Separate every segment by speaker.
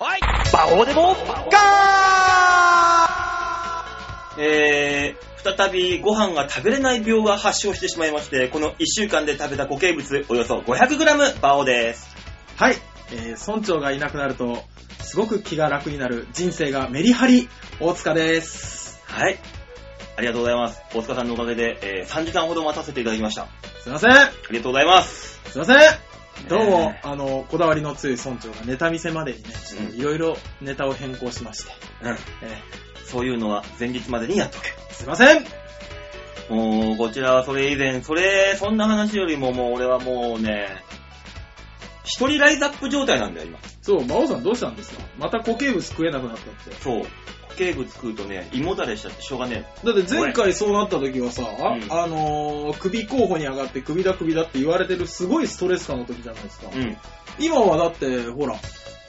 Speaker 1: オーデモ
Speaker 2: えー、再びご飯が食べれない病が発症してしまいまして、この1週間で食べた固形物およそ 500g バオです。
Speaker 3: はい、えー、村長がいなくなると、すごく気が楽になる人生がメリハリ、大塚です。
Speaker 2: はい。ありがとうございます。大塚さんのおかげで、えー、3時間ほど待たせていただきました。あ
Speaker 3: すいません
Speaker 2: りがとうございます。
Speaker 3: すいませんどうも
Speaker 2: ね、
Speaker 3: あの、こだわりの強い村長がネタ見せまでにね、ちょっ
Speaker 2: う
Speaker 3: と
Speaker 2: ん
Speaker 3: いろいろネタを変更しまして、
Speaker 2: うん。
Speaker 3: え
Speaker 2: そういうのは前日までにやっとけ。
Speaker 3: ーすいません
Speaker 2: もう、こちらはそれ以前、それ、そんな話よりももう俺はもうね、一人ライズアップ状態なんだよ、今。
Speaker 3: そう、魔王さんどうしたんですかまた固形物食えなくなったって。
Speaker 2: そう。固形物食うとね、胃もたれしちゃってしょうがね
Speaker 3: だって前回そうなった時はさ、
Speaker 2: ん
Speaker 3: あのー、首候補に上がって首だ首だって言われてるすごいストレス感の時じゃないですか。
Speaker 2: え。うん。
Speaker 3: 今はだって、ほら、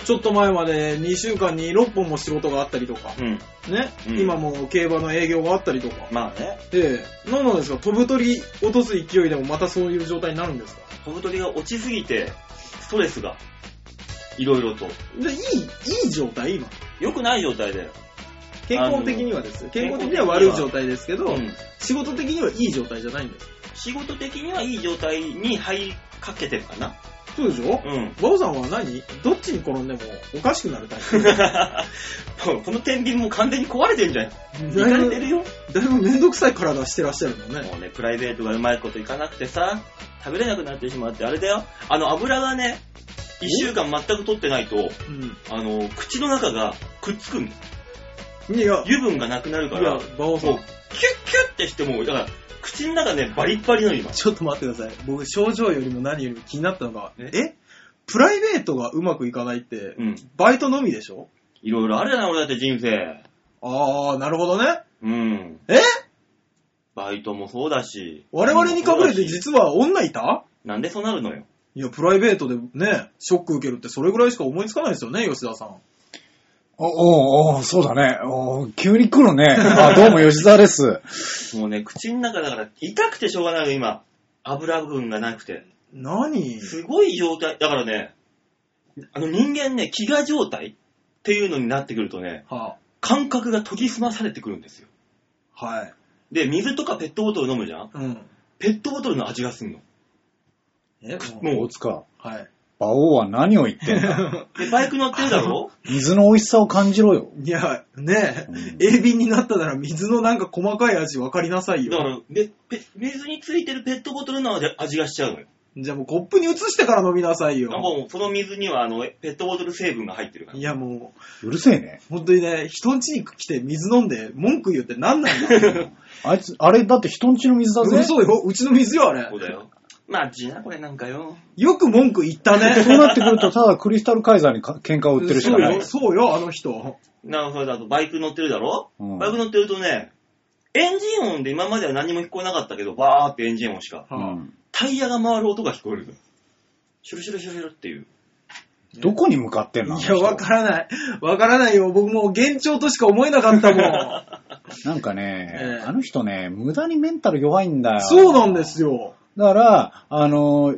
Speaker 3: ちょっと前まで2週間に6本も仕事があったりとか、
Speaker 2: うん。
Speaker 3: ね、
Speaker 2: うん
Speaker 3: 今もう競馬の営業があったりとか、
Speaker 2: まあね、
Speaker 3: ええ、何なんですか飛ぶ鳥落とす勢いでもまたそういう状態になるんですか
Speaker 2: 小太りが落ちすぎて、ストレスが、いろいろと。
Speaker 3: で、いい、いい状態今。
Speaker 2: 良くない状態で。
Speaker 3: 健康的にはですよ。健
Speaker 2: 健
Speaker 3: 康
Speaker 2: 康的
Speaker 3: 的に
Speaker 2: に
Speaker 3: は
Speaker 2: は
Speaker 3: 悪い状態ですけど、
Speaker 2: うん
Speaker 3: 仕事的にはいい状態じゃないんです。
Speaker 2: 仕事的にはいい状態に入りかけてるかな。
Speaker 3: そうでしょ、
Speaker 2: うん。
Speaker 3: バオさんは何どっちに転んでもおかしくなるタイ プ
Speaker 2: も うこの天秤もう完全に壊れてんじゃん。い
Speaker 3: だ
Speaker 2: か
Speaker 3: い
Speaker 2: れ
Speaker 3: ぶ
Speaker 2: てるよ。
Speaker 3: だいぶめんどくさい体してらっしゃるのね。
Speaker 2: もうね、プライベートがうまいこといかなくてさ、食べれなくなってしまって、あれだよ。あの、油がね、一週間全く取ってないと、
Speaker 3: う
Speaker 2: あの、口の中がくっつくんだよ
Speaker 3: ん。いや、い
Speaker 2: 油分がなくなるか
Speaker 3: や
Speaker 2: ら、もう、、
Speaker 3: バオ
Speaker 2: キ
Speaker 3: さ
Speaker 2: ュッ
Speaker 3: ん。
Speaker 2: キュッてしてもう、だから、口の中ね、バリッバリの今。
Speaker 3: ちょっと待ってください。僕、症状よりも何よりも気になったのが、え
Speaker 2: え
Speaker 3: プライベートがうまくいかないって、
Speaker 2: うん。
Speaker 3: バイトのみでしょ
Speaker 2: いろいろあるじゃない、俺だって人生。
Speaker 3: あー、なるほどね。
Speaker 2: うん。
Speaker 3: え
Speaker 2: バイトもそうだし。
Speaker 3: 我々に隠れて
Speaker 2: 実
Speaker 3: 実は女いた
Speaker 2: なんでそうなるのよ。
Speaker 3: いや、プライベートでね、ショック受けるってそれぐらいしか思いつかないですよね、吉田さん。
Speaker 4: お、お、お、そうだね。お急に来 るね。あ、どうも吉沢です。
Speaker 2: もうね、口の中だから痛くてしょうがないの、今。油分がなくて。
Speaker 3: 何
Speaker 2: すごい状態。だからね、あの人間ね、飢餓状態っていうのになってくるとね、
Speaker 3: は、
Speaker 2: 感覚が研ぎ澄まされてくるんですよ。
Speaker 3: はい。
Speaker 2: で、水とかペットボトル飲むじゃん
Speaker 3: うん。
Speaker 2: ペットボトルの味がすんの。
Speaker 3: え、もう、
Speaker 2: も
Speaker 4: 大
Speaker 2: う。
Speaker 4: 塚、
Speaker 3: はい。
Speaker 4: 馬王は何を言ってんだ。
Speaker 2: で、バイク乗ってるだろ
Speaker 4: 水の美味しさを感じろよ。
Speaker 3: いや、ね
Speaker 4: うん
Speaker 3: え、鋭敏になったなら水のなんか細かい味分かりなさい
Speaker 2: だか
Speaker 3: よ。
Speaker 2: ら、でペ水についてるペットボトルの味味がしちゃうのよ。
Speaker 3: じゃあもうコップに移してから飲みなさい
Speaker 2: なんか
Speaker 3: よ。
Speaker 2: もうその水にはあの、ペットボトル成分が入ってるから
Speaker 3: い。やもう、
Speaker 4: うるせえね。
Speaker 3: 本当にね、人ん家に来て水飲んで文句言うってなんなんだ
Speaker 4: あいつ、あれだって人んちの水だぜ。
Speaker 3: 嘘よ、うちの水よ、あれ
Speaker 2: そう。だよ。マジな、これなんかよ。
Speaker 3: よく文句言った
Speaker 4: そう
Speaker 3: ね。
Speaker 4: なってくると、ただクリスタルカイザーにか喧嘩を売ってるし
Speaker 3: そ
Speaker 4: か
Speaker 3: う
Speaker 4: な
Speaker 3: よ、
Speaker 4: い。
Speaker 3: そうよ、あの人。
Speaker 2: なそれだとバイク乗ってるだろ、
Speaker 4: うん
Speaker 2: バイク乗ってるとね、エンジン音で今までは何も聞こえなかったけど、バーってエンジン音しか。
Speaker 4: う
Speaker 3: はあ
Speaker 4: ん
Speaker 2: タイヤが回る音が聞こえるの。シュルシュルシュルシュルっていう。
Speaker 4: どこに向かってんの
Speaker 3: いや、わからない。わからないよ。僕もう幻聴としか思えなかったも
Speaker 4: なんかね、
Speaker 3: ええ
Speaker 4: あの人ね、無駄にメンタル弱いんだよ。
Speaker 3: ん。そうなんですよ。
Speaker 4: だから、あの、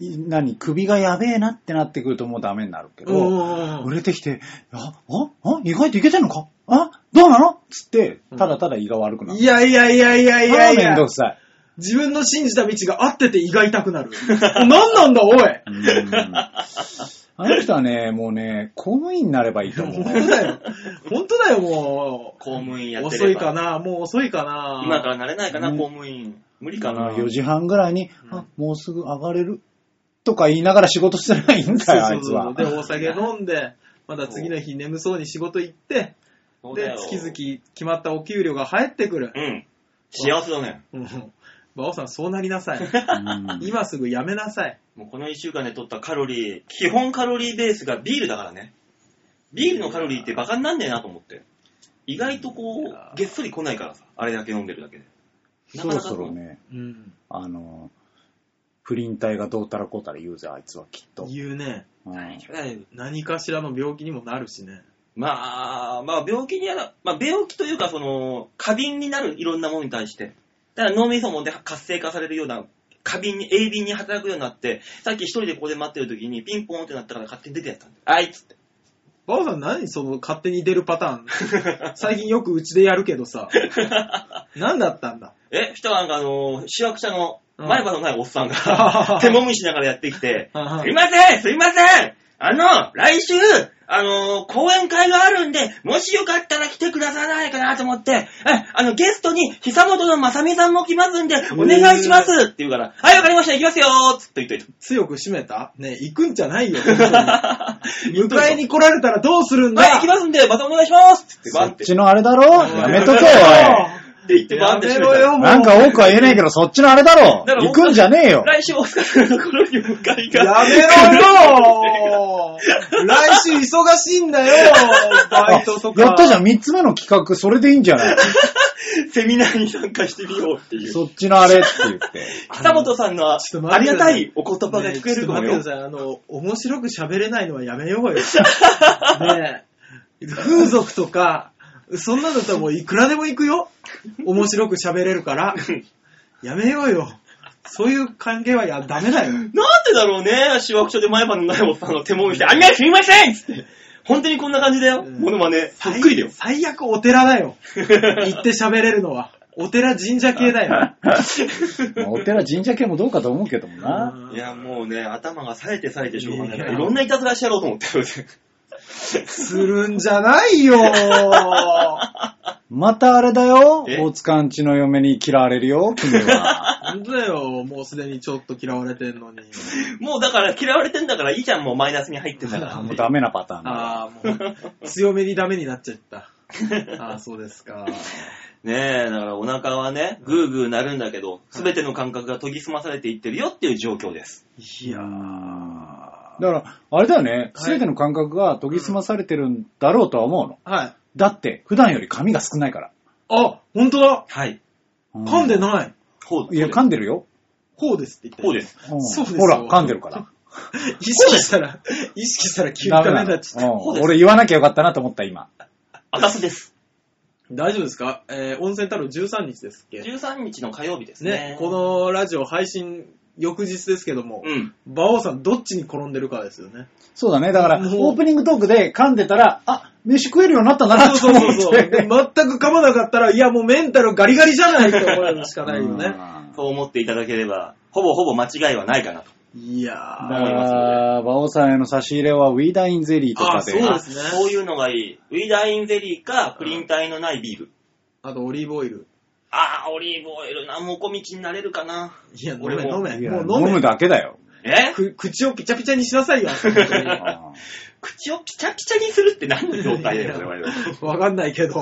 Speaker 4: い何、首がやべえなってなってくるともうダメになるけ
Speaker 3: うんう
Speaker 4: ど、
Speaker 3: んう
Speaker 4: 売
Speaker 3: ん。
Speaker 4: れてきて、あ、あ、あ、意外といけてんのかあ、どうなのつって、ただただ胃が悪くなる。
Speaker 3: いやいやいやいやいやい
Speaker 4: あーめん
Speaker 3: や
Speaker 4: ど。くさい。
Speaker 3: 自分の信じた道が合ってて胃が痛くなる。なんなんだ、おい。
Speaker 4: うーんあの人はね、もうね、公務員になればいいと思
Speaker 3: 本
Speaker 4: う。
Speaker 3: 当だよ。本当だよ、も
Speaker 2: 公務員
Speaker 3: う。
Speaker 2: やってれば
Speaker 3: 遅いかな、もう遅いかな。
Speaker 2: 今からなれないかな、
Speaker 4: うん
Speaker 2: 公務員。無理か
Speaker 4: あ
Speaker 2: な。
Speaker 4: の4時半ぐらいに、
Speaker 3: うん
Speaker 4: あ、もうすぐ上がれるとか言いながら仕事してればいいんだよ、あいつは。
Speaker 3: で、お酒飲んで、また次の日眠そうに仕事行って、
Speaker 2: そうだ
Speaker 3: で
Speaker 2: よ、
Speaker 3: 月々決まったお給料が入って くる。
Speaker 2: うん。幸せだね。
Speaker 3: うん。バオさん、そうなりな さい。
Speaker 4: うん
Speaker 3: 今すぐやめなさい。
Speaker 2: もうこの1週間で取ったカロリー、基本カロリーベースがビールだからね。ビールのカロリーってバカになんねえなと思って。意外とこ
Speaker 3: いや
Speaker 2: う、
Speaker 3: ー
Speaker 2: げっそり来ないからさ。あれだけ飲んでるだけで。
Speaker 4: そろそろね、
Speaker 3: うん。
Speaker 4: あの、プリン体がどうたらこうたら言うぜ、あいつはきっと。
Speaker 3: 言うね。
Speaker 4: うん
Speaker 2: はい
Speaker 3: 何かしらの病気にもなるしね。
Speaker 2: まあ、まあ病気にやら、まあ病気というかその、過敏になるいろんなものに対して。だから脳みそもね、活性化されるような、過敏に、鋭敏に働くようになって、さっき一人でここで待ってる時にピンポンってなったから勝手に出てやったんだよあいっつって。
Speaker 3: バオさん何その勝手に出るパ ターン。最近よくうちでやるけどさ。何だったんだ
Speaker 2: え、人はなんかあのー、市役者の
Speaker 3: うん、
Speaker 2: 前歯のないおっさんが 手もみしながらやってきて、
Speaker 3: うんうん
Speaker 2: すいませんすいませんあの、来週、あのー、講演会があるんで、もしよかったら来てくださらないかなと思って、え、あの、ゲストに、久本のまさみさんも来ますんで、お願いしますって言うから、はい、わかりました、行きますよーっつって言っとい
Speaker 3: 強く締めたねえ行くんじゃな いよ。
Speaker 2: た。
Speaker 3: 迎えに来られたらどうするんだ
Speaker 2: はい、行きますんで、またお願いしますって、
Speaker 4: そ
Speaker 2: バンっ
Speaker 4: ってちのあれだ
Speaker 3: う
Speaker 4: ろ
Speaker 3: ん
Speaker 4: やめとけよ、
Speaker 2: って言って、バン
Speaker 3: や
Speaker 2: って
Speaker 3: め
Speaker 2: 閉めた
Speaker 3: ろよ、も
Speaker 4: お
Speaker 3: う
Speaker 4: い。なんか多くは言えねえけど、そっちのあれだろ
Speaker 2: だから
Speaker 4: 行くんじゃねえよ。
Speaker 2: 来週、大塚さんのところに迎えが。
Speaker 3: やめろよ来週忙しいんだよバイトとか。
Speaker 4: やったじゃん、3つ目の企画、それでいいんじ ゃない
Speaker 2: セミナーに参加してみようっていう。
Speaker 4: そっちのあれって言って。
Speaker 2: 久本さんのあ
Speaker 3: ちょっと待って
Speaker 2: り
Speaker 3: く
Speaker 2: が
Speaker 3: ださ
Speaker 2: た
Speaker 3: い
Speaker 2: いお言葉が聞こえる
Speaker 3: ねえちょっと
Speaker 2: の
Speaker 3: 待って
Speaker 2: よ
Speaker 3: く。ださい。あの、面白く喋れないのはやめよ うよ。ねえ。風俗とか、そんなのだったらもういくらでも行くよ。面白く喋れるから。やめようよ。そういう関係はや、ダメだよ。
Speaker 2: なんでだろうね、市役所で前歯のないおっさんの手もみして、ありがとうすいませんっつって。本当にこんな感じだよ。
Speaker 3: うん
Speaker 2: モノマネ。そっくりだよ。
Speaker 3: 最悪お寺だよ。行って喋れるのは。お寺神社系だよ。
Speaker 4: まあお寺神社系もどうかと思うけどもな。
Speaker 2: いや、もうね、頭が冴えて冴えてしょうがないから、い
Speaker 3: いや
Speaker 2: ろんないたずらしてやろうと思ってる。
Speaker 3: するんじゃないよ本
Speaker 4: またあれだよ
Speaker 2: え
Speaker 4: 大塚んちの嫁に嫌われるよ、君は。
Speaker 3: 当だよ、もうすでにちょっと嫌われてんのに。
Speaker 2: もうだから嫌われてんだから、いいじゃん、もうマイナスに入ってんだか
Speaker 4: あ
Speaker 2: ら。
Speaker 4: もうダメなパターンだ。
Speaker 3: ああ、もう、強めにダメになっちゃ った。ああ、そうですか。
Speaker 2: ねえ、だからお腹はね、ぐーぐーなるんだけど、すべての感覚が研ぎ澄まされていってるよっていう状況です。
Speaker 3: い
Speaker 4: いや
Speaker 3: や、
Speaker 4: ーだから、あれだよね、
Speaker 3: はい
Speaker 4: すべての感覚が研ぎ澄まされてるんだろうとは思うの。
Speaker 3: はい。
Speaker 4: だって、普段より髪が少ないから。
Speaker 3: あ、本当だ
Speaker 2: はい。
Speaker 4: う
Speaker 3: 噛んでない。
Speaker 2: こう
Speaker 4: いや、噛んでるよ。
Speaker 3: こうですって言って。
Speaker 2: こうです。
Speaker 4: ん
Speaker 3: そうですよ
Speaker 4: ほら、噛んでるから。
Speaker 3: 意識したら、意識したら急にダメになっちゃっ
Speaker 4: ダメ
Speaker 3: た。
Speaker 4: なの
Speaker 2: こう
Speaker 4: う
Speaker 2: で
Speaker 4: ん
Speaker 2: す
Speaker 4: 俺言わなきゃよかったなと思った、今。
Speaker 2: あたすです。
Speaker 3: 大丈夫ですかえー、温泉太郎13日ですっけ
Speaker 2: 13日の火曜日ですね。
Speaker 3: ね、このラジオ配信翌日ですけども、
Speaker 2: うん。
Speaker 3: 馬王さんどっちに転んでるかですよね。
Speaker 4: そうだね。だから、
Speaker 3: もう
Speaker 4: オープニングトークで噛んでたら、あ、飯食えるようになったんだなと
Speaker 3: そう
Speaker 4: 思
Speaker 3: そうそ
Speaker 4: っ
Speaker 3: うそう。で全
Speaker 4: て。
Speaker 3: く噛まなかったら、いやもうメンタルガリガリじゃないと思うしかないよ
Speaker 4: うんだ
Speaker 3: ね。
Speaker 4: か
Speaker 2: そう思っていただければ、ほぼほぼ間違いはないかなと。
Speaker 3: いや
Speaker 2: 思いますよ
Speaker 4: ら、馬王さんへの差し入れはウィーダインゼリーとかで。
Speaker 3: あそう
Speaker 2: あ
Speaker 3: ですね
Speaker 2: そういうのがいい。ウィダーインゼリーか、プリン体のないビール。
Speaker 3: ー、あとオリーブオイル。
Speaker 2: あー、オリーブオイルな、もこみちになれるかな。
Speaker 3: いや、飲め
Speaker 2: 俺も
Speaker 3: 飲め。
Speaker 4: いや
Speaker 3: もう飲め
Speaker 4: 飲むだけだよ。
Speaker 2: え
Speaker 3: く口をピチャピチャにしなさいよ。本当に
Speaker 2: 口をピチャピチャにするって何の状態だよ、我々 は。
Speaker 3: わかんないけど。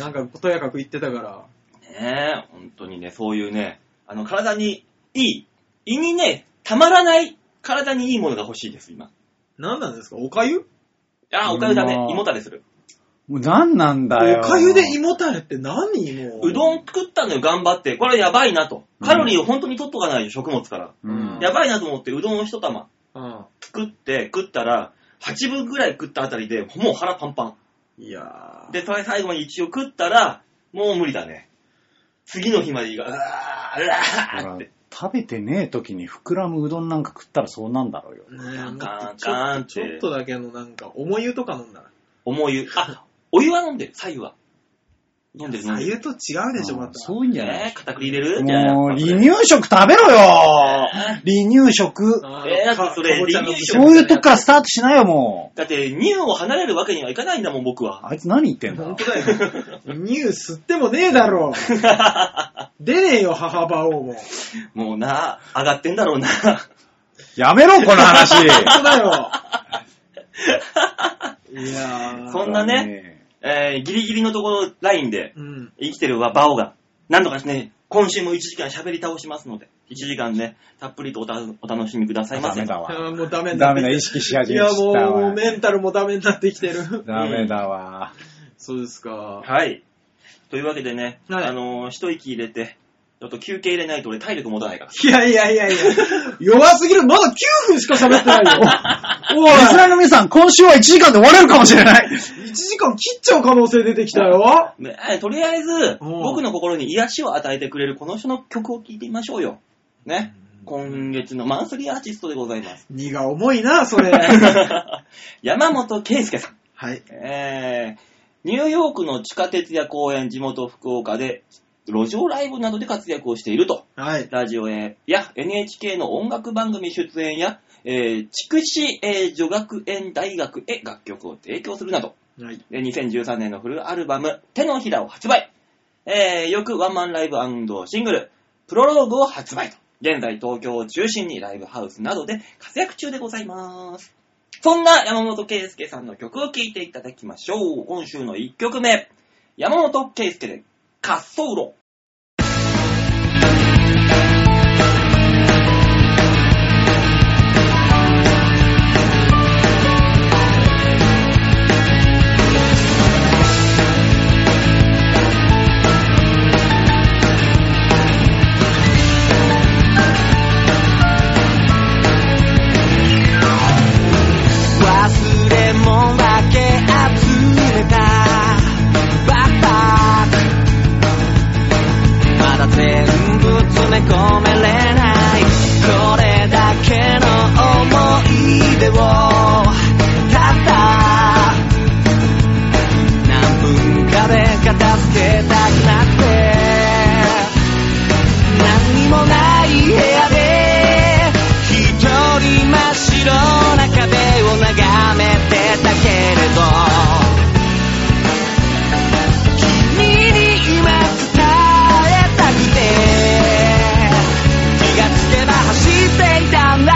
Speaker 3: なんか、とやかく言ってたから。
Speaker 2: ねえ、本当にね、そういうね、あの、体にいい、胃にね、たまらない、体にいいものが欲しいです、今。
Speaker 3: 何なんですかおかゆ
Speaker 2: あー、おかゆだね
Speaker 4: うま。
Speaker 2: 胃もたれする。
Speaker 4: もう何なんだよ。
Speaker 3: おかゆで胃もたれって何もう。
Speaker 2: うどん食ったのよ、頑張って。これやばいなと。カロリーを本当に取っとかないよ、食物から。
Speaker 4: うん
Speaker 2: やばいなと思って、うどんを一玉
Speaker 3: うん。
Speaker 2: 作って、食ったら、8分ぐらい食ったあたりで、もう腹パンパ
Speaker 3: いや
Speaker 2: ン。
Speaker 3: ー。
Speaker 2: で、それ最後に一応食ったら、もう無理だね。次の日まで胃が、うわー、うわ
Speaker 4: ほ
Speaker 2: ーっ
Speaker 4: ら
Speaker 2: て。
Speaker 4: 食べてねえ時に膨らむうどんなんか食ったらそうなんだろうよ。
Speaker 3: ねえ
Speaker 2: ガン
Speaker 3: もっとち
Speaker 2: ガンガンっ
Speaker 3: ょ
Speaker 2: て
Speaker 3: ちょっとだけのなんか、重湯とか飲んだら。
Speaker 2: 思い湯。あ、お湯は飲んでる、左右は。飲んでる、飲ん
Speaker 3: 左
Speaker 2: でる。
Speaker 3: 右と違うでしょ、また。
Speaker 4: そういうんじゃない
Speaker 2: ねえ、片栗入れるじゃあ
Speaker 4: もう、
Speaker 2: やっぱそれ
Speaker 4: 離乳食食べろよ離乳食。
Speaker 3: あ
Speaker 2: えーだ
Speaker 3: か
Speaker 2: ってそれ
Speaker 3: かぼちゃの
Speaker 2: 離乳食
Speaker 4: そういうとこからスタートしないよ、もう。
Speaker 2: だって、乳を離れるわけにはいかないんだもん、僕は。
Speaker 4: あいつ何言ってんだ
Speaker 3: 本当だよ。ニュース吸ってもねえだろ。出ねえよ、母馬王も。
Speaker 2: もうな、上がってんだろうな。
Speaker 4: やめろ、この 話
Speaker 3: 本当だよ。いやー。
Speaker 2: そんなね。えー、ギリギリのところ、ラインで、
Speaker 3: うん。
Speaker 2: 生きてるはバオが、なんとかね、今週も1時間喋り倒しますので、1時間ね、たっぷりとおたお楽しみくださいま
Speaker 4: ダ
Speaker 2: せ。
Speaker 4: メだ
Speaker 3: あ
Speaker 4: わ。
Speaker 3: ーもうダメにな
Speaker 4: ダ
Speaker 3: って
Speaker 4: メ
Speaker 3: き
Speaker 4: だ、
Speaker 3: て
Speaker 4: 意識し始
Speaker 3: い
Speaker 4: めち
Speaker 3: や、
Speaker 4: ゃった
Speaker 3: もう、もう
Speaker 4: わ。
Speaker 3: メンタルもダメになってきてる。
Speaker 4: ダメだわ。
Speaker 3: そうですか。
Speaker 2: はい。というわけでね、
Speaker 3: はい
Speaker 2: あのー一息入れて、ちょっと休憩入れないと俺体力持たないから。
Speaker 3: いやいやいやいや、弱すぎる。まだ9分しか喋ってないよ。おい
Speaker 4: リ、スナーの皆さん、今週は1時間で終われるかもし れない。
Speaker 3: 1時間切っちゃう可能性出てきたよ。
Speaker 2: ねえとりあえず、
Speaker 3: うん
Speaker 2: 僕の心に癒しを与えてくれるこの人の曲を聴いてみましょうよ。 ね。今月のマンスリーアーティストでございます。
Speaker 3: 荷が重いな、それ。
Speaker 2: 山本圭介さん。
Speaker 3: はい。
Speaker 2: えー、ニューヨークの地下鉄や公園、地元福岡で、路上ライブなどで活躍をしていると。
Speaker 3: はい。
Speaker 2: ラジオや NHK の音楽番組出演や、えー、筑紫、えー女学園大学へ楽曲を提供するなど、
Speaker 3: はい。
Speaker 2: で2013年のフルアルバム、手のひらを発売。えー、翌ワンマンライブシングル、プロローグを発売と。現在東京を中心にライブハウスなどで活躍中でございます。そんな山本圭介さんの曲を聴いていただきましょう。今週の1曲目、山本圭介で滑走路。
Speaker 1: 忘れ物だけ集めたバックパックまだ全部詰め込めれないこれだけの思い出をたった何分かで片付けたくなくて何にもない部屋で一人真っ白な壁を眺めてたけれど君に今伝えたくて気がつけば走っていたんだ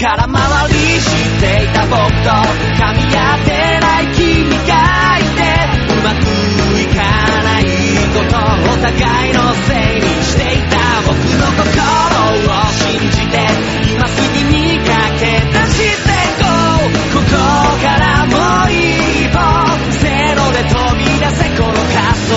Speaker 1: 空回りしていた僕と噛み合ってない君がいてうまくいかないことをお互いのせいにしていた僕の心を信じて今すぐに駆け出していこうここからもう一歩せので飛び出せこの滑走路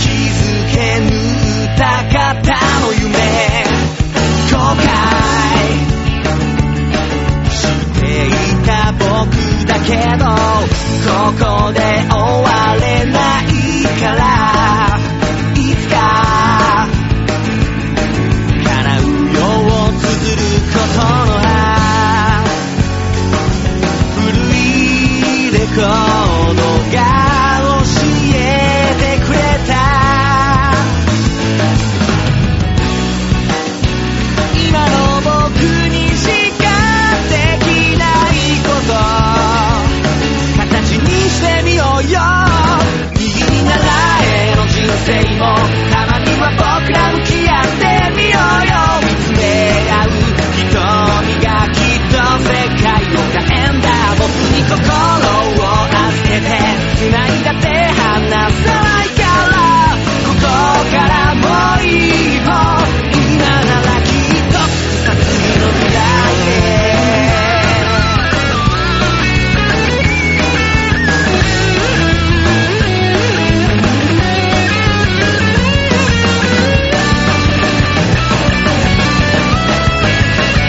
Speaker 1: 気づけぬ歌方の夢後悔していた僕だけどここで終われないからいつか叶うよう綴ることのない古いレコードが教えてくれた今の僕にしかできないこと形にしてみようよ右に習えの人生もたまには僕ら向き合ってみようよ見つめ合う瞳がきっと世界を変えんだ僕に心を預けて繋いだって離さないからここからもう一歩今ならきっとさ次の未来へ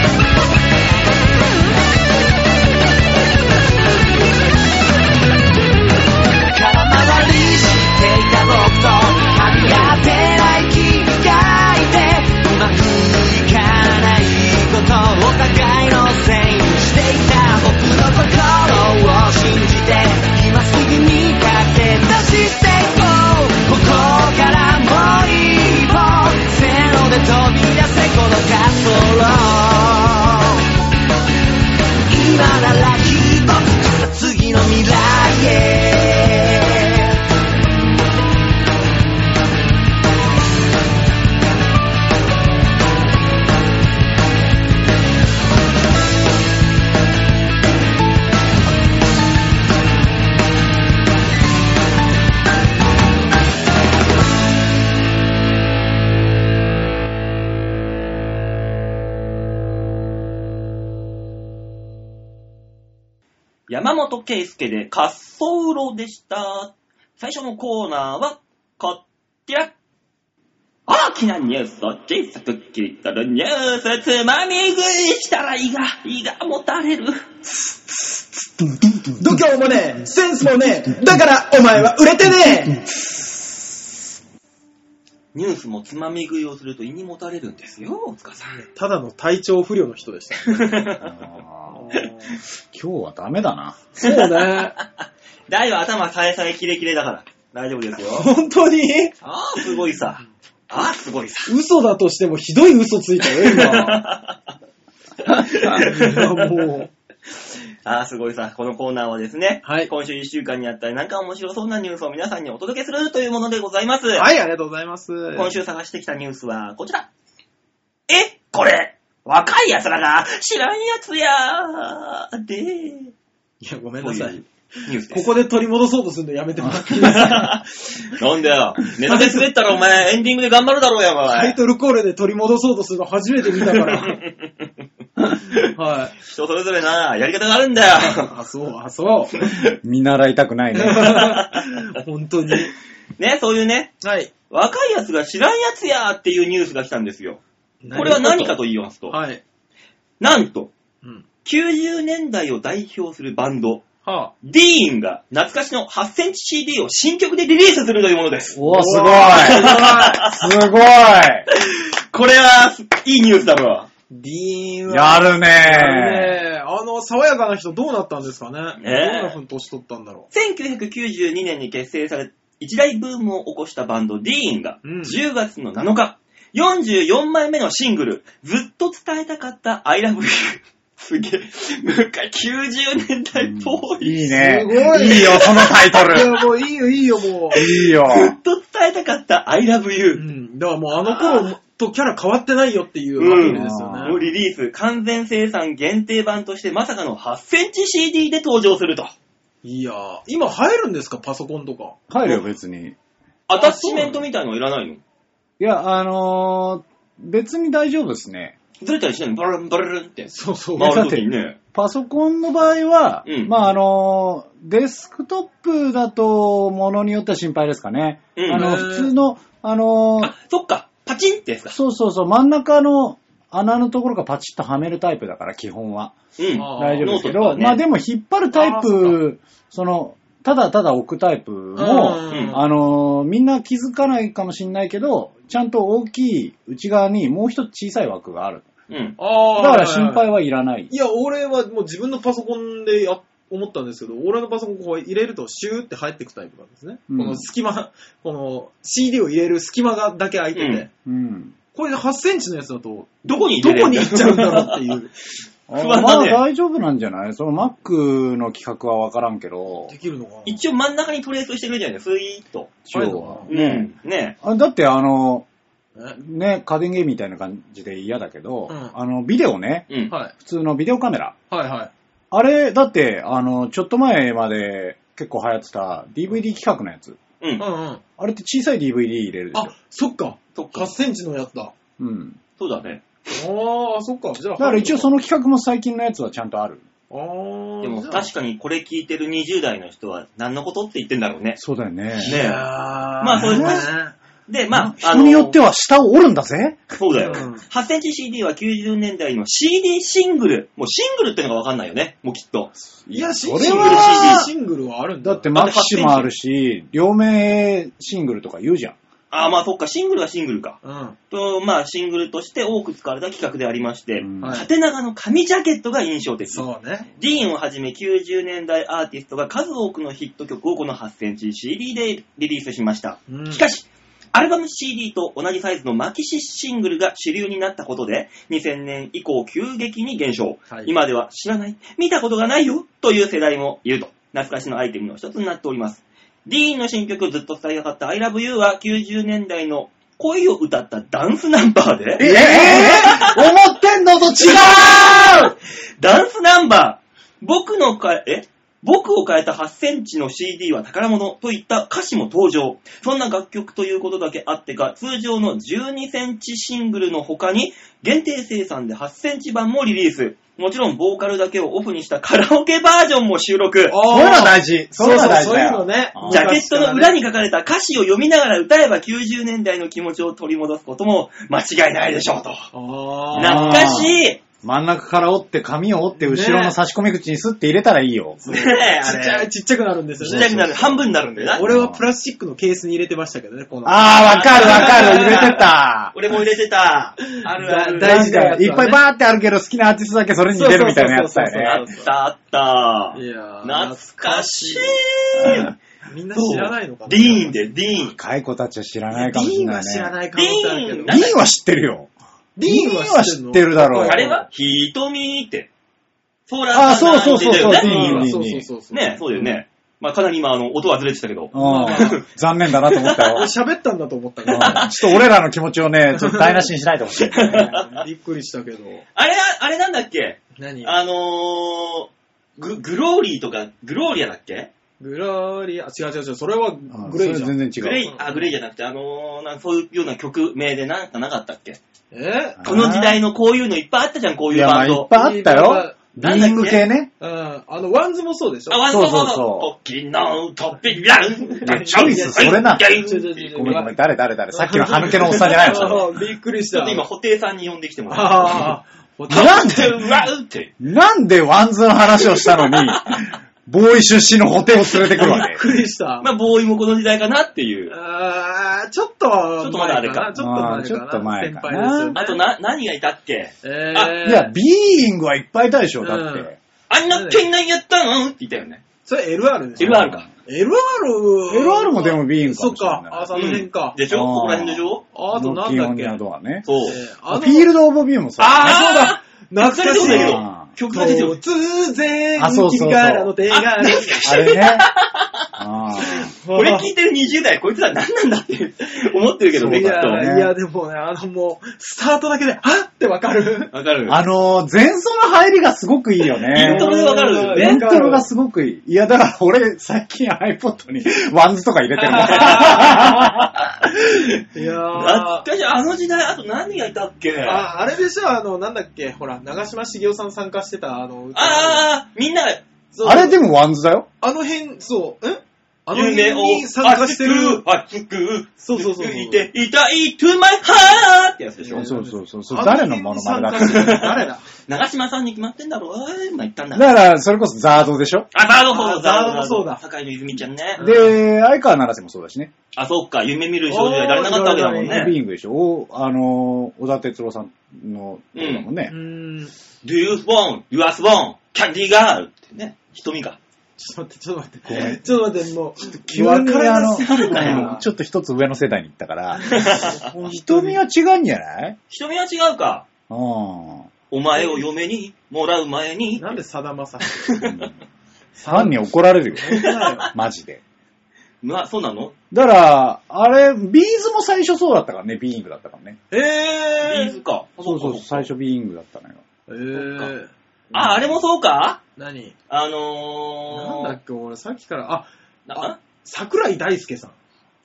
Speaker 1: 空回りしていた僕と噛み合ってない君がいてうまくいかないことをお互いのせいにしていた僕の心を信じて今すぐに駆け出していこうここからもう一歩せーので飛び出せこの滑走路今ならきっと次の未来へ
Speaker 2: 山本圭介で滑走路でした。最初のコーナーは、こっちら。大きなニュースを小さく切り取るニュースつまみ食いしたら胃が、胃がもたれる。
Speaker 5: 度胸もねえ、センスもねえ、だからお前は売れてね
Speaker 2: ニュースもつまみ食いをすると胃にもたれるんですよ、大塚さん。
Speaker 3: ただの体調不良の人で した。
Speaker 4: あー今日はダメ だな。
Speaker 3: そうね。
Speaker 2: 大は頭さえさえキレキレだから。大丈夫 ですよ。
Speaker 3: 本当に
Speaker 2: ああ、すごいさ。ああ、すごい さ。
Speaker 3: 嘘だとしてもひどい嘘ついたよ、今。いやもう。
Speaker 2: ああ、すごいさ。このコーナーはですね、
Speaker 3: はい
Speaker 2: 今週1週間にあったなんか面白そうなニュースを皆さんにお届けするというものでございます。
Speaker 3: はい、ありがとうございます。
Speaker 2: 今週探してきたニュースはこちら。えこれ若い奴らが知らんやつやーで
Speaker 3: いや、ごめん
Speaker 2: ー
Speaker 3: なさい。
Speaker 2: ニュースで
Speaker 3: こ
Speaker 2: す。
Speaker 3: こで取り戻そうとするのやめてもらっていいですか
Speaker 2: なんだよ。ネタで滑ったらお前エンディングで頑張るだろうや、お
Speaker 3: タイ
Speaker 2: 前。
Speaker 3: トルコールで取り戻そうとするの初めて見たから。はい。
Speaker 2: 人それぞれな、やり方があるんだよ。
Speaker 3: あ、そう、あ、 そう。
Speaker 4: 見習いたくないね。
Speaker 3: 本当に。
Speaker 2: ね、そういうね、
Speaker 3: はい。
Speaker 2: 若い奴が知らんやつやーっていうニュースが来たんですよ。これは何かと言いますと、
Speaker 3: はい。
Speaker 2: なんと、
Speaker 3: うん。
Speaker 2: 90年代を代表するバンド、
Speaker 3: は
Speaker 2: ディーンが懐かしの8センチ CD を新曲でリリースするというものです。
Speaker 4: おー、すご
Speaker 3: あ。
Speaker 4: い。すごい。
Speaker 2: これは、いいニュースだろ
Speaker 3: ディーンは。
Speaker 4: やるね
Speaker 3: ねえあの、爽やかな人どうなったんですかね。
Speaker 2: ねえ
Speaker 3: どんな風に年取ったんだろ
Speaker 2: 1992年に結成され、一大ブームを起こしたバンド、ディーンが、
Speaker 3: うん
Speaker 2: 10月の7日、44枚目のシングル、ずっと伝えたかった I love you。す げえ。なんか90年代 っぽ
Speaker 4: い
Speaker 2: い。
Speaker 4: いね
Speaker 3: すごい
Speaker 4: いいよ、そのタイト
Speaker 3: う。いや、
Speaker 4: ル。
Speaker 3: もういいよ、いいよ、もう。
Speaker 4: いいよ。
Speaker 2: ずっと伝えたかった I love
Speaker 3: う
Speaker 2: you。
Speaker 3: ん。だからもうあの頃とキャラ変わってないよっていう
Speaker 2: うん
Speaker 3: アピールですよ
Speaker 2: を
Speaker 3: ね。
Speaker 2: リリース、完全生産限定版としてまさかの8センチ CD で登場すると。
Speaker 3: いやー、今入るんですかパソコンとか。
Speaker 4: 帰るよ、別に。
Speaker 2: アタッチメントみたいのいらないの
Speaker 4: いや、あのー、別に大丈夫ですね。
Speaker 2: ずれたりしないのバランバランって。
Speaker 3: そうそう。
Speaker 2: 回るときにね。
Speaker 4: パソコンの場合は、
Speaker 2: うん
Speaker 4: まああの、デスクトップだと、ものによっては心配ですかね。
Speaker 2: うん
Speaker 4: あ
Speaker 3: へ
Speaker 4: の、
Speaker 3: ー
Speaker 4: 普通の、あの、
Speaker 2: あ、そっか、パチンってやつか。
Speaker 4: そうそうそう、真ん中の穴のところがパチッとはめるタイプだから、基本は。
Speaker 2: うん。
Speaker 3: あー
Speaker 4: 大丈夫ですけ
Speaker 2: ノート
Speaker 4: ど、
Speaker 2: とかね
Speaker 4: まあでも引っ張るタイ
Speaker 3: あー
Speaker 4: プ、その、ただただ置くタイプも、
Speaker 2: うん
Speaker 4: あの、みんな気づかないかもしんないけど、ちゃんと大きい内側にもう一つ小さい枠がある。
Speaker 2: うん。
Speaker 3: あ
Speaker 4: だ
Speaker 3: ー
Speaker 4: から心配はいらない
Speaker 3: い。や、俺はもう自分のパソコンでや思ったんですけど、俺のパソコンこう入れるとシューって入ってくタイプなんですね。
Speaker 4: うん
Speaker 3: この隙間、この CD を入れる隙間がだけ空いてて、
Speaker 2: うん
Speaker 4: うん。
Speaker 3: これで8センチのやつだと、
Speaker 2: どこに
Speaker 3: どこに
Speaker 2: 行
Speaker 3: 行っちゃうんだろうっていう。
Speaker 4: あ
Speaker 2: 不安
Speaker 4: ま
Speaker 2: だ
Speaker 4: あ
Speaker 2: ね
Speaker 4: 大丈夫なんじゃないその Mac の企画はわからんけど、
Speaker 3: できるのかな
Speaker 2: 一応真ん中にトレースしてくれるじゃないのスイーッと。
Speaker 4: 一応は。
Speaker 2: うん。
Speaker 4: ね
Speaker 2: ね
Speaker 4: あだってあの、
Speaker 3: ね
Speaker 4: ね、家電ゲームみたいな感じで嫌だけど、
Speaker 3: うん
Speaker 4: あの、ビデオね、
Speaker 2: うん。
Speaker 3: はい。
Speaker 4: 普通のビデオカメラ。
Speaker 3: はいはい。
Speaker 4: あれ、だって、あの、ちょっと前まで結構流行ってた DVD 企画のやつ。
Speaker 2: う。
Speaker 3: うんんうん。
Speaker 4: あれって小さい DVD 入れるでしょ
Speaker 3: あ。、そっか。
Speaker 2: そっ
Speaker 3: 8
Speaker 2: か。
Speaker 3: センチのやつだ。
Speaker 4: うん。
Speaker 2: そうだね。
Speaker 3: ああ、そっか。じゃあ。
Speaker 4: だから一応そ
Speaker 3: の。
Speaker 4: の企画も最近のやつはちゃんとある。
Speaker 3: ああ。
Speaker 2: でも
Speaker 3: じゃあ
Speaker 2: 確かにこれ聞いてる20代の人は何のことって言ってんだろうね。
Speaker 4: そうだよね。
Speaker 2: ね
Speaker 3: いやー
Speaker 2: まあそうですね
Speaker 3: ね。
Speaker 2: で、まあ、あ
Speaker 4: 人によっては下を折るんだぜ。
Speaker 2: そうだよ。
Speaker 3: うん
Speaker 2: 8センチ CD は90年代の CD シングル。もうシングルってのがわかんないよね。もうきっと。
Speaker 3: いや、シン
Speaker 4: そ
Speaker 3: グル、CD
Speaker 4: れは
Speaker 3: シングルはあるんだ。
Speaker 4: だってマキシもあるし、両面シングルとか言うじゃん。
Speaker 2: ああ、まあそっか、シングルはシングルか。
Speaker 3: うん。
Speaker 2: と、まあシングルとして多く使われた企画でありまして、
Speaker 4: うん
Speaker 3: はい
Speaker 2: 縦長の紙ジャケットが印象的。
Speaker 3: そうね。
Speaker 2: ディーンをはじめ90年代アーティストが数多くのヒット曲をこの8センチ CD でリリースしました。
Speaker 3: うん
Speaker 2: しかし、アルバム CD と同じサイズのマキシシングルが主流になったことで、2000年以降急激に減少。
Speaker 3: はい
Speaker 2: 今では知らない、見たことがないよという世代もいると、懐かしのアイテムの一つになっております。ディーンの新曲ずっと伝えたかった I Love You は90年代の恋を歌ったダンスナンバーで、
Speaker 4: ええ思ってんのと違う
Speaker 2: ダンスナンバー、僕のか、え僕を変えた8センチの CD は宝物といった歌詞も登場。そんな楽曲ということだけあってか、通常の12センチシングルの他に、限定生産で8センチ版もリリース。もちろん、ボーカルだけをオフにしたカラオケバージョンも収録。
Speaker 4: そういうのは大事。
Speaker 3: そう
Speaker 4: い
Speaker 3: そうう、
Speaker 4: のは大事
Speaker 3: そう
Speaker 4: だ
Speaker 3: いう
Speaker 4: よ
Speaker 3: のね
Speaker 4: あ。ー
Speaker 2: ジャケットの裏に書かれた歌詞を読みながら歌えば90年代の気持ちを取り戻すことも間違いないでしょうと。
Speaker 3: ああ。
Speaker 2: 懐かしいね
Speaker 4: 真ん中から折って、紙を折って、後ろの差し込み口にスッて入れたらいいよ。
Speaker 2: え、あ
Speaker 3: ちっちゃ
Speaker 2: れ。
Speaker 3: い、ちっちゃくなるんです
Speaker 2: ち
Speaker 3: よ
Speaker 2: っちゃ
Speaker 3: ね。
Speaker 2: くなる。半分になるんだよな。
Speaker 3: 俺はプラスチックのケースに入れてましたけどね、この。
Speaker 4: あー、わかるわかる、入れてた。
Speaker 2: 俺も入れてた。あるある。
Speaker 3: だ大事だよ
Speaker 4: いっぱいバーってあるけど、好きなアーティストだけそれに出るみたいなやつだ
Speaker 2: あ
Speaker 4: よ
Speaker 2: っ
Speaker 4: ね。
Speaker 2: たあった。
Speaker 3: いやー
Speaker 2: 懐かしい。
Speaker 3: みんな知らないのかな
Speaker 2: ディーンで、ディーン。
Speaker 4: 若い子たちは知ら
Speaker 3: デ
Speaker 4: ないかもし
Speaker 3: ィー
Speaker 4: れ
Speaker 3: ン
Speaker 4: ない
Speaker 3: は
Speaker 4: ね。
Speaker 3: 知ら
Speaker 4: い。
Speaker 3: ない可能性あるけど。
Speaker 2: ディーン
Speaker 4: は知ってるよ。
Speaker 3: ディーンは
Speaker 4: ディーンは知ってるだろう
Speaker 2: あれは瞳って。ソーラー
Speaker 4: あー、そうそうそう、そう、ディ
Speaker 2: ディ
Speaker 4: ーン、
Speaker 2: ー
Speaker 4: ディーン、ディーン。
Speaker 3: そうそう。
Speaker 2: ね、そうだよね。まあかなり今、あの、音はずれてたけど。
Speaker 4: うん残念だなと思ったよ。う
Speaker 3: 俺
Speaker 4: ん
Speaker 3: 喋ったんだと思ったけ
Speaker 4: ちょ
Speaker 3: ど。
Speaker 4: っと俺らの気持ちをね、ちょっと台無しにしないでほしい、ね。
Speaker 3: びっくりしたけど。
Speaker 2: あれ、あれなんだっけ
Speaker 3: 何
Speaker 2: あのー、グ、グローリーとか、グローリアだっけ
Speaker 3: グローリー、あ、違う違う違う、それは
Speaker 4: うん
Speaker 3: グレイじゃ
Speaker 4: それ
Speaker 3: ん。
Speaker 4: 全然
Speaker 2: グ
Speaker 4: 違
Speaker 2: レ
Speaker 4: う。
Speaker 2: イ、あ、グレイじゃなくて、あのー、なんそういうような曲名でなんかなかったっけ
Speaker 3: え
Speaker 4: あー
Speaker 2: この時代のこういうのいっぱいあったじゃん、こう
Speaker 4: い
Speaker 2: いう
Speaker 4: や、ま
Speaker 2: バ
Speaker 4: あ、
Speaker 2: ン
Speaker 4: いっ
Speaker 2: ド。
Speaker 4: ぱいあったよ。ビ
Speaker 2: なんだっけ
Speaker 4: ーイング系ね。
Speaker 3: うん、あの、ワンズもそうでしょ
Speaker 2: あ、ワンそ
Speaker 4: そ
Speaker 2: うう
Speaker 4: そう
Speaker 2: そう
Speaker 4: そう
Speaker 2: トッキンのトッピンラン、
Speaker 4: チョイスそれな
Speaker 2: ちょ
Speaker 3: ち
Speaker 2: ち
Speaker 3: ょちょ
Speaker 2: ょ
Speaker 3: ちょ
Speaker 2: ち
Speaker 4: ごめんごめん、誰誰誰。さっきの歯抜けのおっさんじゃない のそれ
Speaker 3: あーびっくりし。
Speaker 2: ょったと今、布袋さんに呼んできてもらう。
Speaker 3: ああ、
Speaker 4: なん
Speaker 2: ト
Speaker 4: で
Speaker 2: ッキンランって。
Speaker 4: なんでワンズの話をしたのに、ボーイ出身の補填を連れてくるわ
Speaker 3: びっ
Speaker 4: け。
Speaker 3: くりした。
Speaker 2: まあ、ボーイもこの時代かなっていう。
Speaker 3: あーちょっと、
Speaker 2: ちょっとまだあれか
Speaker 3: 前なちょっと前かな。先
Speaker 4: あーちょっと前かな
Speaker 3: 輩ですよね。
Speaker 2: あとな、何がいたっけ
Speaker 3: えー、
Speaker 4: いや、ビーイングはいっぱいいたでしょ、だっ
Speaker 3: うん
Speaker 4: て。
Speaker 2: あんな県内やったのって言ったよね。
Speaker 3: それ LR でしょ
Speaker 2: LR か。
Speaker 3: LR。
Speaker 4: LR もでもビーイングか
Speaker 3: そ
Speaker 4: も
Speaker 3: っ
Speaker 4: しれない
Speaker 3: か、あその辺か。
Speaker 2: でしょ
Speaker 4: あー
Speaker 2: ここら辺でしょ
Speaker 3: ああとなんだ
Speaker 4: ノッキンオ
Speaker 3: っ
Speaker 4: ン
Speaker 3: け
Speaker 4: ニアドアね。
Speaker 2: そう。
Speaker 3: えー
Speaker 4: フィールドオブビューもそう。
Speaker 2: あ
Speaker 3: 懐
Speaker 2: それ
Speaker 3: か
Speaker 2: で
Speaker 3: し
Speaker 2: も
Speaker 3: い
Speaker 2: だけ
Speaker 3: よ。
Speaker 2: ど、曲が出てる。
Speaker 3: 突然、
Speaker 4: あそうそうそう
Speaker 3: 君からの手が。
Speaker 4: あ れね。あ
Speaker 2: これ聞いてる20代、こいつら何なんだって思ってるけどね、
Speaker 3: い
Speaker 2: きっと。
Speaker 3: や、いやでもね、あのもう、スタートだけで、はってわかる。
Speaker 2: わかる
Speaker 4: ーあのー、前奏の入りがすごくいいよ
Speaker 2: イ
Speaker 4: ね
Speaker 2: ント。ロでわかるよ
Speaker 4: イン
Speaker 2: ね。
Speaker 4: トロがすごくいい。いや、だから俺、最近 iPod にワンズとか入れてるんだ
Speaker 3: いやー
Speaker 2: 懐かしい。あの時代、あと何がいたっけあ
Speaker 3: あ、あれでしょ、あの、なんだっけ、ほら、長嶋茂雄さん参加してた、あの、歌
Speaker 2: あー、みんなが
Speaker 3: そう
Speaker 4: あれでもワンズだよ。
Speaker 3: あの辺、そう、んあの
Speaker 2: 夢
Speaker 3: 辺
Speaker 2: を
Speaker 3: に参加してる。
Speaker 2: 熱く、熱く、
Speaker 3: そうそうそうそう
Speaker 2: いて、いたい to my heart ってやつでしょ
Speaker 3: ん。
Speaker 4: そうそうそう。そう誰のモノマネだっけ
Speaker 3: あの辺に参加してる誰だ
Speaker 2: 長島さんに決まってんだろ今言ったん
Speaker 4: だ
Speaker 2: だ。
Speaker 4: から、それこそザードでしょ
Speaker 2: あ、ザードそうだ、
Speaker 3: あザードもそうだ
Speaker 2: 坂井の泉ちゃんね。
Speaker 4: で、相川七瀬もそうだしね。
Speaker 2: あ、そっか、夢見る少女はやれなかったわけだもん
Speaker 3: おーやれ
Speaker 4: ビー
Speaker 2: ね。
Speaker 4: イングでしょ。おあのー、小田哲郎さんの、だもんね
Speaker 3: う。ーん。ち
Speaker 2: Do you swan, you are swan, candy girl ってね、瞳が。
Speaker 3: ょっと待って、ちょっと待って。ちょっと待って、もう、
Speaker 4: 急にあの、
Speaker 3: わからなすぎるから
Speaker 4: うんちょっと一つ上の世代に行ったから、瞳は違うんじゃない
Speaker 2: 瞳は違うか。
Speaker 4: うん。
Speaker 2: お前を嫁にもらう前に。
Speaker 3: なんでさだま さし
Speaker 4: ファンに怒られるよ。
Speaker 3: そんなよ
Speaker 4: マジで。
Speaker 2: まあ、そうなの
Speaker 4: だから、あれ、ビーズも最初そうだったからね、ビーイングだったからね。
Speaker 2: ビ
Speaker 3: え
Speaker 2: ーズか。
Speaker 4: そうそう、最初ビーイングだったのよ。
Speaker 3: えー、
Speaker 2: あ、あれもそうか
Speaker 3: 何
Speaker 2: あ
Speaker 3: なん
Speaker 2: のー、
Speaker 3: だっけ、俺さっきから、あ、
Speaker 2: なあ
Speaker 3: 桜井大輔さん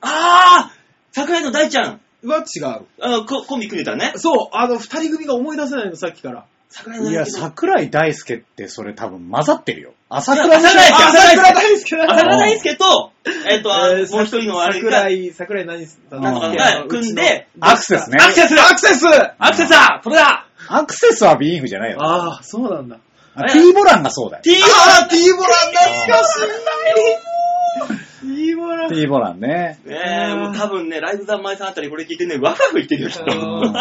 Speaker 2: あー桜井の大ちゃん
Speaker 3: は違う。
Speaker 2: あのココンビ組んでたね。
Speaker 3: そう、あの、二人組が思い出せないの、さっきから。
Speaker 2: 桜井の大
Speaker 4: いや、
Speaker 2: ちゃん。
Speaker 4: 桜井大輔ってそれ多分混ざってるよ。朝倉
Speaker 2: いや
Speaker 4: じゃない
Speaker 2: 桜井
Speaker 3: 桜井大輔
Speaker 2: 浅
Speaker 3: だ
Speaker 2: 田大輔と、えっと、あの
Speaker 3: え
Speaker 2: もう
Speaker 3: ーさ
Speaker 2: 一人のあれが
Speaker 3: 桜、井、桜井何さん
Speaker 2: なんとか
Speaker 4: 井
Speaker 2: が組んで、
Speaker 4: アクセスね。
Speaker 2: アクセス
Speaker 3: アクセス
Speaker 2: アクセスだそれだ
Speaker 4: アクセスはビーイングじゃないよ。
Speaker 3: ああ、そうなんだ。
Speaker 4: あ T ボランがそうだよ。
Speaker 2: !T
Speaker 3: ああ、T ボラ懐かしい T ボラ
Speaker 4: T ボランね。
Speaker 2: ねえ、もう多分ね、ライブ三昧さんあたりこれ聞いてね、ワクワク言ってるよ、きっと。
Speaker 4: うん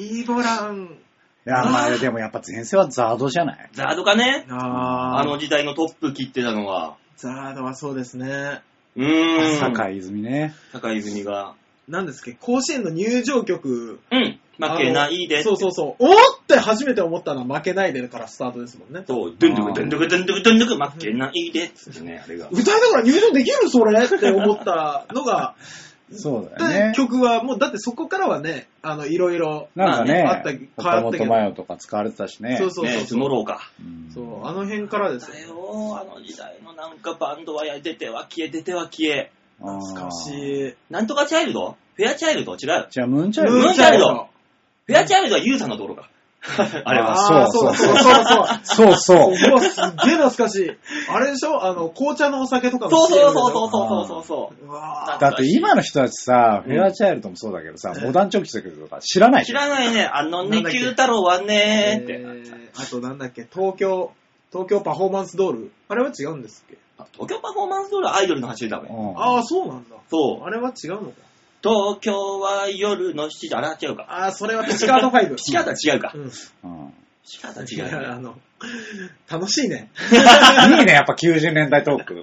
Speaker 4: い
Speaker 3: T ボラン。
Speaker 4: や、まあ、でもやっぱ前世はザードじゃない
Speaker 2: ザードかね
Speaker 3: あ
Speaker 2: あ
Speaker 3: あ、
Speaker 2: の時代のトップ切ってたのは。
Speaker 3: ザードはそうですね。
Speaker 2: うーん。
Speaker 4: 坂井泉ね。
Speaker 2: 坂井泉が。
Speaker 3: なんですっけ甲子園の入場曲。
Speaker 2: うん。負けないで。
Speaker 3: そうそうそう。おーって初めて思ったのは負けないでからスタートですもんね。
Speaker 2: そう、ドゥンドゥク、ドゥンドゥク、ドゥンドゥク、ドゥンドゥク、負けないで。つってね、あれが。
Speaker 3: 歌いながら入場できるそれって思ったのが、
Speaker 4: そうだ
Speaker 3: で
Speaker 4: よね。
Speaker 3: 曲は、もうだってそこからはね、あの、いろいろ、
Speaker 4: なんか
Speaker 3: ま
Speaker 4: ね、
Speaker 3: あねあった
Speaker 4: 岡
Speaker 3: 変わったけ
Speaker 4: 本
Speaker 3: ど
Speaker 4: 麻代とか使われてたしね。
Speaker 3: そうそう
Speaker 2: ね
Speaker 3: そう
Speaker 2: え、積もろうか。
Speaker 4: うん
Speaker 3: そう、あの辺からです
Speaker 2: だ
Speaker 3: よ。
Speaker 2: よ、あの時代のなんかバンドはや出ては消え、出ては消え。
Speaker 4: あー
Speaker 3: 懐かしい。
Speaker 2: なんとかチャイルドフェアチャイルド違う。
Speaker 4: じゃあ、ムーンチャイル
Speaker 2: ム
Speaker 4: ド
Speaker 2: ーンチャイルドフェアチャイルドはユウさんのところか。あれは。
Speaker 3: あー
Speaker 4: そうそう
Speaker 3: そうそうそうそう。
Speaker 4: そう
Speaker 3: お
Speaker 4: そう。
Speaker 3: うわすっげえ懐かしい。あれでしょあの、紅茶のお酒とかの
Speaker 2: そうそ
Speaker 3: CM
Speaker 2: う
Speaker 3: でしょ
Speaker 2: そうそうそうそうそう
Speaker 3: うわ
Speaker 4: だって今の人たちさ、
Speaker 2: うん
Speaker 4: フェアチャイルドもそうだけどさ、モダンチョキチョキとか知らない
Speaker 2: 知
Speaker 4: じゃん。
Speaker 2: らないね。あの
Speaker 3: な
Speaker 2: ね
Speaker 3: ん、だっけ
Speaker 2: 九太郎は
Speaker 3: ー
Speaker 2: ねーっ
Speaker 3: え
Speaker 2: て。
Speaker 3: ーあとなんだっけ、東京、東京パフォーマンスドール。あれは違うんですっけ
Speaker 2: あ東京パフォーマンスドールはアイドルの話だもん。
Speaker 4: うん
Speaker 3: ああ、そうなんだ。
Speaker 2: そう。
Speaker 3: あれは違うのか。
Speaker 2: 東京は夜の7時、あら、違うか。
Speaker 3: ああ、それはピチカート5。
Speaker 2: ピチカートは違うか。
Speaker 3: うん。
Speaker 4: うん
Speaker 2: ピチカート
Speaker 3: い
Speaker 2: は違う
Speaker 3: や、あ
Speaker 2: ね。
Speaker 3: の、楽しいね。
Speaker 4: いいね、やっぱ90年代トーク。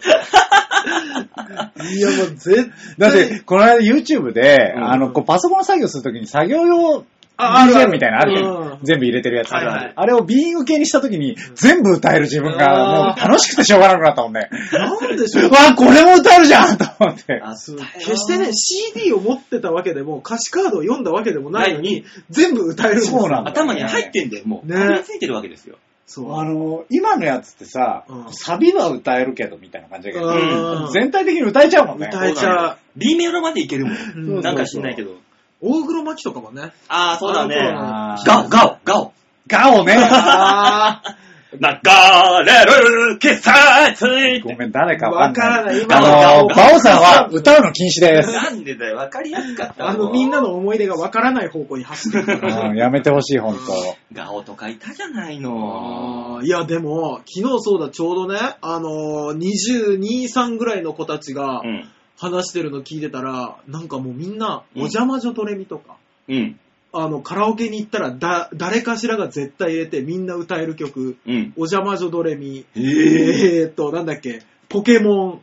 Speaker 3: いや、もう絶
Speaker 4: だって、この間 YouTube で、
Speaker 3: うん
Speaker 4: あの、こうパソコンの作業するときに作業用
Speaker 3: ああるある
Speaker 4: BGM みたいなのあるじゃ
Speaker 3: うん
Speaker 4: ん。全部入れてるやつ。
Speaker 3: はいはい
Speaker 4: あれをビーイング系にしたときに、全部歌える自分が、もう楽しくてしょうがなくなったもんね。
Speaker 3: なんでしょう。
Speaker 4: わあ、これも歌えるじゃんと思って。
Speaker 2: あ
Speaker 3: そう決してね、CD を持ってたわけでも、歌詞カードを読んだわけでもないのに、全部歌えるんですよ
Speaker 4: そうなんだ
Speaker 2: 頭に入ってんだよ、もう。
Speaker 3: ね
Speaker 2: 頭についてるわけですよ。
Speaker 3: そう。
Speaker 4: あの、今のやつってさ
Speaker 3: う、ん
Speaker 4: サビは歌えるけど、みたいな感じだけど、
Speaker 3: うん
Speaker 4: 全体的に歌えちゃうもんね。
Speaker 3: 歌えちゃ
Speaker 2: B メロまでいけるも
Speaker 3: うん
Speaker 2: ん。なんか知んないけど。
Speaker 3: 大黒摩季とかもね。
Speaker 2: ああ、そうだ
Speaker 3: あの
Speaker 2: ね
Speaker 3: 頃。
Speaker 4: あー
Speaker 2: ガオ、ガオ、ガオ。
Speaker 4: ガオね。
Speaker 3: あ
Speaker 2: 流れる季節
Speaker 4: ごめん、誰か
Speaker 3: わ
Speaker 4: わ
Speaker 3: か
Speaker 4: からら
Speaker 3: な
Speaker 4: ないい。
Speaker 3: 今
Speaker 4: あのー、
Speaker 3: ガオ
Speaker 4: バオさ んは歌うの禁止です。
Speaker 2: なんでだよ、わかりやすかっ
Speaker 3: ー
Speaker 2: た。
Speaker 3: あのみんな。の思い出がわからない方向に走ってるから。
Speaker 4: うんやめてほしい、ほんと。
Speaker 2: ガオとかいたじゃないの。
Speaker 3: あーいや、でも、昨日そうだ、ちょうどね、あのー、22、3ぐらいの子たちが
Speaker 2: うん。
Speaker 3: 話してるの聞いてたら、なんかもうみんな、お邪魔女トレミとか、
Speaker 2: うん。
Speaker 3: あの、カラオケに行ったら、だ、誰かしらが絶対入れて、みんな歌える曲、
Speaker 2: うん。
Speaker 3: お邪魔女ドレミ、
Speaker 2: え
Speaker 3: えーっと、なんだっけ、ポケモン、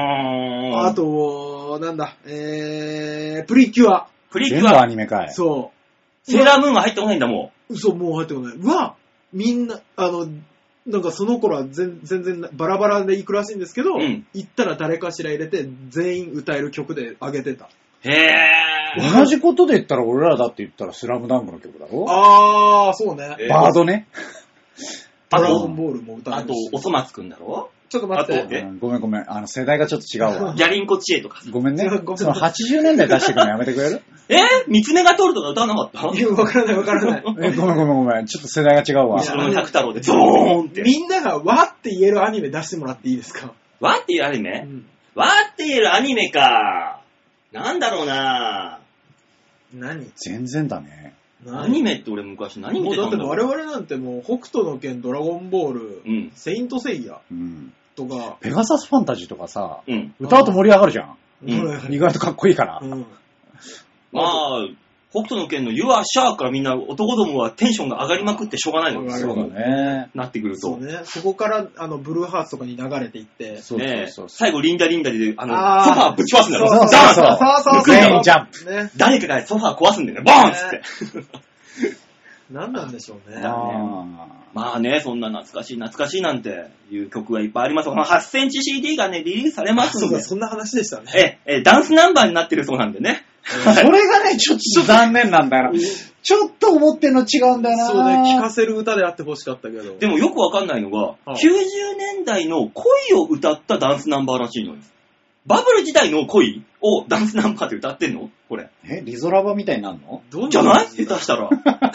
Speaker 2: あー。
Speaker 3: あ、と、なんだ、えー、プリキュア、
Speaker 2: プリキ
Speaker 4: 全
Speaker 2: ュ
Speaker 4: 部ア
Speaker 2: ア、
Speaker 4: ニメかい。
Speaker 3: そ
Speaker 2: セーラームーンは入ってこないんだも
Speaker 3: う、嘘、もう入ってこない。うわ、みんな、あの、なんかその頃は全全然バラバラで行くらしいんですけど、
Speaker 2: うん
Speaker 3: 行ったら誰かしら入れて、全員歌える曲で上げてた。
Speaker 2: ん。へー。
Speaker 4: 同じことで言ったら、俺らだって言ったら、スラムダンクの曲だろ
Speaker 3: あー、そうね。
Speaker 2: え
Speaker 4: バードね。
Speaker 3: ド
Speaker 2: あ
Speaker 3: ラゴ
Speaker 2: と
Speaker 3: ン、ボールも歌
Speaker 2: あ
Speaker 3: え
Speaker 2: と
Speaker 3: るし、
Speaker 2: お。そ松くんだろ
Speaker 3: ちょっと待っ
Speaker 2: あ
Speaker 3: て
Speaker 2: と。え
Speaker 4: うんごめんごめん。あの、世代がちょっと違う わ。
Speaker 2: ギャリンコ知恵とか。
Speaker 4: ごめんね
Speaker 3: ごめんごめ。ん
Speaker 4: その80年代出してくのやめてく れる
Speaker 2: えー三つ目が通るとか歌わなかった
Speaker 3: いや、わからないわから ない。
Speaker 4: え、ごめんごめんごめん。ちょっと世代が違うわ。
Speaker 2: 後ろの百太郎でゾーンって。
Speaker 3: みんながわーって言えるアニメ出してもらっていいですか、
Speaker 2: わーっていうアニ
Speaker 3: う
Speaker 2: メ
Speaker 3: ん、
Speaker 2: わーって言えるアニメか。なんだろうな
Speaker 3: 何
Speaker 4: 全然だね。
Speaker 2: アニメって俺昔何見
Speaker 3: も
Speaker 2: て
Speaker 3: うだ
Speaker 2: た
Speaker 3: っ
Speaker 2: ん
Speaker 3: て
Speaker 2: だろう
Speaker 3: 我々なんてもう北斗の拳、ドラゴンボール、
Speaker 2: うん。
Speaker 3: セイントセイヤ
Speaker 4: うん。
Speaker 3: とか、
Speaker 4: ペガサスファンタジーとかさ、
Speaker 2: うん。
Speaker 4: 歌うと盛り上がるじゃん。
Speaker 2: うん
Speaker 4: 意外とかっこいいから。
Speaker 3: うん
Speaker 2: まあ、北斗の拳の You are Shark からみんな男どもはテンションが上がりまくってしょうがないの。
Speaker 3: 上がる
Speaker 4: そうだね。
Speaker 2: なってくる
Speaker 3: そ
Speaker 2: と
Speaker 3: う。ね。そこから、あの、ブルーハーツとかに流れていって、
Speaker 4: そう
Speaker 2: ね
Speaker 4: そう
Speaker 2: え
Speaker 4: そうそう。
Speaker 2: 最後リンダリンダリで、あの、
Speaker 3: あー
Speaker 2: ソファーぶち壊すんだろ。
Speaker 4: そうそう
Speaker 2: ダーン
Speaker 4: そう
Speaker 3: そうそうそう
Speaker 4: 全員ジャン
Speaker 3: ね。
Speaker 2: 誰かがソファー壊すんだよね。ボーンっつって。
Speaker 3: 何なんでしょうね。
Speaker 4: あー
Speaker 2: まあね、そんな懐かしい懐かしいなんていう曲がいっぱいあります。この8センチ CD がね、リリースされます
Speaker 3: そ
Speaker 2: ん
Speaker 3: う
Speaker 2: で
Speaker 3: だ、。そんな話でしたね。
Speaker 2: え、え、ダンスナンバーになってるそうなんでね。
Speaker 4: それがね、ちょっと残念なんだよな。ちょっと思ってんの違うんだよな。
Speaker 3: そうね、聴かせる歌であってほしかったけど。
Speaker 2: でもよくわかんないのが、
Speaker 3: はい
Speaker 2: 90年代の恋を歌ったダンスナンバーらしいのです。バブル時代の恋をダンスナンバーで歌ってんのこれ。
Speaker 4: え、リゾラバみたいになるの
Speaker 3: どん
Speaker 2: じゃない
Speaker 3: 感
Speaker 2: 下手
Speaker 3: だ
Speaker 2: したら。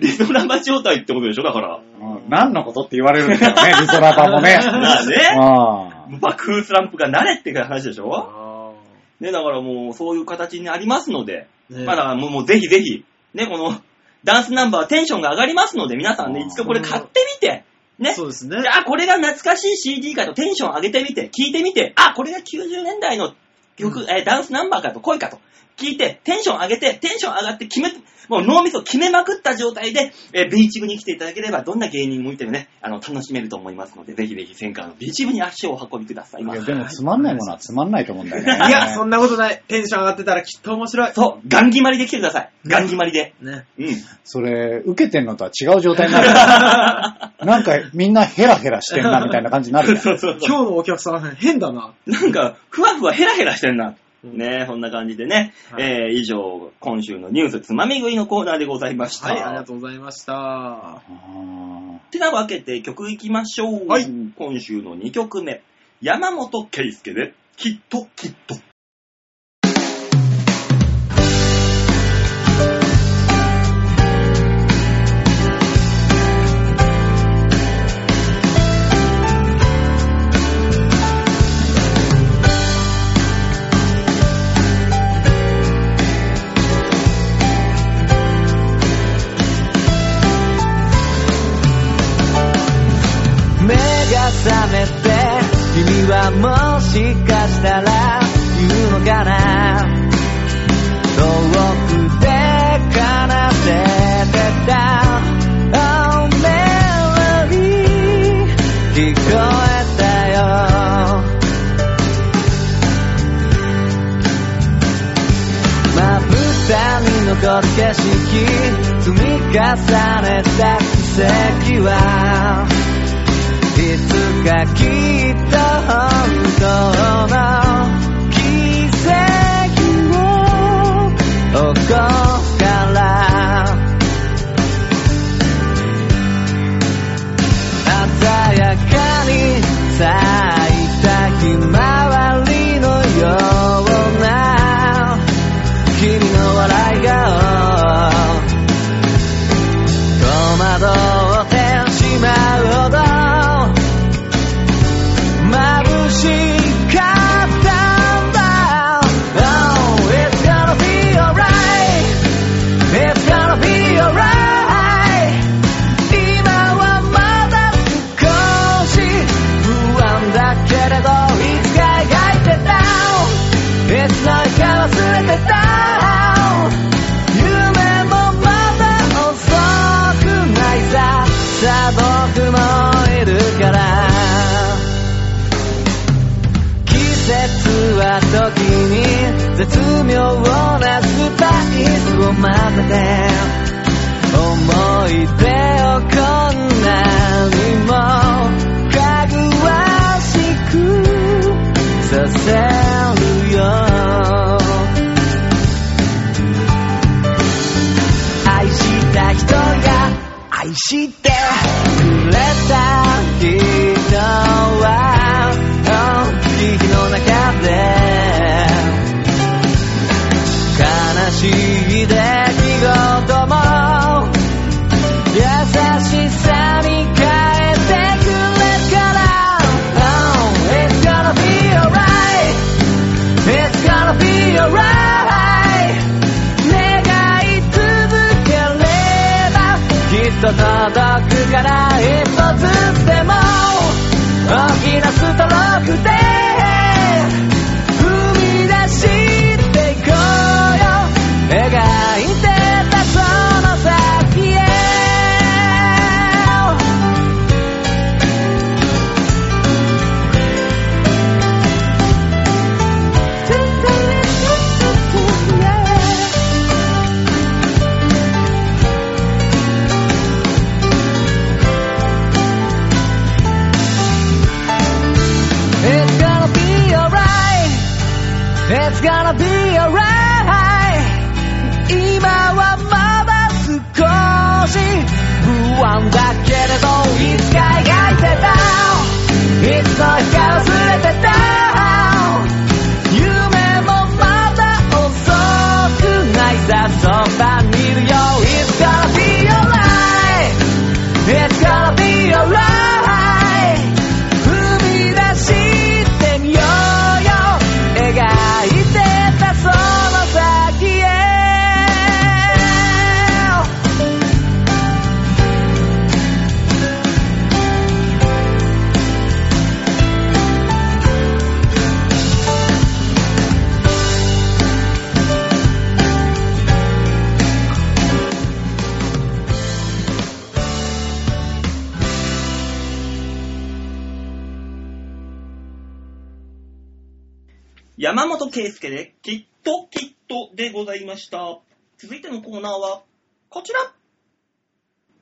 Speaker 2: リゾラバ状態ってことでしょだから。
Speaker 4: うん何のことって言われるんだよね、リゾラバもね。
Speaker 2: まあね。
Speaker 4: ああ。
Speaker 2: 爆風スランプが慣れって話でしょ
Speaker 3: あ
Speaker 2: ね、だからもうそういう形になりますので、
Speaker 3: ーね
Speaker 2: まだもうもうぜひぜひ、ね、このダンスナンバーテンションが上がりますので、皆さんね、
Speaker 4: うん
Speaker 2: 一度これ買ってみて、ね、
Speaker 3: そうですね
Speaker 2: じ。ゃあ、これが懐かしい CD かとテンション上げてみて、聞いてみて、あ、これが90年代の曲、
Speaker 3: うん
Speaker 2: えーダンスナンバーかと、恋かと、聞いて、テンション上げて、テンション上がって決め、もう脳みそ決めまくった状態で、えー、ビーチ部に来ていただければ、どんな芸人もいてもね、あの、楽しめると思いますので、ぜひぜひ、戦艦のビーチ部に足をお運びください
Speaker 4: い
Speaker 2: ま
Speaker 4: や、
Speaker 2: せ。
Speaker 4: でもつまんないものはつまんないと思うんだよね。
Speaker 3: いや、そんなことない。テンション上がってたらきっと面白い。
Speaker 2: そう、ガン決まりで来てください。ガン決まりで。
Speaker 3: ね。
Speaker 2: うん。
Speaker 4: それ、受けてんのとは違う状態になるから。なんか、みんなヘラヘラして んな、みたいな感じになるじゃん。
Speaker 2: そうそう
Speaker 3: 今日のお客さん変だな。
Speaker 2: なんか、ふわふわヘラヘラしてんな。
Speaker 3: うん
Speaker 2: ねこんな感じでね、
Speaker 3: はい
Speaker 2: えー、以上、今週のニュースつまみ食いのコーナーでございました。
Speaker 3: はい、ありがとうございました。
Speaker 4: あ
Speaker 2: てなわけで曲いきましょう。
Speaker 3: はい
Speaker 2: 今週の2曲目。山本圭介で、きっときっと。
Speaker 1: 目が覚めて君はもしかしたら言うのかな遠くで奏でてた Oh melody 聞こえたよまぶたに残る景色積み重ねた奇跡はいつかきっと本当の奇跡を起こすから鮮やかに咲いたひまわりのような君の笑い顔戸惑ってしまうほど眩しかったんだ Oh, it's gonna be alright It's gonna be alright 今はまだ少し不安だけれどいつか描いてたいつの日か忘れてた夢もまだ遅くないささあ僕もいるから季節は時に絶妙なスパイスを混ぜて思い出をこんなにもかぐわしくさせるよ愛した人が愛してくれた人は悲劇の中で悲しい出来事も優しさに変えてくれから、oh, It's gonna be alright It's gonna be alright 願い続ければきっと届くから一歩ずつでも大きなストロークで踏み出していこうよ描いてたその先へ「It's gonna be alright」「It's gonna be alright」「今はまだ少し不安だけれどいつか描いてた」「いつの日か忘れてた」「夢もまだ遅くないさそばにいるよ」「It's gonna be alright」It's gonna be alright 踏み出してみようよ描いてたその先へ
Speaker 2: 山本圭介で、きっときっとでございました。続いてのコーナーは、こちら。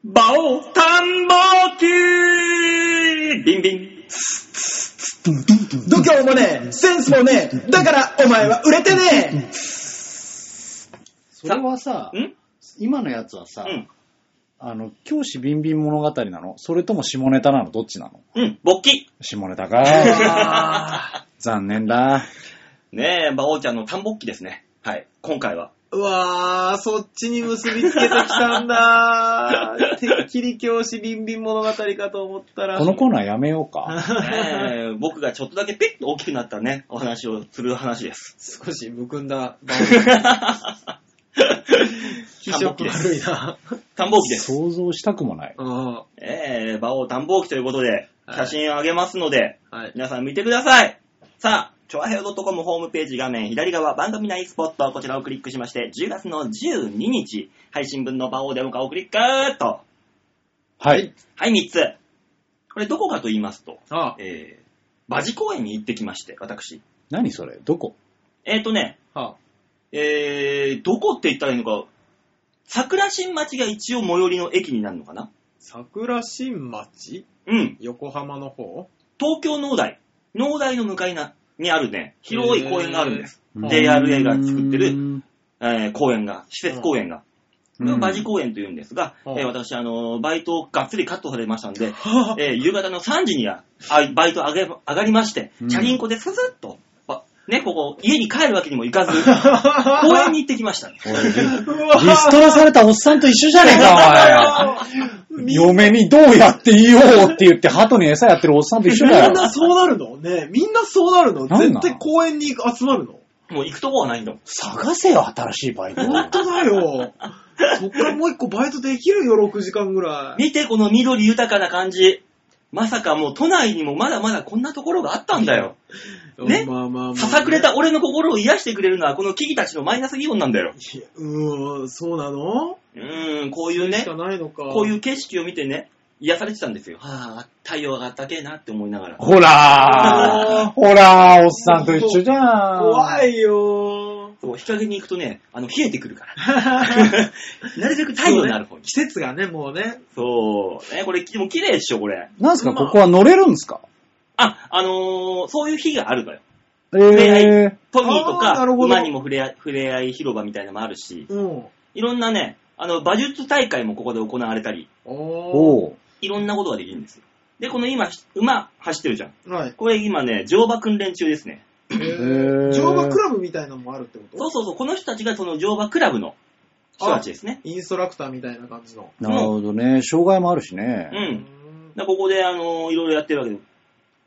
Speaker 2: バオ探訪記ビンビン。
Speaker 5: 度胸もねえ、センスもねえ、だからお前は売れてね
Speaker 4: それはさ、
Speaker 2: ん
Speaker 4: 今のやつはさ、
Speaker 2: うん。
Speaker 4: あの、教師ビンビン物語なのそれとも下ネタなのどっちなの
Speaker 2: うん。勃起。
Speaker 4: 下ネタか。
Speaker 3: あ
Speaker 4: 残念だ。
Speaker 2: ねえ、馬王ちゃんの単勃起ですね。はい。今回 は。
Speaker 3: ーうわー、そっちに結びつけてきたん だー。てっきり教師ビンビン物語かと思ったら。
Speaker 4: このコーナーやめようか。
Speaker 2: ねえ僕がちょっとだけピッと大きくなったね、お話をする話です。
Speaker 3: 少しむくんだ。 気
Speaker 2: 単勃
Speaker 3: 色
Speaker 2: 起です。
Speaker 3: 悪いな。
Speaker 2: 単勃起です。
Speaker 4: 想像したくもない。
Speaker 3: うん
Speaker 2: ええ馬王単勃起ということで、
Speaker 3: はい
Speaker 2: 写真をあげますので、
Speaker 3: はい。
Speaker 2: 皆さん見てくださいさあ、チョアヘオ .com ホームページ画面左側番組内スポット、こちらをクリックしまして、10月の12日、配信分の場をデモ化をクリックーっと。
Speaker 4: はい。
Speaker 2: はい、3つ。これどこかと言いますと、
Speaker 3: あ
Speaker 2: えー、馬事公園に行ってきまして、私。
Speaker 4: 何それどこ
Speaker 2: えっ、ー、とね、
Speaker 3: あ、は
Speaker 2: えー、どこって言ったらいいのか、桜新町が一応最寄りの駅になるのかな
Speaker 3: 桜新町
Speaker 2: うん。
Speaker 3: 横浜の方
Speaker 2: 東京農大。農大の向かいな、にあるね、広い公園があるんです。
Speaker 3: うん
Speaker 2: JRA が作ってる、
Speaker 4: る。
Speaker 2: えー公園が、施設公園が。これを馬事公園というんですが、
Speaker 3: うん
Speaker 2: えー私、あのーバイトをがっつりカットされましたんで、
Speaker 3: は
Speaker 2: えー夕方の3時には、あバイト上げ、上がりまして
Speaker 4: う、ん
Speaker 2: チャリンコでスズッと、あね、ここ、家に帰るわけにもいかず、
Speaker 3: ぁ
Speaker 2: 公園に行ってきました、ね。
Speaker 4: 俺リ
Speaker 3: う
Speaker 4: リストラされたおっさんと一緒じゃねえか、 お前。嫁にどうやって言おうって言って、鳩に餌やってるおっさんと一緒だ
Speaker 3: みん
Speaker 4: よ。
Speaker 3: なそうなるのねえみんなそうなるの
Speaker 4: なんな
Speaker 3: 絶
Speaker 4: ん
Speaker 3: 対公園に集まるの
Speaker 2: もう行くとこはないんだもん。
Speaker 4: 探せよ、新しいバイトを。
Speaker 3: 本当だよ。そっからもう一個バイトできるよ、6時間ぐらい。
Speaker 2: 見て、この緑豊かな感じ。まさかもう都内にもまだまだこんなところがあったんだよ。ね
Speaker 3: まあまあまあ、
Speaker 2: ささくれ。た俺の心を癒してくれるのはこの木々たちのマイナスイオンなんだよ。
Speaker 3: うーん、そうなの
Speaker 2: うーん、こういうね
Speaker 3: し、かないのか。。
Speaker 2: こういうう景色を見てね、癒されてたんですよ。はあ、太陽があったけえなって思いながら。
Speaker 4: ほらーほらーおっさんと一緒じゃん。
Speaker 3: 怖いよ
Speaker 2: そう日陰に行くとね、あの、冷えてくる から。なるべく太陽になる方に。
Speaker 3: 季節がね、もうね。
Speaker 2: そう。ね、これ、でも綺麗でしょ、これ。
Speaker 4: なんすか、
Speaker 3: まあ
Speaker 4: ここは乗れるんすか
Speaker 2: あ、あのーそういう日があるのよ。
Speaker 4: え
Speaker 2: 恋
Speaker 4: ー
Speaker 2: 愛、トミーと
Speaker 3: あー
Speaker 2: か、
Speaker 3: なるほど
Speaker 2: 馬にも触れ合い触れ合い広場みたいなのもあるし、
Speaker 3: うん。
Speaker 2: いろんなね、あの、馬術大会もここで行われたり、
Speaker 3: おー。
Speaker 4: おう
Speaker 2: いろんなことができるんですよ。で、この今、馬走ってるじゃん。
Speaker 3: はい。
Speaker 2: これ今ね、乗馬訓練中ですね。
Speaker 3: え
Speaker 4: ー
Speaker 3: ー、乗馬クラブみたいなのもあるってこと
Speaker 2: そうそうそう、この人たちがその乗馬クラブの人たちですね。
Speaker 3: インストラクターみたいな感じの。
Speaker 4: なるほどね。障害もあるし
Speaker 2: う。
Speaker 4: ね。
Speaker 3: うん
Speaker 2: でここで、あのいろいろやってるわけで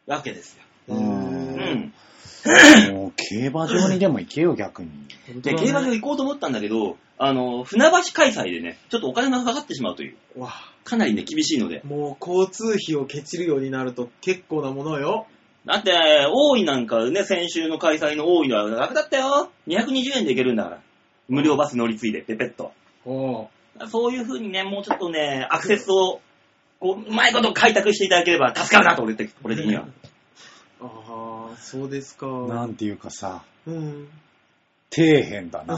Speaker 2: わけですよ。
Speaker 4: うん
Speaker 2: う
Speaker 3: へー
Speaker 2: ん。
Speaker 4: もう競馬場にでも行けよ、逆に。
Speaker 3: 本当
Speaker 2: で、
Speaker 3: だね
Speaker 2: 競馬場行こうと思ったんだけど、あの、船橋開催でね、ちょっとお金がかかってしまうという、
Speaker 3: わ
Speaker 2: かなりね、厳しいので。
Speaker 3: もう交通費をケチるようになると結構なものよ。
Speaker 2: だって、大井なんかね、先週の開催の大井は楽だったよ。220円で行けるんだから。無料バス乗り継いで、ペペッと。
Speaker 3: おー
Speaker 2: そういう風にね、もうちょっとね、アクセスを、こう、うまいこと開拓していただければ助かるなと、俺的俺的には。
Speaker 3: ああ、そうですか。
Speaker 4: なんていうかさ、
Speaker 3: うん。
Speaker 4: 底辺だな。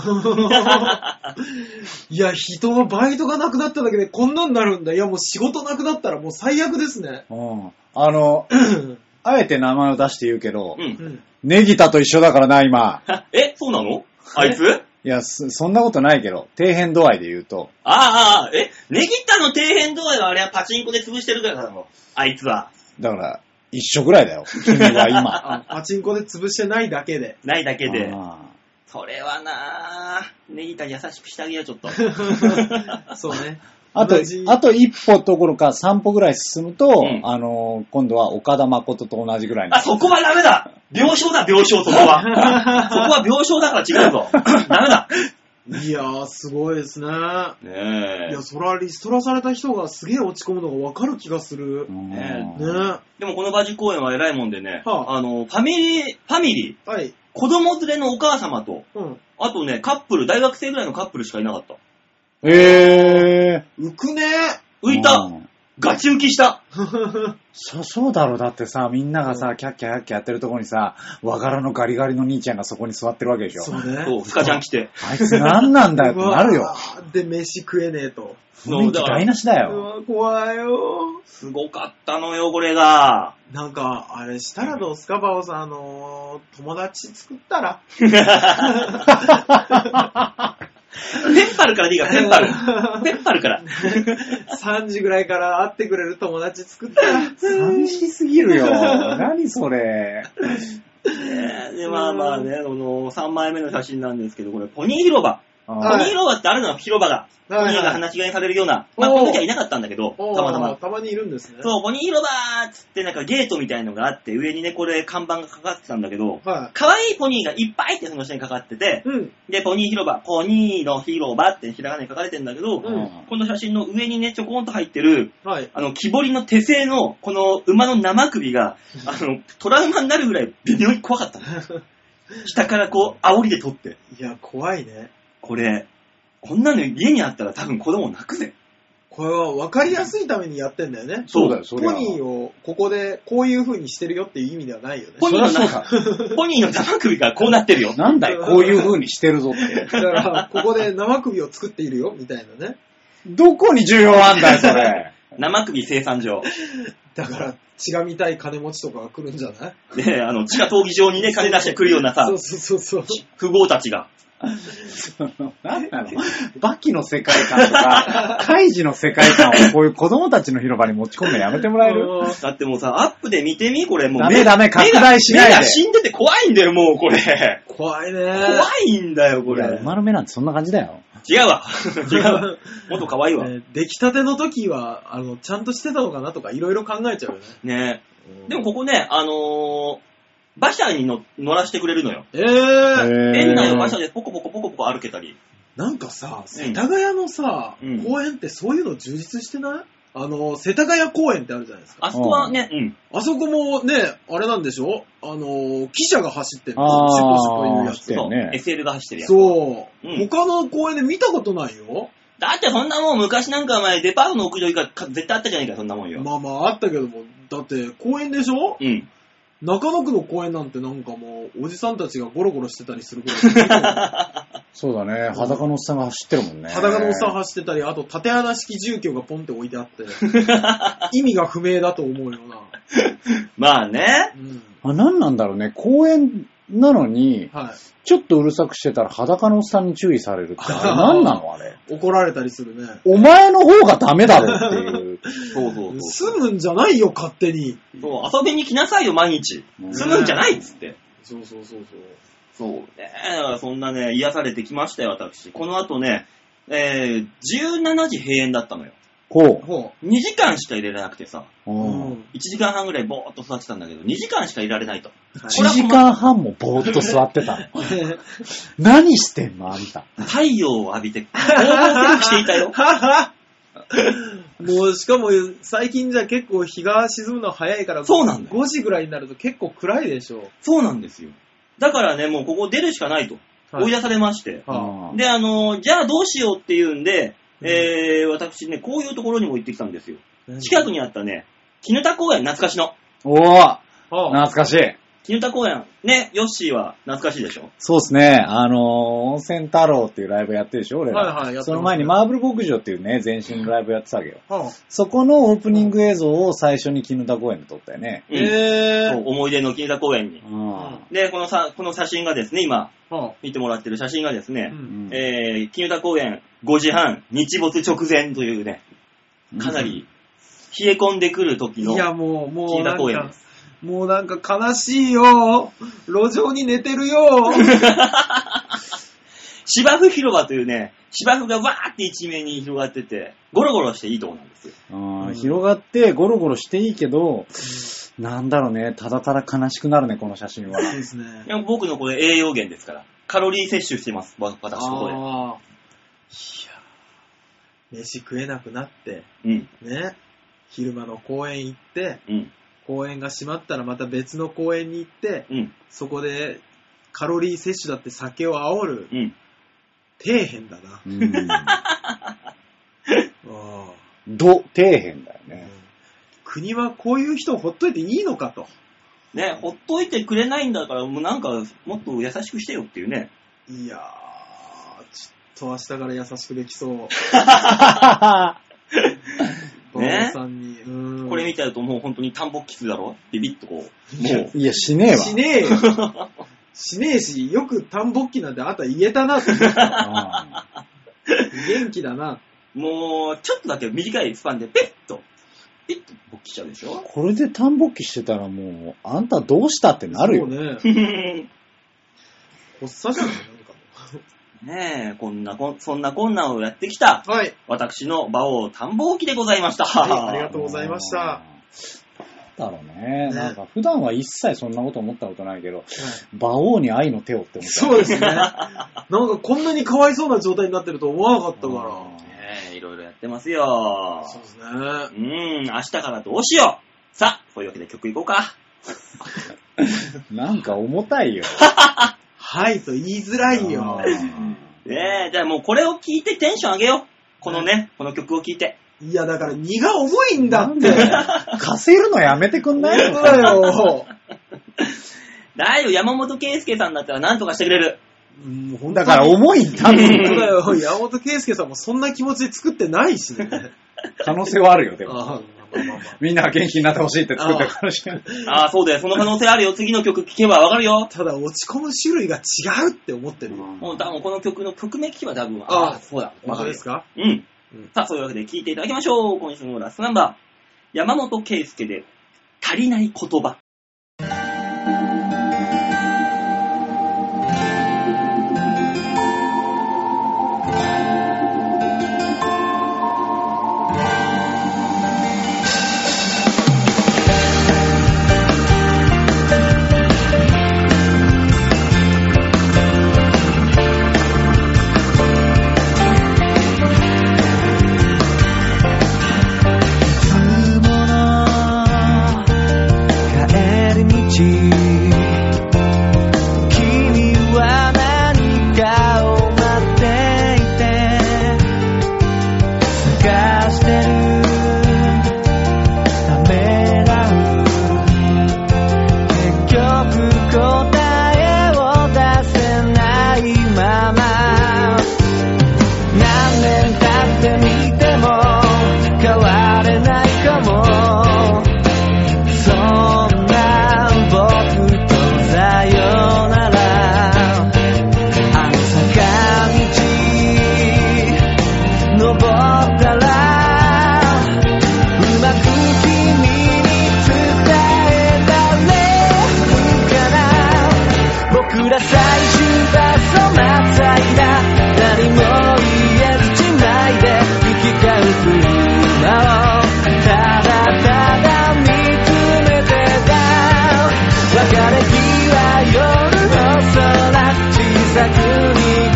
Speaker 3: いや、人はバイトがなくなっただけでこんなんなるんだ。いや、もう仕事なくなったらもう最悪ですね。
Speaker 4: うん。あの、
Speaker 3: うん。
Speaker 4: あえて名前を出して言うけど
Speaker 2: う、ん。
Speaker 4: ネギタと一緒だからな、今。
Speaker 2: え、そうなのあいつ
Speaker 4: いや、そそんなことないけど、底辺度合いで言うと、
Speaker 2: ああああ、え、ネギタの底辺度合いはあれはパチンコで潰してるからだろ。あいつは。
Speaker 4: だから、一緒ぐらいだよ、君 は今。
Speaker 3: あパチンコで潰してないだけで。
Speaker 2: ないだけで。
Speaker 4: あ
Speaker 2: それはなあネギタ優しくしてあげよう、ちょっと。
Speaker 3: そうね。
Speaker 4: あと
Speaker 3: 同じ、
Speaker 4: あと一歩どころか三歩ぐらい進むと、
Speaker 2: うん
Speaker 4: あの、今度は岡田誠と同じぐらいの
Speaker 2: あ、。そこはダメだ病床だ、病床、そこは。そこは病床だから違うぞ。ダメだ。
Speaker 3: いやー、すごいですね。い
Speaker 2: ね
Speaker 3: や、そら、リストラされた人がすげえ落ち込むのがわかる気がする。
Speaker 4: う
Speaker 3: ね
Speaker 4: ん
Speaker 2: ね
Speaker 3: え。は
Speaker 2: でもこのバジ公演は偉いもんでね、
Speaker 3: はあ
Speaker 2: あの、ファミリー、ファミリー、
Speaker 3: い。
Speaker 2: 子供連れのお母様と、
Speaker 3: うん。
Speaker 2: あとね、カップル、大学生ぐらいのカップルしかいなかった。
Speaker 4: え
Speaker 3: 浮くね
Speaker 2: 浮い
Speaker 4: うん
Speaker 2: た。ガチ浮きした。
Speaker 4: そ、そうだろう。だってさ、みんながさ、キャッキャキャッキャやってるとこにさ、和柄のガリガリの兄ちゃんがそこに座ってるわけでしょ。
Speaker 3: そうね。
Speaker 2: そう、スカちゃん来て。
Speaker 4: あいつ何なんだよって
Speaker 3: うわ
Speaker 4: なるよ。。
Speaker 3: で、飯食えねえと。
Speaker 4: 雰囲気台無しだ
Speaker 3: う
Speaker 4: よ。
Speaker 3: わ、怖いよ。
Speaker 2: すごかったのよ、これが。
Speaker 3: なんか、あれしたらどうすか、バオさん、あのー、友達作った ら。
Speaker 2: ペッパルからでいいから、ペッパル。ペッパル から。
Speaker 3: 3時ぐらいから会ってくれる友達作ったら。
Speaker 4: 寂しすぎるよ。何それ。
Speaker 2: ねえで、まあまあね、あの、3枚目の写真なんですけど、これ、ポニー広場。ポ
Speaker 4: あ
Speaker 2: ニー
Speaker 4: ー
Speaker 2: 広場ってあるのよ、広場が。ポニ
Speaker 3: はいはい
Speaker 2: ーが話し飼いにされるような。まあ、
Speaker 3: おー
Speaker 2: この時はいなかったんだけど、た
Speaker 3: おー
Speaker 2: またま。
Speaker 3: たまにいるんですね。
Speaker 2: そう、ポニー広場ーっつって、なんかゲートみたいのがあって、上にね、これ、看板がかかってたんだけど、
Speaker 3: は
Speaker 2: 可愛いポニーがいっぱいってその下にかかってて
Speaker 3: い。、うん。
Speaker 2: で、ポニー広場、ポニーの広場ってひらがなに書かれてんだけど、
Speaker 4: うん
Speaker 2: この写真の上にね、ちょこんと入ってる、
Speaker 3: はい。
Speaker 2: あの、木彫りの手製の、この馬の生首が、あの、トラウマになるぐらい微妙に怖かったの。下からこう、煽りで撮って。
Speaker 3: いや、怖いね。
Speaker 2: これ、こんなの家にあったら多分子供泣くぜ。
Speaker 3: これは分かりやすいためにやってんだよね。
Speaker 4: そうだよ、そ
Speaker 3: ポ
Speaker 4: りゃ。
Speaker 3: ニーをここでこういう風にしてるよっていう意味ではないよね。
Speaker 2: ポニーの
Speaker 4: そりゃ
Speaker 2: 中、 ポニーの生首がこうなってるよ。
Speaker 4: なんだよ、こういう風にしてるぞって。
Speaker 3: だから、ここで生首を作っているよみたいなね。
Speaker 4: どこに重要あんだよ、それ。
Speaker 2: 生首生産場。
Speaker 3: だから、血が見たい金持ちとかが来るんじゃない
Speaker 2: で、あの、地下闘技場にね、金出してくるようなさ
Speaker 3: そ、うそうそうそう。
Speaker 2: 富豪たちが。
Speaker 4: 何なのバキの世界観とか、カイジの世界観をこういう子供たちの広場に持ち込むのやめてもらえる
Speaker 3: うん
Speaker 2: だってもうさ、アップで見てみこれもう
Speaker 4: ダメダメ
Speaker 2: 目が
Speaker 4: 拡大しないで
Speaker 2: 目が死んでて怖いんだよ、もうこ れ。
Speaker 3: 怖いね。
Speaker 2: 怖いんだよ、こ
Speaker 4: い
Speaker 2: れ。
Speaker 4: や馬の目なんてそんな感じだよ。
Speaker 2: 違う わ。違うわ。もっと可愛いわ。
Speaker 3: ね出来たての時は、あの、ちゃんとしてたのかなとか、いろいろ考えちゃうよね。
Speaker 2: ねでもここね、あのー、馬車にの乗らせてくれるのよ。
Speaker 3: えー、
Speaker 4: へー
Speaker 2: 園内を馬車でポコポコポコポコ歩けたり。
Speaker 3: なんかさ、世田谷のさ、
Speaker 2: うん
Speaker 3: 公園ってそういうの充実してないあの、世田谷公園ってあるじゃないですか。
Speaker 2: あそこはね、うん。
Speaker 3: あそこもね、あれなんでしょあの、汽車が走ってる。シ
Speaker 4: あー
Speaker 3: ポシポいうやつ
Speaker 4: だ。よね
Speaker 2: そう SL が走ってるやつ。
Speaker 3: そう、
Speaker 2: うん
Speaker 3: 他の公園で見たことないよ。
Speaker 2: だってそんなもん昔なんかお前デパートの屋上行か絶対あったじゃないか、そんなもんよ。
Speaker 3: まあまああったけども、だって公園でしょ
Speaker 2: うん。
Speaker 3: 中野区の公園なんてなんかもう、おじさんたちがゴロゴロしてたりする からい。
Speaker 4: そうだね、裸のおっさんが走ってるもんね。
Speaker 3: 裸のおっさん
Speaker 4: 走
Speaker 3: 走ってたり、あと縦穴式住居がポンって置いてあ って、意味が不明だと思うよな。
Speaker 2: まあね。
Speaker 3: うん。
Speaker 4: あ、なんなんだろうね、公園なのに、
Speaker 3: は
Speaker 4: ちょっとうるさくしてたら裸のおっさんに注意されるっ て、あれなんなのあれ。
Speaker 3: い。怒られたりするね。
Speaker 4: お前の方がダメだろっていう。
Speaker 2: そうそうそう。
Speaker 3: 住むんじゃないよ、勝手に。
Speaker 2: そう、遊びに来なさいよ、毎日。
Speaker 4: ね
Speaker 2: 住むんじゃないっつって。
Speaker 3: そうそうそう
Speaker 2: そ
Speaker 3: そう。
Speaker 2: うね。そんなね、癒されてきましたよ、私。この後ね、えー、17時閉園だったのよ。
Speaker 4: こ
Speaker 3: ほ
Speaker 2: 2時間しか入れられなくてさ、
Speaker 4: う。
Speaker 3: う。
Speaker 4: うん
Speaker 3: ん。
Speaker 2: 1時間半ぐらいぼーっと座ってたんだけど、2時間しかいられないと。
Speaker 3: はい
Speaker 2: これは困
Speaker 4: 1時
Speaker 2: っ
Speaker 4: 間半もぼーっと座ってたの。何してんのあんた。
Speaker 2: 太陽を浴びて、光合成をしていたよ。
Speaker 3: もう、しかも、最近じゃ結構日が沈むの早いから、
Speaker 2: そうなんだよ
Speaker 3: 5時ぐらいになると結構暗いでしょ。
Speaker 2: そうなんですよ。だからね、もうここ出るしかないと。
Speaker 3: はい
Speaker 2: 追い出されまして。
Speaker 3: は
Speaker 4: うん
Speaker 2: で、あのーじゃあどうしようっていうんで、
Speaker 3: うん
Speaker 2: えー、私ね、こういうところにも行ってきたんですよ。
Speaker 3: あ
Speaker 2: 近くにあったね、絹田公園、懐かしの。
Speaker 4: おー
Speaker 3: はあ
Speaker 4: 懐かしい。
Speaker 2: 絹田公園、ね、ヨッシーは懐かしいでしょ。
Speaker 4: そうですね。あのー、温泉太郎っていうライブやってるでしょ俺ら。
Speaker 3: はいはいやってます
Speaker 4: その前にマーブル牧場っていうね、全身のライブやってたわけよ。
Speaker 3: はあ
Speaker 4: そこのオープニング映像を最初に絹田公園で撮ったよね。
Speaker 2: うん
Speaker 3: え
Speaker 2: そう
Speaker 3: ー。
Speaker 2: 思い出の絹田公園に
Speaker 4: う。ん。
Speaker 2: で、このさ、この写真がですね、今、
Speaker 3: は
Speaker 2: 見てもらってる写真がです
Speaker 3: あう
Speaker 2: ね、
Speaker 3: ん
Speaker 4: うん
Speaker 2: えー、絹田公園5時半、日没直前というね、かなり冷え込んでくる時の
Speaker 3: い、や、もう、もう、
Speaker 2: 金
Speaker 3: な
Speaker 2: 田公
Speaker 3: ん
Speaker 2: 園
Speaker 3: か
Speaker 2: です、
Speaker 3: もうなんか悲しいよ。路上に寝てるよ。
Speaker 2: 芝生広場というね、芝生がわーって一面に広がってて、ゴロゴロしていいとこなんですよ。
Speaker 4: うん
Speaker 3: うん
Speaker 4: 広がってゴロゴロしていいけど、なんだろうね、ただただ悲しくなるね、この写真は。
Speaker 3: そうですね
Speaker 2: い。や僕のこれ栄養源ですから、カロリー摂取してます、わ私ここ
Speaker 3: ああ。いや、飯食えなくなって、
Speaker 2: で。うん、
Speaker 3: ね。昼間の公園行って、
Speaker 2: うん、
Speaker 3: 公園が閉まったらまた別の公園に行って、
Speaker 2: うん、
Speaker 3: そこでカロリー摂取だって酒を煽る。
Speaker 2: うん。
Speaker 3: 底辺だな。
Speaker 4: うん。
Speaker 3: あ
Speaker 4: ど、底辺だよ
Speaker 3: あ
Speaker 4: ね。
Speaker 3: 国はこういう人をほっといていいのかと。
Speaker 2: ね、ほっといてくれないんだから、もうなんか、もっと優しくしてよっていうね。
Speaker 3: いやー、ちょっと明日から優しくできそう。馬王さんに。うん
Speaker 2: これ見ちゃうともう本当に田んぼキスだろビビッとこう。も
Speaker 4: いや、しねえわ。
Speaker 3: しねえよ。しねえし、よく田んぼっきなんてあんた言えたなと思って。元気だな。
Speaker 2: う、もう、ちょっとだけ短いスパンで、ペッと、ピッと勃起しちゃうでし
Speaker 4: うん
Speaker 2: ょ
Speaker 4: これで田んぼっきしてたらもう、あんたどうしたってなるよ。
Speaker 3: そうね。
Speaker 2: ね
Speaker 3: 発作じゃないなんか
Speaker 2: え、こんなこん、そんなこんなをやってきた、
Speaker 3: もう。はい。
Speaker 2: 私の馬王田んぼ記でございました。
Speaker 3: はいありがとうございました
Speaker 4: うん。なんだろうね。
Speaker 3: ね
Speaker 4: なんか普段は一切そんなこと思ったことないけど、馬王に愛の手をって思った。
Speaker 3: そう ですね。なんかこんなにかわいそうな状態になってると思わなかった
Speaker 4: うん
Speaker 3: か
Speaker 2: ねえ、いろいろやってますよ
Speaker 3: ら。。そうですね。
Speaker 2: うーん、明日からどうしよう。さあ、そういうわけで曲いこうか。
Speaker 4: なんか重たいよ。
Speaker 3: はいと言いづらいよ
Speaker 4: あ。ー
Speaker 2: ねえ、じゃあもうこれを聞いてテンション上げよう。このね、この曲を聞いて。
Speaker 3: いや、だから荷が重いんだ
Speaker 4: な
Speaker 3: っ
Speaker 4: んで
Speaker 3: て。
Speaker 4: かせるのやめてくん
Speaker 3: な
Speaker 4: ない
Speaker 3: んだ よ。
Speaker 2: 大丈夫、山本圭介さんだったら何とかしてくれる。
Speaker 3: うん本当に
Speaker 4: だから重いんだ
Speaker 3: 本当だよ。山本圭介さんもそんな気持ちで作ってないしね。
Speaker 4: 可能性はあるよ、でも。
Speaker 3: ああ
Speaker 4: みんなが元気になってほしいって作ってるかもしれない。
Speaker 2: ああ、そうだよ。その可能性あるよ。次の曲聴けばわかるよ。
Speaker 3: ただ落ち込む種類が違うって思ってる。
Speaker 2: もう、だもうこの曲の曲名聴けば多分、
Speaker 3: あ
Speaker 2: ああ、そうだ。
Speaker 3: 本当
Speaker 2: る
Speaker 3: で
Speaker 2: よ
Speaker 3: す。か
Speaker 2: うん
Speaker 3: うん。
Speaker 2: さあ、そういうわけで聴いていただきましょう。今週のラストナンバー。山本圭介で、足りない言葉。
Speaker 1: いつもの帰り道君は何かを待っていて探してるためらう結局答えを出せないまま何年経ってみても変われないかもそんな僕とさよならあの坂道登ったらうまく君に伝えられるかな僕ら最終バスの真っ最だ何も言えずじまいで行き交う車をただただ見つめてた別れ際夜の空小さく濁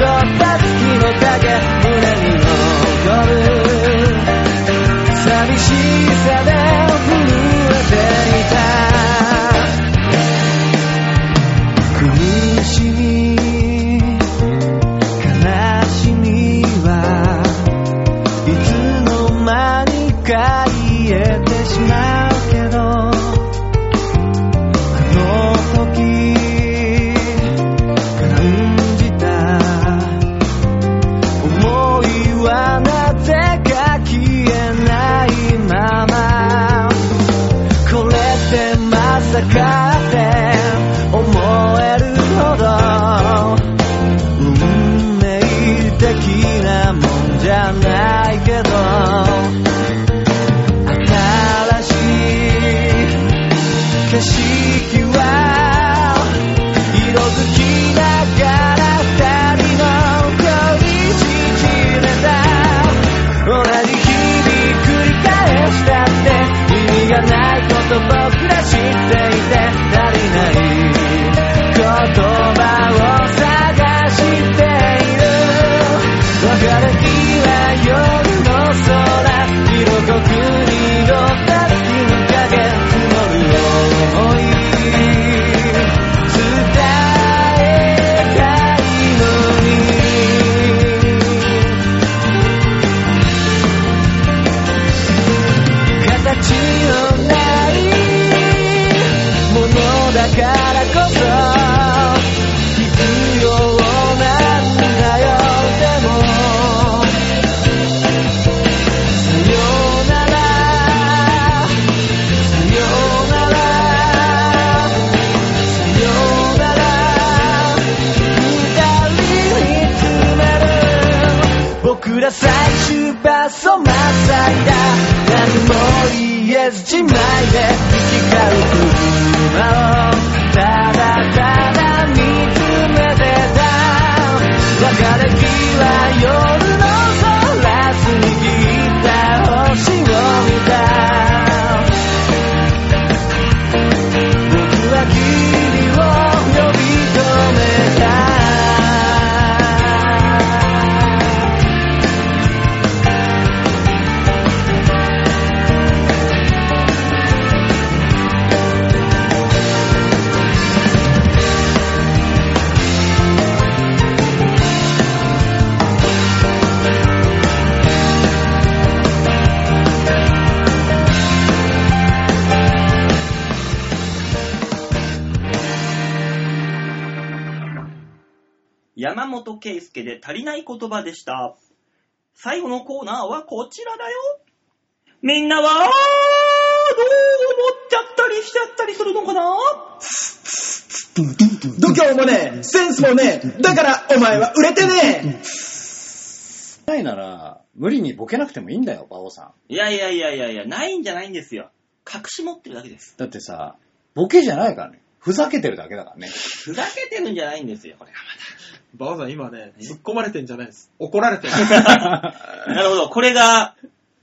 Speaker 1: った月の影胸に残る寂しさで震えていた苦しみ悲しみはいつの間にか言えてしまうけどあの時感じた思いはなぜか消えないままこれってまさかって思えるほど行き交う車をただただ見つめてた別れ際夜の空ぎった星を見た僕は君を呼び止めた
Speaker 2: 山本圭介で足りない言葉でした。最後のコーナーはこちらだよ。みんなは、どう思っちゃったりしちゃったりするのかな
Speaker 5: 度胸もねえ、センスもねえ、だからお前は売れてね
Speaker 4: ないなら、無理にボケなくてもいいんだよ、馬王さん。
Speaker 2: いやいやいやいやいや、ないんじゃないんですよ。隠し持ってるだけです。
Speaker 4: だってさ、ボケじゃないからね。ふざけてるだけだからね。
Speaker 2: ふざけてるんじゃないんですよ、これが
Speaker 3: バオさん今ね、突っ込まれてんじゃないです。怒られ てる。
Speaker 2: ま だ。なるほど、これが、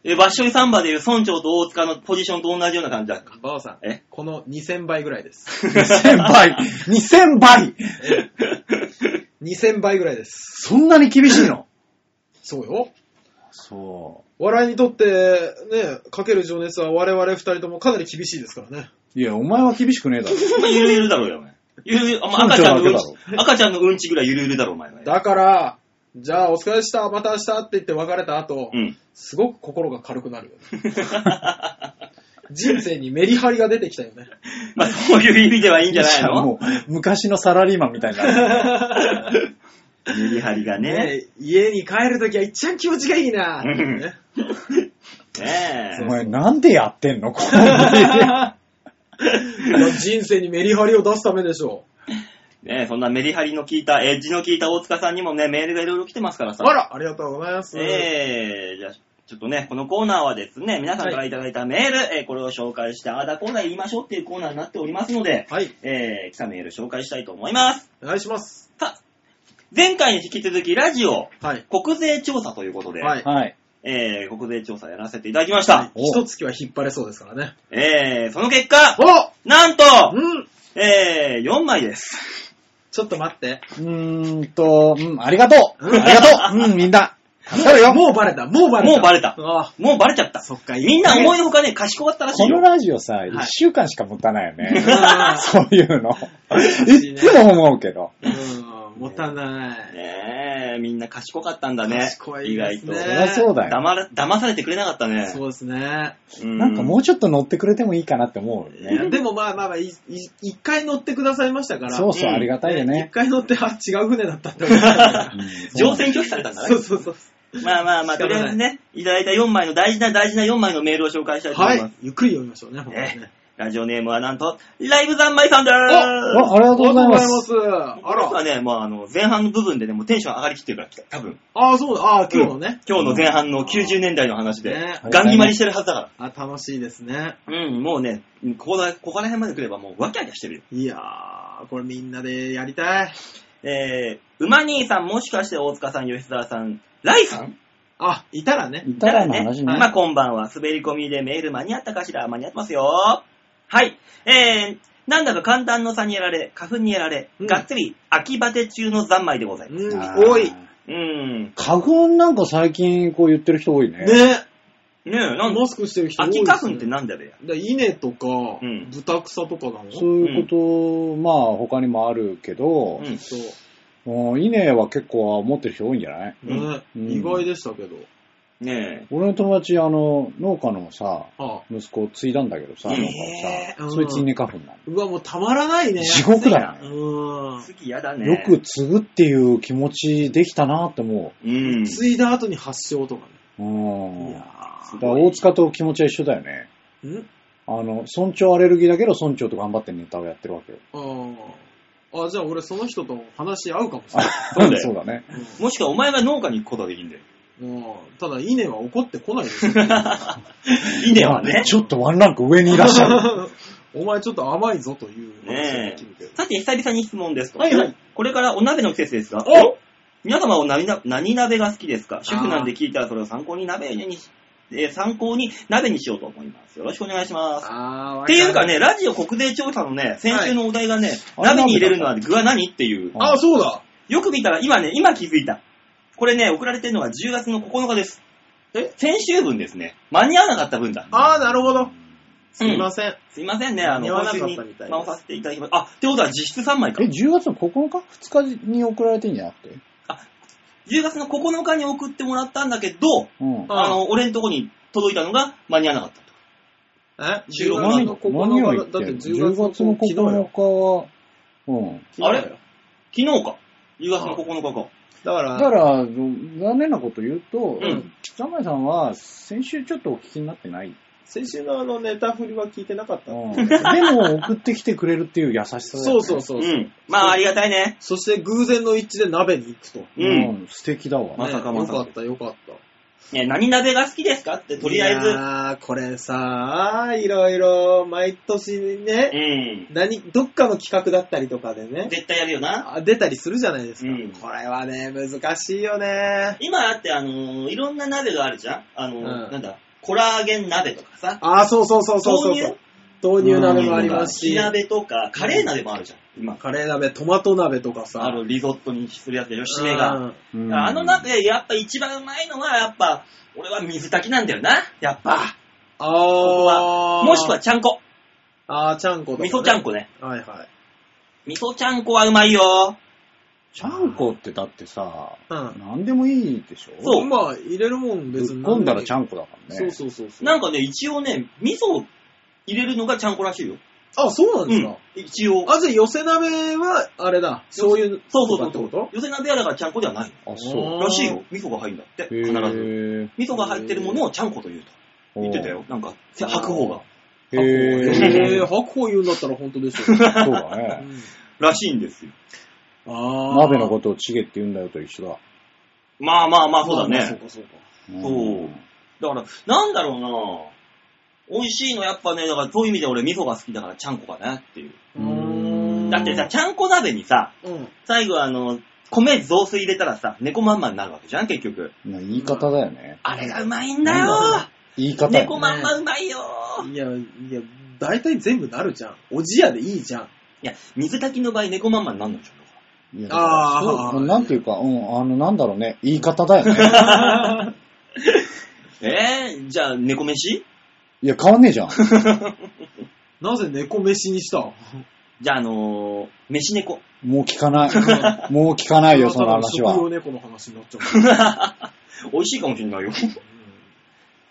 Speaker 2: えバッショイサンバでいう村長と大塚のポジションと同じような感じだ。
Speaker 3: バオさん
Speaker 2: え、
Speaker 3: この2000倍ぐらい です。
Speaker 4: 2000倍 !2000 倍
Speaker 3: 2000倍ぐらいです。
Speaker 4: そんなに厳しいの
Speaker 3: そうよ。
Speaker 4: そ
Speaker 3: 笑いにとって、ね、かける情熱は我々二人ともかなり厳しいですからね。
Speaker 4: う。いや、お前は厳しくねえだろ。
Speaker 2: お前ゆるゆるだろうよ、お前。ゆるゆる、お前赤ちゃんのうんち、赤ちゃんのうんちぐらいゆるゆるだろ、お前は。
Speaker 3: だから、じゃあお疲れでした、また明日って言って別れた後、
Speaker 2: うん。
Speaker 3: すごく心が軽くなるよね。人生にメリハリが出てきたよね。
Speaker 2: まあ、そういう意味ではいいんじゃない
Speaker 4: いや
Speaker 2: の
Speaker 4: もう、昔のサラリーマンみたいになる。
Speaker 2: メリハリがね。
Speaker 3: え家に帰るときは一番気持ちがいいな
Speaker 2: うん
Speaker 3: ね
Speaker 2: ね
Speaker 4: お
Speaker 2: え。
Speaker 4: 前なんでやってんのこの
Speaker 3: いや人生にメリハリを出すためでしょ
Speaker 2: ねえ、そんなメリハリの効いた、エッジの効いた大塚さんにもね、メールがいろいろ来てますから
Speaker 3: う。
Speaker 2: さ。
Speaker 3: あらありがとうございます。
Speaker 2: ええじゃあ、ちょっとね、このコーナーはですね、皆さんからいただいたメール、えーこれを紹介して、ああだコーナー言いましょうっていうコーナーになっておりますので、
Speaker 3: はい、
Speaker 2: えー、来たメール紹介したいと思います。
Speaker 3: お願いします。
Speaker 2: さあ、前回に引き続きラジオ、
Speaker 3: はい。
Speaker 2: 国税調査ということで、
Speaker 3: はい。
Speaker 4: はい。
Speaker 2: えー、国税調査やらせていただきました。
Speaker 3: はい一月は引っ張れそうですからね。
Speaker 2: えー、その結果、
Speaker 3: お
Speaker 2: なんと、
Speaker 3: うん
Speaker 2: えー、4枚です。
Speaker 3: ちょっと待って。
Speaker 4: うーんと、うん、ありがとうありがとううん、みんな。助かるよ
Speaker 3: もうバレた、もうバレた。
Speaker 2: もうバレた
Speaker 3: あ
Speaker 2: もうバレちゃった。
Speaker 3: そっか
Speaker 2: みんな思いのほかね、賢かったらしい
Speaker 4: この
Speaker 2: よ。
Speaker 4: ラジオさ、
Speaker 3: い
Speaker 4: 一週間しか持たないよね。
Speaker 3: あ
Speaker 4: そういうの。
Speaker 3: しいね
Speaker 4: いっつも思うけど。
Speaker 3: うん、もったいない。
Speaker 2: ねえ、みんな賢かったんだね。
Speaker 3: 賢いですね。
Speaker 2: 意
Speaker 4: そ
Speaker 2: 外
Speaker 4: りゃそう
Speaker 2: と。
Speaker 4: だよ。
Speaker 2: 騙ら騙されてくれなかったね。
Speaker 3: そうですね。
Speaker 2: うん
Speaker 4: なんかもうちょっと乗ってくれてもいいかなって思うよ
Speaker 3: いや
Speaker 4: ね。
Speaker 3: でもまあまあまあ、いい一回乗ってくださいましたから。
Speaker 4: そうそう、
Speaker 2: うん
Speaker 4: ありがたい
Speaker 3: ね
Speaker 4: よ
Speaker 3: 一
Speaker 4: ね。
Speaker 3: 回乗って、あ、違う船だったって思ったから
Speaker 4: うん
Speaker 2: 乗船拒否されたんだ
Speaker 3: そ
Speaker 2: ね
Speaker 3: う。そうそう。
Speaker 2: まあまあまあ、と
Speaker 3: 仕方
Speaker 2: り
Speaker 3: ない
Speaker 2: あえずね、いただいた4枚の大事な大事な4枚のメールを紹介したいと思
Speaker 3: はい
Speaker 2: ます
Speaker 3: い。。ゆっくり読みましょうね、本当にね。
Speaker 2: ラジオネームはなんと、ライブ三昧さんでーす。
Speaker 4: あありがとうございます。
Speaker 3: ありがとうございます。あ
Speaker 2: 僕は
Speaker 3: ら。
Speaker 2: ね、まああの、前半の部分でね、もうテンション上がりきってるから、多分。
Speaker 3: ああ、そうだ。ああ、今日のね。
Speaker 2: 今日の前半の90年代の話で
Speaker 3: ね、
Speaker 2: ガン決まりしてるはずだか
Speaker 3: あ、楽しいですね。
Speaker 2: ら。うん、もうね、ここだ、ここら辺まで来ればもうワキワキしてるよ。
Speaker 3: いやー、これみんなでやりたい。
Speaker 2: えー、馬兄さん、もしかして大塚さん、吉沢さん、ライさん
Speaker 3: あ、いたらね。
Speaker 4: いたらの話
Speaker 2: まあ、
Speaker 4: ね。
Speaker 2: こんばんは。滑り込みでメール間に合ったかしら間に合ってますよ。はい。えー、なんだか簡単の差にやられ、花粉にやられ、
Speaker 3: うん
Speaker 2: がっつり秋バテ中の三昧でございます。
Speaker 3: うん、
Speaker 4: あー
Speaker 3: 多い。ね。
Speaker 2: うん。
Speaker 4: 花粉なんか最近こう言ってる人多いね。
Speaker 2: ねえ、なん
Speaker 3: マスクしてる人多いです
Speaker 2: 秋
Speaker 3: ね。
Speaker 2: 花粉ってなんだべや。
Speaker 3: だから稲とか、
Speaker 2: ん
Speaker 3: 豚草とかなの
Speaker 4: そういうこと、まあ他にもあるけど
Speaker 2: う、ん。
Speaker 3: そう、
Speaker 4: うん稲は結構持ってる人多いんじゃない
Speaker 2: うん
Speaker 3: ね
Speaker 4: うん
Speaker 3: 意外でしたけど。
Speaker 2: ね
Speaker 4: 俺の友達、あの、農家のさ、
Speaker 3: ああ
Speaker 4: 息子を継いだんだけどさ、
Speaker 2: え
Speaker 4: な
Speaker 2: ー
Speaker 4: んか
Speaker 3: う
Speaker 4: さ、
Speaker 3: ん
Speaker 4: そいつ稲花粉な
Speaker 3: うわ、もうたまらないね。
Speaker 4: の。地獄だ
Speaker 3: う
Speaker 4: よ、
Speaker 2: え。
Speaker 3: ん。
Speaker 2: 好きやだね。
Speaker 4: ね。よく、継ぐっていう気持ちできたなって思
Speaker 2: うん。
Speaker 3: 継いだ後に発症とかね。
Speaker 4: う。うん。
Speaker 3: い
Speaker 4: だか
Speaker 3: や
Speaker 4: ら大塚と気持ちは一緒だよね。
Speaker 3: ー。ん
Speaker 4: あの、村長アレルギーだけど村長と頑張ってネタをやってるわけよ。
Speaker 3: あーあ、じゃあ俺その人と話し合うかもしれない。
Speaker 2: そうだよ
Speaker 4: そうだね。
Speaker 3: うん
Speaker 2: もしくはお前が農家に行くことができんだよ。
Speaker 3: もうただ、稲は怒ってこないですよ。
Speaker 2: いいねはね。
Speaker 4: ちょっとワンランク上にいらっ しゃる。
Speaker 3: お前ちょっと甘いぞという話が
Speaker 2: ね
Speaker 3: できるけ
Speaker 2: え
Speaker 3: ど。。
Speaker 2: さて、久々に質問ですと。
Speaker 3: はいはい
Speaker 2: これからお鍋の季節ですが、
Speaker 3: お
Speaker 2: 皆様は何な何鍋が好きですか主婦なんで聞いたらそれを参考に鍋にし、えー参考に鍋にしようと思います。よろしくお願いします。
Speaker 3: あー
Speaker 2: っていうかね、ラジオ国税調査のね、先週のお題がね、鍋に入れるのは具は何っていう。
Speaker 5: あ、そうだ。
Speaker 2: よく見たら、今ね、今気づいた。これね、送られてるのが10月の9日です。
Speaker 3: え
Speaker 2: 先週分ですね。間に合わなかった分だ。
Speaker 3: あー、なるほど。すい
Speaker 2: うん
Speaker 3: ません。
Speaker 2: すいませんね、あの、
Speaker 3: 間に合わな
Speaker 2: お
Speaker 3: かった
Speaker 2: 話
Speaker 3: みたい
Speaker 2: に
Speaker 3: です
Speaker 2: 直させていただきます。あ、ってことは実質3枚か
Speaker 4: え、。10月の9日 ?2 日に送られてんじゃなくて
Speaker 2: 10月の9日に送ってもらったんだけど、
Speaker 4: うん。
Speaker 3: あ
Speaker 2: あの、俺んとこに届いたのが間に合わなかったと。
Speaker 3: え
Speaker 2: 収録
Speaker 3: 10月の
Speaker 4: 何を
Speaker 3: 9
Speaker 4: 言っ
Speaker 3: 日だだっ
Speaker 4: て
Speaker 3: て
Speaker 4: んの
Speaker 3: 10
Speaker 4: ?10
Speaker 3: 月
Speaker 4: 月
Speaker 3: の
Speaker 4: の
Speaker 3: 9日昨日よ。
Speaker 4: 9日は、うん。
Speaker 2: あれ昨日か。10月の9日か。
Speaker 3: だか
Speaker 4: だ
Speaker 3: ら、
Speaker 4: から、残念なこと言うと、
Speaker 2: うん
Speaker 4: ザマイさんは先週ちょっとお聞きになってない。
Speaker 3: 先週のあのネタ振りは聞いてなかっ た。
Speaker 4: うんでも送ってきてくれるっていう優しさだよ
Speaker 3: そ
Speaker 4: ね
Speaker 3: うそうそうう。
Speaker 2: ん。まあ、ありがたいね。
Speaker 3: そして偶然の一致で鍋に行くと。
Speaker 2: う
Speaker 4: うん
Speaker 2: ん。。
Speaker 4: 素敵だわ。
Speaker 2: まさかまさか
Speaker 3: ねよかったよかった。
Speaker 2: ね、何鍋が好きですかって、とりあえず。
Speaker 3: あこれさ、いろいろ、毎年ね、
Speaker 2: うん。
Speaker 3: 何、どっかの企画だったりとかでね、
Speaker 2: 絶対やるよな。
Speaker 3: あ出たりするじゃないですか。
Speaker 2: うん
Speaker 3: これはね、難しいよね。
Speaker 2: 今だって、あのーいろんな鍋があるじゃんあのー
Speaker 3: うん
Speaker 2: なんだ、コラーゲン鍋とかさ。
Speaker 3: ああ、そうそうそうそうそうそう。豆乳
Speaker 4: あ
Speaker 3: 鍋
Speaker 4: れ
Speaker 3: もあります
Speaker 2: 火
Speaker 3: し、
Speaker 2: 鍋とか、カレー鍋もあるじゃん。今。
Speaker 3: カレー鍋、トマト鍋とかさ。
Speaker 2: あの、リゾットにするやつで、吉め
Speaker 3: う
Speaker 2: が。
Speaker 3: ん
Speaker 4: うん
Speaker 2: あの中で、やっぱ一番うまいのは、やっぱ、俺は水炊きなんだよな。やっぱ。
Speaker 3: ああ。
Speaker 2: もしくは、ちゃんこ。
Speaker 3: ああ、ちゃんことか、
Speaker 2: 味噌ちゃん。こね。
Speaker 3: はいはい。
Speaker 2: 味噌ちゃんこはうまいよ。
Speaker 4: ちゃんこってだってさ、
Speaker 3: うん。
Speaker 4: なんでもいいでしょ
Speaker 2: そう
Speaker 3: まあ、入れるもん
Speaker 4: ぶっ
Speaker 3: 別に。
Speaker 4: 込んだらちゃ
Speaker 3: ん
Speaker 4: んこだからね。
Speaker 3: そうそうそうそう。
Speaker 2: なんかね、一応ね、味噌を入れるのがちゃんこらしいよ。
Speaker 3: あ、そうな
Speaker 2: う
Speaker 3: んですか
Speaker 2: ん。。一応。
Speaker 3: あ、じゃあ寄せ鍋は、あれだ、醤油
Speaker 2: そうそ
Speaker 3: と
Speaker 2: うそ
Speaker 3: かっ
Speaker 2: う
Speaker 3: て
Speaker 2: そ
Speaker 3: こ
Speaker 2: う
Speaker 3: と。
Speaker 2: 寄せ鍋はだからちゃんこではない。
Speaker 4: あ、そう。
Speaker 2: らしいよ。味噌が入るんだって。必ず。
Speaker 4: ず。
Speaker 2: 味噌が入ってるものをちゃんこと言うと。言ってたよ。なんか、白鵬が。
Speaker 4: へー。
Speaker 3: へぇ、白鵬言うんだったら本 当ですよ。うん
Speaker 4: そうだね。
Speaker 2: らしいんですよ。
Speaker 3: あ
Speaker 4: 鍋の
Speaker 3: こ
Speaker 4: ことをチゲって言うんだよと一緒だ。
Speaker 2: まあまあまあ、そうだ
Speaker 3: そう
Speaker 2: ね。
Speaker 3: かそうか。
Speaker 4: うん
Speaker 2: そうだから、なんだろうな美味しいのやっぱね、だからそういう意味で俺味噌が好きだからちゃんこかなっていう。
Speaker 4: うーん
Speaker 2: だってさ、ちゃんこ鍋にさ、
Speaker 3: うん。
Speaker 2: 最後あの、米雑炊入れたらさ、猫まんまになるわけじゃん、結局。
Speaker 4: な言い方だよね。
Speaker 2: あれがうまいんだよ
Speaker 4: なん言い方よ
Speaker 2: 猫まんまうまいよ
Speaker 3: いや、いや、大体全部なるじゃん。おじやでいいじゃん。
Speaker 2: いや、水炊きの場合猫まんまになんのじゃん。
Speaker 4: いやだから
Speaker 3: あー
Speaker 4: そうなんていうか、うん、あの、なんだろうね。言い方だよね。
Speaker 2: えー、じゃあ猫飯
Speaker 4: いや、変わんねえじゃん。
Speaker 3: なぜ猫飯にした
Speaker 2: じゃああのー、飯猫。
Speaker 4: もう聞かない。もう聞かないよ、その話
Speaker 3: 食用
Speaker 4: は。
Speaker 3: 猫の話になっちゃう。
Speaker 2: 美味しいかもしんないよ。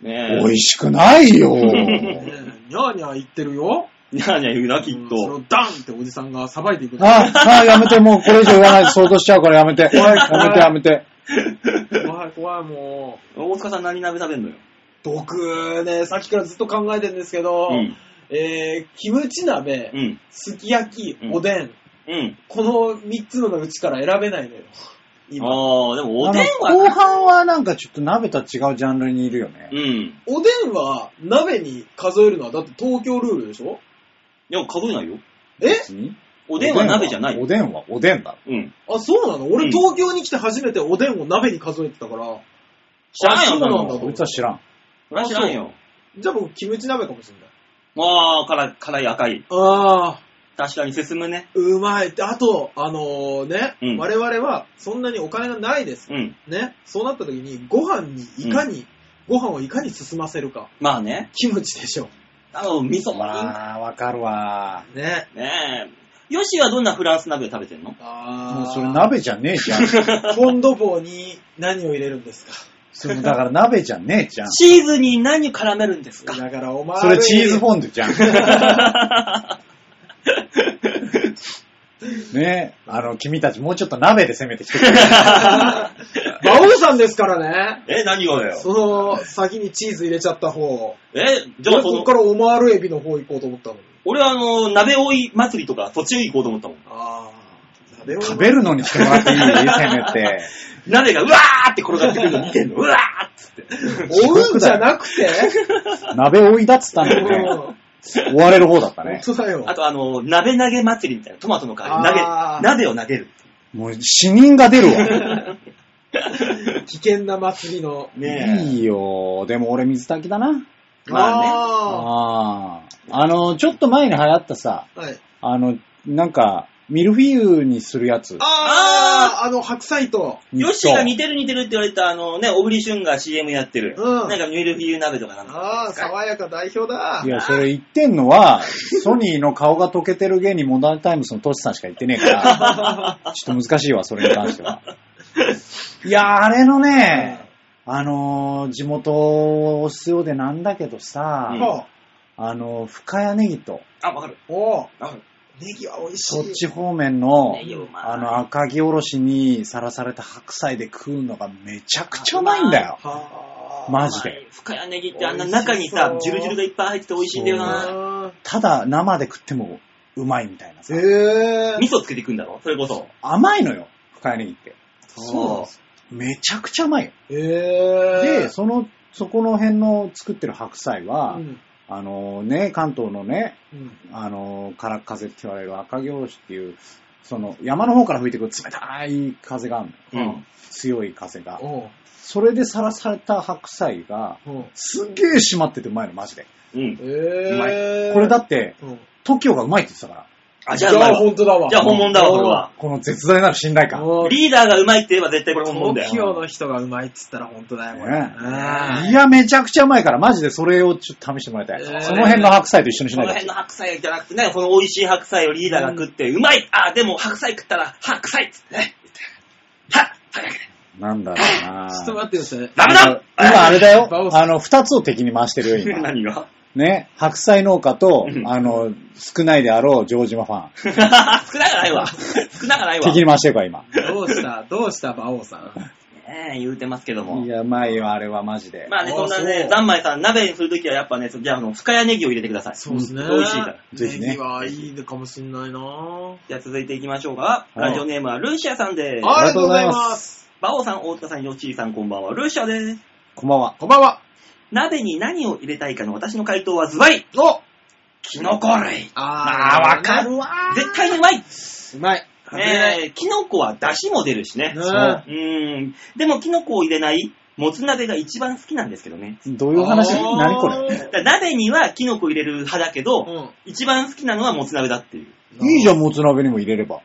Speaker 2: ねえ。
Speaker 4: 美味しくない よ。
Speaker 3: ねえニャーニャー言ってるよ。
Speaker 2: にゃーにゃー言うな、きっ
Speaker 3: うんそれ
Speaker 2: と。
Speaker 3: をダンっておじさんがさばいていくの。
Speaker 4: あ、あ、やめて、もうこれ以上言わないで、想像しちゃうからやめて。やめて、やめて。
Speaker 3: 怖い怖いもう。
Speaker 2: 大塚さん何鍋食べんのよ。
Speaker 3: 僕ね、さっきからずっと考えてるんですけど、
Speaker 2: うん。
Speaker 3: えー、キムチ鍋、
Speaker 2: うん。
Speaker 3: すき焼き
Speaker 2: う、ん
Speaker 3: おでん、
Speaker 2: うん。
Speaker 3: この3つのうちから選べないのよ。今。
Speaker 2: ああ、でもお
Speaker 4: あ
Speaker 2: でん
Speaker 4: の
Speaker 2: は
Speaker 4: 後半はなんかちょっと鍋とは違うジャンルにいるよね
Speaker 2: う。ん。
Speaker 3: おでんは鍋に数えるのはだって東京ルールでしょ
Speaker 2: でも数えないよ。
Speaker 3: え
Speaker 4: 別に
Speaker 2: おでんは鍋じゃない
Speaker 4: お
Speaker 2: よ。
Speaker 4: でんはおでんだ。
Speaker 2: うん。
Speaker 3: あ、そうなの
Speaker 2: う
Speaker 3: 俺
Speaker 2: ん
Speaker 3: 東京に来て初めておでんを鍋に数えてたから。
Speaker 2: 知らんよ、
Speaker 3: あそうなんだ
Speaker 2: そんの
Speaker 4: こいつは知らん。
Speaker 2: そりゃ知らんよ。
Speaker 3: じゃあ僕キムチ鍋かもしれない。
Speaker 2: ああ、辛い、辛い赤い。
Speaker 3: ああ、
Speaker 2: 確かに進むね。
Speaker 3: うまい。あと、あのね、
Speaker 2: うん
Speaker 3: 我々はそんなにお金がないです。
Speaker 2: うん。
Speaker 3: ね。そうなった時にご飯にいかに、ご飯をいかに進ませるか。
Speaker 2: まあね。
Speaker 3: キムチでしょ。
Speaker 2: あの、味噌もいいんだ
Speaker 4: あー、わかるわ。
Speaker 3: ね。
Speaker 2: ねえ。ヨシはどんなフランス鍋食べてんの
Speaker 3: あ
Speaker 4: もうそれ鍋じゃねえじゃん。
Speaker 3: フォンドボーに何を入れるんですか
Speaker 4: それだから鍋じゃねえじゃん。
Speaker 2: チーズに何絡めるんですか
Speaker 3: だからお前
Speaker 4: それチーズフォンデュじゃん。ねえ、あの、君たちもうちょっと鍋で攻めてきてくれ。
Speaker 3: 馬王さんですからね。
Speaker 2: え、何がだよ。
Speaker 3: その先にチーズ入れちゃった方。
Speaker 2: え、じゃ
Speaker 3: 俺
Speaker 2: あそ
Speaker 3: こ
Speaker 2: の
Speaker 3: っか、らオマールエビの方行こうと思ったのに。
Speaker 2: 俺はあの、鍋追い祭りとか、そっち行こうと思ったもん。
Speaker 3: ああ。壁を。
Speaker 4: 食べるのにしてもらっていいせめて。
Speaker 2: 鍋がうわーって転がってくるの見てんの、うわーっつって。
Speaker 3: 追うんじゃなくて
Speaker 4: 鍋追いだっつったんだよね。
Speaker 3: 本
Speaker 4: 追われる方だったね。
Speaker 3: 当だよ
Speaker 2: あ。とあの、鍋投げ祭りみたいな、トマトの代わりに投
Speaker 3: あー
Speaker 2: げ、鍋を投げる。
Speaker 4: もう死人が出るわ。
Speaker 3: 危険な祭りの。
Speaker 2: ね
Speaker 4: いいよ。でも俺水炊きだな。
Speaker 2: え。まあね。
Speaker 3: あ
Speaker 4: ああ。あの、ちょっと前に流行ったさ、
Speaker 3: ーはい
Speaker 4: あの、なんか、ミルフィーユにするやつ。
Speaker 3: あー、あの、白菜と。
Speaker 2: ヨッシーが似てる似てるって言われた、あのね、小栗旬が CM やってる。
Speaker 3: うん
Speaker 2: なんかミルフィーユ鍋とかなんか。
Speaker 3: ああ、爽やか代表だ
Speaker 4: い。や、それ言ってんのは、ソニーの顔が溶けてる芸人、モダンタイムスのトシさんしか言ってねえから、ちょっと難しいわ、それに関しては。いや、あれのね、あのー地元を必要でなんだけどさ、
Speaker 2: うん
Speaker 3: ほ
Speaker 4: あのー深谷ネギと、
Speaker 2: あ、わかる。
Speaker 3: うおう
Speaker 2: わかる。
Speaker 3: ネギは美味しい。
Speaker 4: そっち方面の
Speaker 2: ネギう、まい
Speaker 4: あの、赤城おろしにさらされた白菜で食うのがめちゃくちゃうまいんだよ。
Speaker 3: はあ。
Speaker 4: マジで。
Speaker 2: 深谷ネギってあんな中にさ
Speaker 3: 美、味し
Speaker 2: ジュ
Speaker 3: そう
Speaker 2: ルジュルがいっぱい入ってて美味しいんだよな。
Speaker 3: あ
Speaker 4: ただ、生で食ってもうまいみたいなさ
Speaker 3: ー。え
Speaker 2: 味噌つけていくんだろそれこそ。
Speaker 4: 甘いのよ、深谷ネギって。。
Speaker 2: そう
Speaker 4: めちゃくちゃ甘いよ。
Speaker 3: え。ええ。
Speaker 4: で、その、そこの辺の作ってる白菜は、
Speaker 3: うん
Speaker 4: あのね、関東のね、
Speaker 3: うん
Speaker 4: あの、から風って言われる赤行市っていう、その山の方から吹いてくる冷たい風があるのよ、
Speaker 2: うん
Speaker 4: 強い風が。
Speaker 3: おう
Speaker 4: それでさらされた白菜が、
Speaker 3: おう
Speaker 4: すっげえ締まっててうまいの、マジで。
Speaker 2: うん。
Speaker 3: ええ。
Speaker 4: うまい。これだって、
Speaker 3: うん。
Speaker 4: TOKIO がうまいって言ってたから。
Speaker 2: あ、じ
Speaker 3: じ
Speaker 2: ゃ
Speaker 3: ゃ
Speaker 2: あうまい
Speaker 3: あ
Speaker 2: わ。
Speaker 3: 本当だわ。
Speaker 2: じゃあ本物だわ、これは。
Speaker 4: この絶大なる信頼感。
Speaker 3: おう
Speaker 2: リーダーがうまいって言えば絶対これ本物だ
Speaker 3: 東
Speaker 2: よ。
Speaker 3: 京の人がうまいっつったら本当だよ、これ。
Speaker 4: ね
Speaker 3: あ
Speaker 4: いや、めちゃくちゃうまいから、マジでそれをちょっと試してもらいたい。
Speaker 3: えー
Speaker 4: その辺の白菜と一緒にし
Speaker 2: こ
Speaker 4: ない
Speaker 2: の
Speaker 4: で
Speaker 2: 辺の白菜じゃなくてね、この美味しい白菜をリーダーが食って、うまいあ、でも白菜食ったら、白菜っつってね。は、早く
Speaker 4: なんだろう
Speaker 3: ー
Speaker 4: な
Speaker 3: ちょっと待ってください。
Speaker 2: ダメだ
Speaker 4: 今あれだよ
Speaker 3: バオ。さん
Speaker 4: あの、二つを敵に回してるよ、今。
Speaker 2: 何が
Speaker 4: ね。白菜農家と
Speaker 2: う、ん
Speaker 4: あの、少ないであろう、城 島ファン。
Speaker 2: 少なくないわ。少なくないわ。
Speaker 4: 敵
Speaker 2: ね
Speaker 4: に回してるから、今。
Speaker 3: どうした どうした、馬王さん。
Speaker 2: え言うてますけども
Speaker 4: い。や、うまいよ、あれは、マジで。
Speaker 2: まあね、
Speaker 3: あ
Speaker 2: そんな
Speaker 3: そ
Speaker 2: ね
Speaker 3: う、
Speaker 2: ざんまいさん、鍋にするときはやっぱね、じゃあ、あの、深谷ネギを入れてください。
Speaker 3: そうですね。
Speaker 2: ん美味しいから。
Speaker 4: ぜひね
Speaker 3: ネギはいいのかもしんないなぁ。
Speaker 2: じゃあ続いていきましょうか。
Speaker 4: はい
Speaker 2: ラジオネームはルーシアさんです。
Speaker 4: い
Speaker 3: ありがとうござい
Speaker 4: ありがとうござい
Speaker 3: ま。
Speaker 4: ます
Speaker 2: バオさん、大塚さん、ヨッチーさん、こんばんは。ルーシアです。
Speaker 4: こんばんは。
Speaker 3: こんばんは。
Speaker 2: 鍋に何を入れたいかの私の回答はズバリ
Speaker 3: お
Speaker 2: キノコ類
Speaker 3: あー、わかるわ。
Speaker 2: 絶対にうまいう
Speaker 3: まい。
Speaker 2: ねえ、キノコは出汁も出るしね。
Speaker 3: ね
Speaker 2: うーん。でもキノコを入れない、もつ鍋が一番好きなんですけどね。
Speaker 4: どういうお話
Speaker 3: あー
Speaker 4: 何これ。
Speaker 2: だから鍋にはキノコ入れる派だけど、
Speaker 3: うん
Speaker 2: 一番好きなのはもつ鍋だっていう。
Speaker 4: いいじゃん、もつ鍋にも入れれば。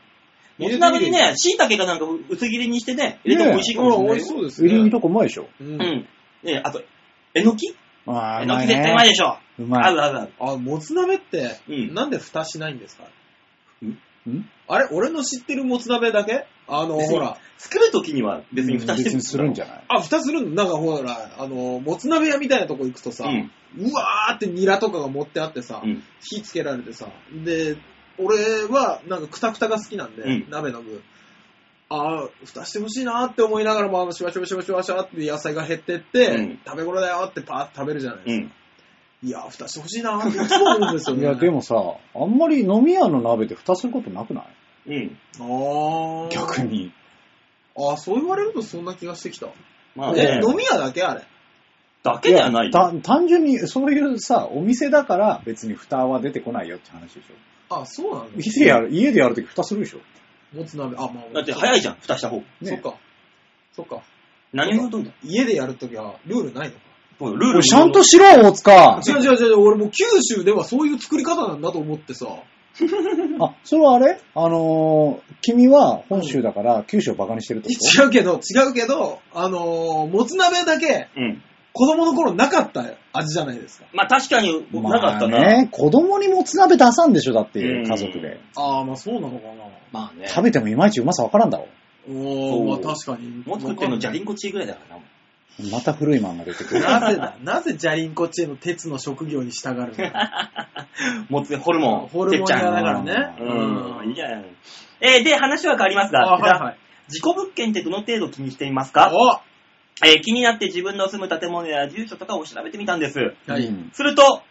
Speaker 2: もつ鍋にね、椎茸かなんか薄切りにしてね、入れても美味しいかもしれ
Speaker 3: うん、
Speaker 2: な
Speaker 3: 美
Speaker 2: い
Speaker 3: 味し
Speaker 2: よ。
Speaker 3: そうです
Speaker 4: 入り
Speaker 3: ね
Speaker 4: 身。とかうまいでしょ。
Speaker 2: う
Speaker 3: う
Speaker 2: んん。ねあと、えのき
Speaker 4: ああ、
Speaker 2: え
Speaker 4: う
Speaker 2: の
Speaker 4: ま
Speaker 2: き
Speaker 4: い
Speaker 2: 絶対うまい
Speaker 4: ね。
Speaker 2: でしょ。
Speaker 4: う
Speaker 2: 合
Speaker 4: ま
Speaker 2: う
Speaker 4: い。
Speaker 2: 合う合う。
Speaker 3: あ、もつ鍋って、
Speaker 2: うん
Speaker 3: なんで蓋しないんですか
Speaker 4: ん
Speaker 3: あれ俺の知ってるもつ鍋だけあの、
Speaker 2: 別に
Speaker 3: ほら。
Speaker 2: 作るときには別に蓋して
Speaker 4: 別にするんじゃない
Speaker 3: あ、蓋するのなんかほら、あの、もつ鍋屋みたいなとこ行くとさ、
Speaker 2: う
Speaker 3: うんわーってニラとかが持ってあってさ、
Speaker 2: うん
Speaker 3: 火つけられてさ、で、俺はなんかクタクタが好きなんで、
Speaker 2: うん
Speaker 3: 鍋の具。あー蓋してほしいなーって思いながらも、あの、シュワシュワシュワシュワシュワって野菜が減ってって、
Speaker 2: うん
Speaker 3: 食べ頃だよってパーって食べるじゃないで
Speaker 2: う
Speaker 3: す
Speaker 2: ん
Speaker 3: か。。いやー、蓋してほしいなーっていつも思うんですよ
Speaker 4: い
Speaker 3: ね。
Speaker 4: や、でもさ、あんまり飲み屋の鍋で蓋することなくない
Speaker 2: うん。
Speaker 3: あー。
Speaker 4: 逆。に。
Speaker 3: あー、そう言われるとそんな気がしてきた。
Speaker 2: まあね、
Speaker 3: え飲み屋だけあれ。
Speaker 2: だけではない
Speaker 4: や
Speaker 2: よ。
Speaker 4: た単純に、そういうさ、お店だから別に蓋は出てこないよって話でしょ。
Speaker 3: あ、そうなの
Speaker 4: 家でやる、家でやるとき蓋するでしょ。
Speaker 3: もつ鍋。あ、まあ、
Speaker 2: だって早いじゃん、蓋した方。
Speaker 4: ね
Speaker 3: そっか。そっか。
Speaker 2: 何を言うとんだ
Speaker 3: 家でやるときはルールないのか。
Speaker 2: もうルー
Speaker 4: お
Speaker 2: ル
Speaker 4: いちゃんとしろ、大塚
Speaker 3: 違う違う違う、俺もう九州ではそういう作り方なんだと思ってさ。
Speaker 4: あ、それはあれあのー君は本州だから九州をバカにしてるってこと
Speaker 3: 違うけど、違うけど、あのー、もつ鍋だけ
Speaker 2: うん。
Speaker 3: 子供の頃なかった味じゃないですか。
Speaker 2: まあ確かに、僕なかった
Speaker 4: ま
Speaker 2: な。
Speaker 4: あね、子供にもつ鍋出さんでしょ、だって
Speaker 2: うん
Speaker 4: 家族で。
Speaker 3: ああ、まあそうなのかな。
Speaker 2: まあね。
Speaker 4: 食べてもいまいちうまさわからんだろ。
Speaker 2: そ
Speaker 3: お
Speaker 2: う
Speaker 3: ー、まあ確かに。
Speaker 2: もう作ってんのじゃりんこチーぐらいだからな。
Speaker 4: また古い漫画出てくる。
Speaker 3: なぜだなぜジャリンコチーの鉄の職業に従うの
Speaker 2: もつホルモン。
Speaker 3: ホルモン
Speaker 2: てっちゃ
Speaker 3: 屋だ
Speaker 2: ん。
Speaker 3: からね。
Speaker 2: うん、いいじゃない。えーで、話は変わりますが、
Speaker 3: あ、はいはい。
Speaker 2: 自己物件ってどの程度気にしていますか、
Speaker 3: お
Speaker 2: えー気になって自分の住む建物や住所とかを調べてみたんです。
Speaker 4: う
Speaker 3: はい。
Speaker 4: ん
Speaker 2: すると、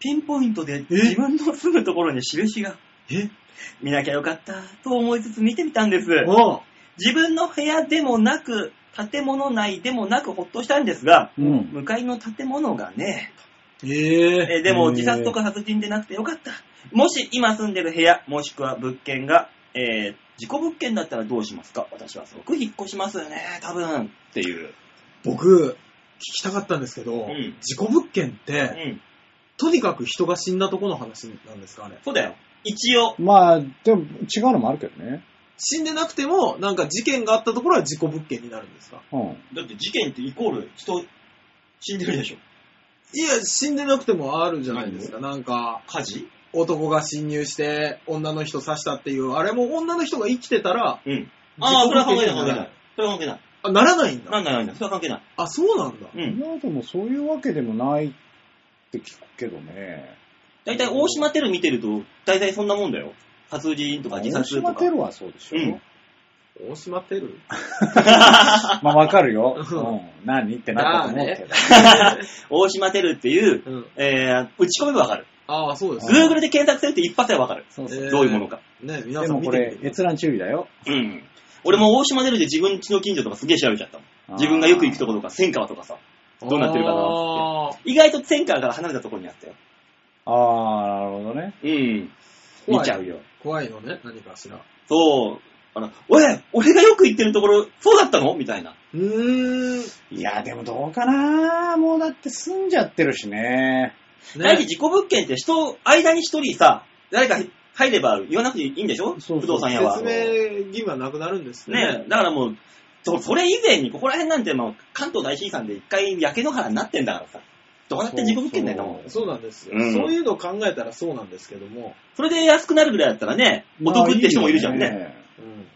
Speaker 2: ピンポイントで自分の住むところに印が。
Speaker 3: え
Speaker 2: 見なきゃよかった、と思いつつ見てみたんです。
Speaker 3: おう
Speaker 2: 自分の部屋でもなく、建物内でもなくほっとしたんですが、
Speaker 4: うん。
Speaker 2: 向かいの建物がね、
Speaker 3: ええ
Speaker 2: えーでも自殺とか殺人でなくてよかった。もし今住んでる部屋、もしくは物件が、えー、事故物件だったらどうしますか私は即引っ越しますよね、多分。っていう。
Speaker 3: 僕、聞きたかったんですけど、
Speaker 2: ん
Speaker 3: 事故物件
Speaker 2: う
Speaker 3: って、
Speaker 2: ん。
Speaker 3: とにかく人が死んだとこの話なんですか、あれ。
Speaker 2: そうだよ。一応。
Speaker 4: まあ、でも違うのもあるけどね。
Speaker 3: 死んでなくても、なんか事件があったところは事故物件になるんですか
Speaker 4: うん。
Speaker 2: だって事件ってイコール人死んでるでしょ。
Speaker 3: いや、死んでなくてもあるじゃないですか。なんか、
Speaker 2: 火事
Speaker 3: 男が侵入して、女の人刺したっていう、あれも女の人が生きてたら、
Speaker 2: うん。ああ、それは関係ない、関係
Speaker 3: な
Speaker 2: ないい。それは関係ない。
Speaker 3: あ、ならないん
Speaker 2: な
Speaker 3: だ。
Speaker 2: んだなんだ、それは関係ない。
Speaker 3: あ、そうなんだ。
Speaker 2: うん。
Speaker 4: まあでもそういうわけでもないって聞くけどね。
Speaker 2: 大体大島テル見てると、大体そんなもんだよ。殺人とか自
Speaker 4: 大
Speaker 2: 殺と
Speaker 4: 島
Speaker 2: か
Speaker 4: テ。ロはそうでしょ。
Speaker 2: うん
Speaker 3: 大島テル
Speaker 4: まあわかるよ。
Speaker 3: うん
Speaker 4: うん。何ってなったと思うけど。
Speaker 2: 大島テルっていう、
Speaker 3: うん。
Speaker 2: えー、打ち込めばわかる。
Speaker 3: ああ、そうですね。
Speaker 2: Google で検索すると一発でわかる。
Speaker 4: そうそう
Speaker 3: えー
Speaker 2: どういうものか。
Speaker 3: ね、皆
Speaker 4: で
Speaker 3: さん
Speaker 4: も
Speaker 3: 見
Speaker 4: こ
Speaker 3: て
Speaker 4: れ
Speaker 3: み、て
Speaker 4: 閲覧注意だよ。
Speaker 2: うん。俺も大島テルで自分家の近所とかすげえ調べちゃったもん。自分がよく行くとことか、千川とかさ。どうなってるかなって
Speaker 3: あー
Speaker 2: 意外と千川から離れたところにあったよ。
Speaker 4: ああ、なるほどね。
Speaker 2: うん。見
Speaker 3: 怖い
Speaker 2: ちゃうよ。
Speaker 3: 怖いのね、何かしら。
Speaker 2: そう。あの、おい、俺がよく行ってるところ、そうだったのみたいな。
Speaker 3: うーん。ね、
Speaker 4: いや、でもどうかなもうだって住んじゃってるしね。
Speaker 2: 大体事故物件って人、間に一人さ、誰か入れば言わなくていいんでしょ
Speaker 4: そうそう
Speaker 2: 不動産屋は。
Speaker 3: 説
Speaker 2: ね
Speaker 3: 明義務はなくなるんですね。
Speaker 2: え、だからもう、そそれ以前に、ここら辺なんてもう関東大震災で一回焼け野原になってんだからさ、どうなって事故物件だよなもんそ
Speaker 3: そうなんですよ、
Speaker 2: うん
Speaker 3: そういうのを考えたらそうなんですけども。
Speaker 2: れで安くなるぐらいだったらね、お得って人もいるじゃんね。
Speaker 4: まあいいよね
Speaker 3: うん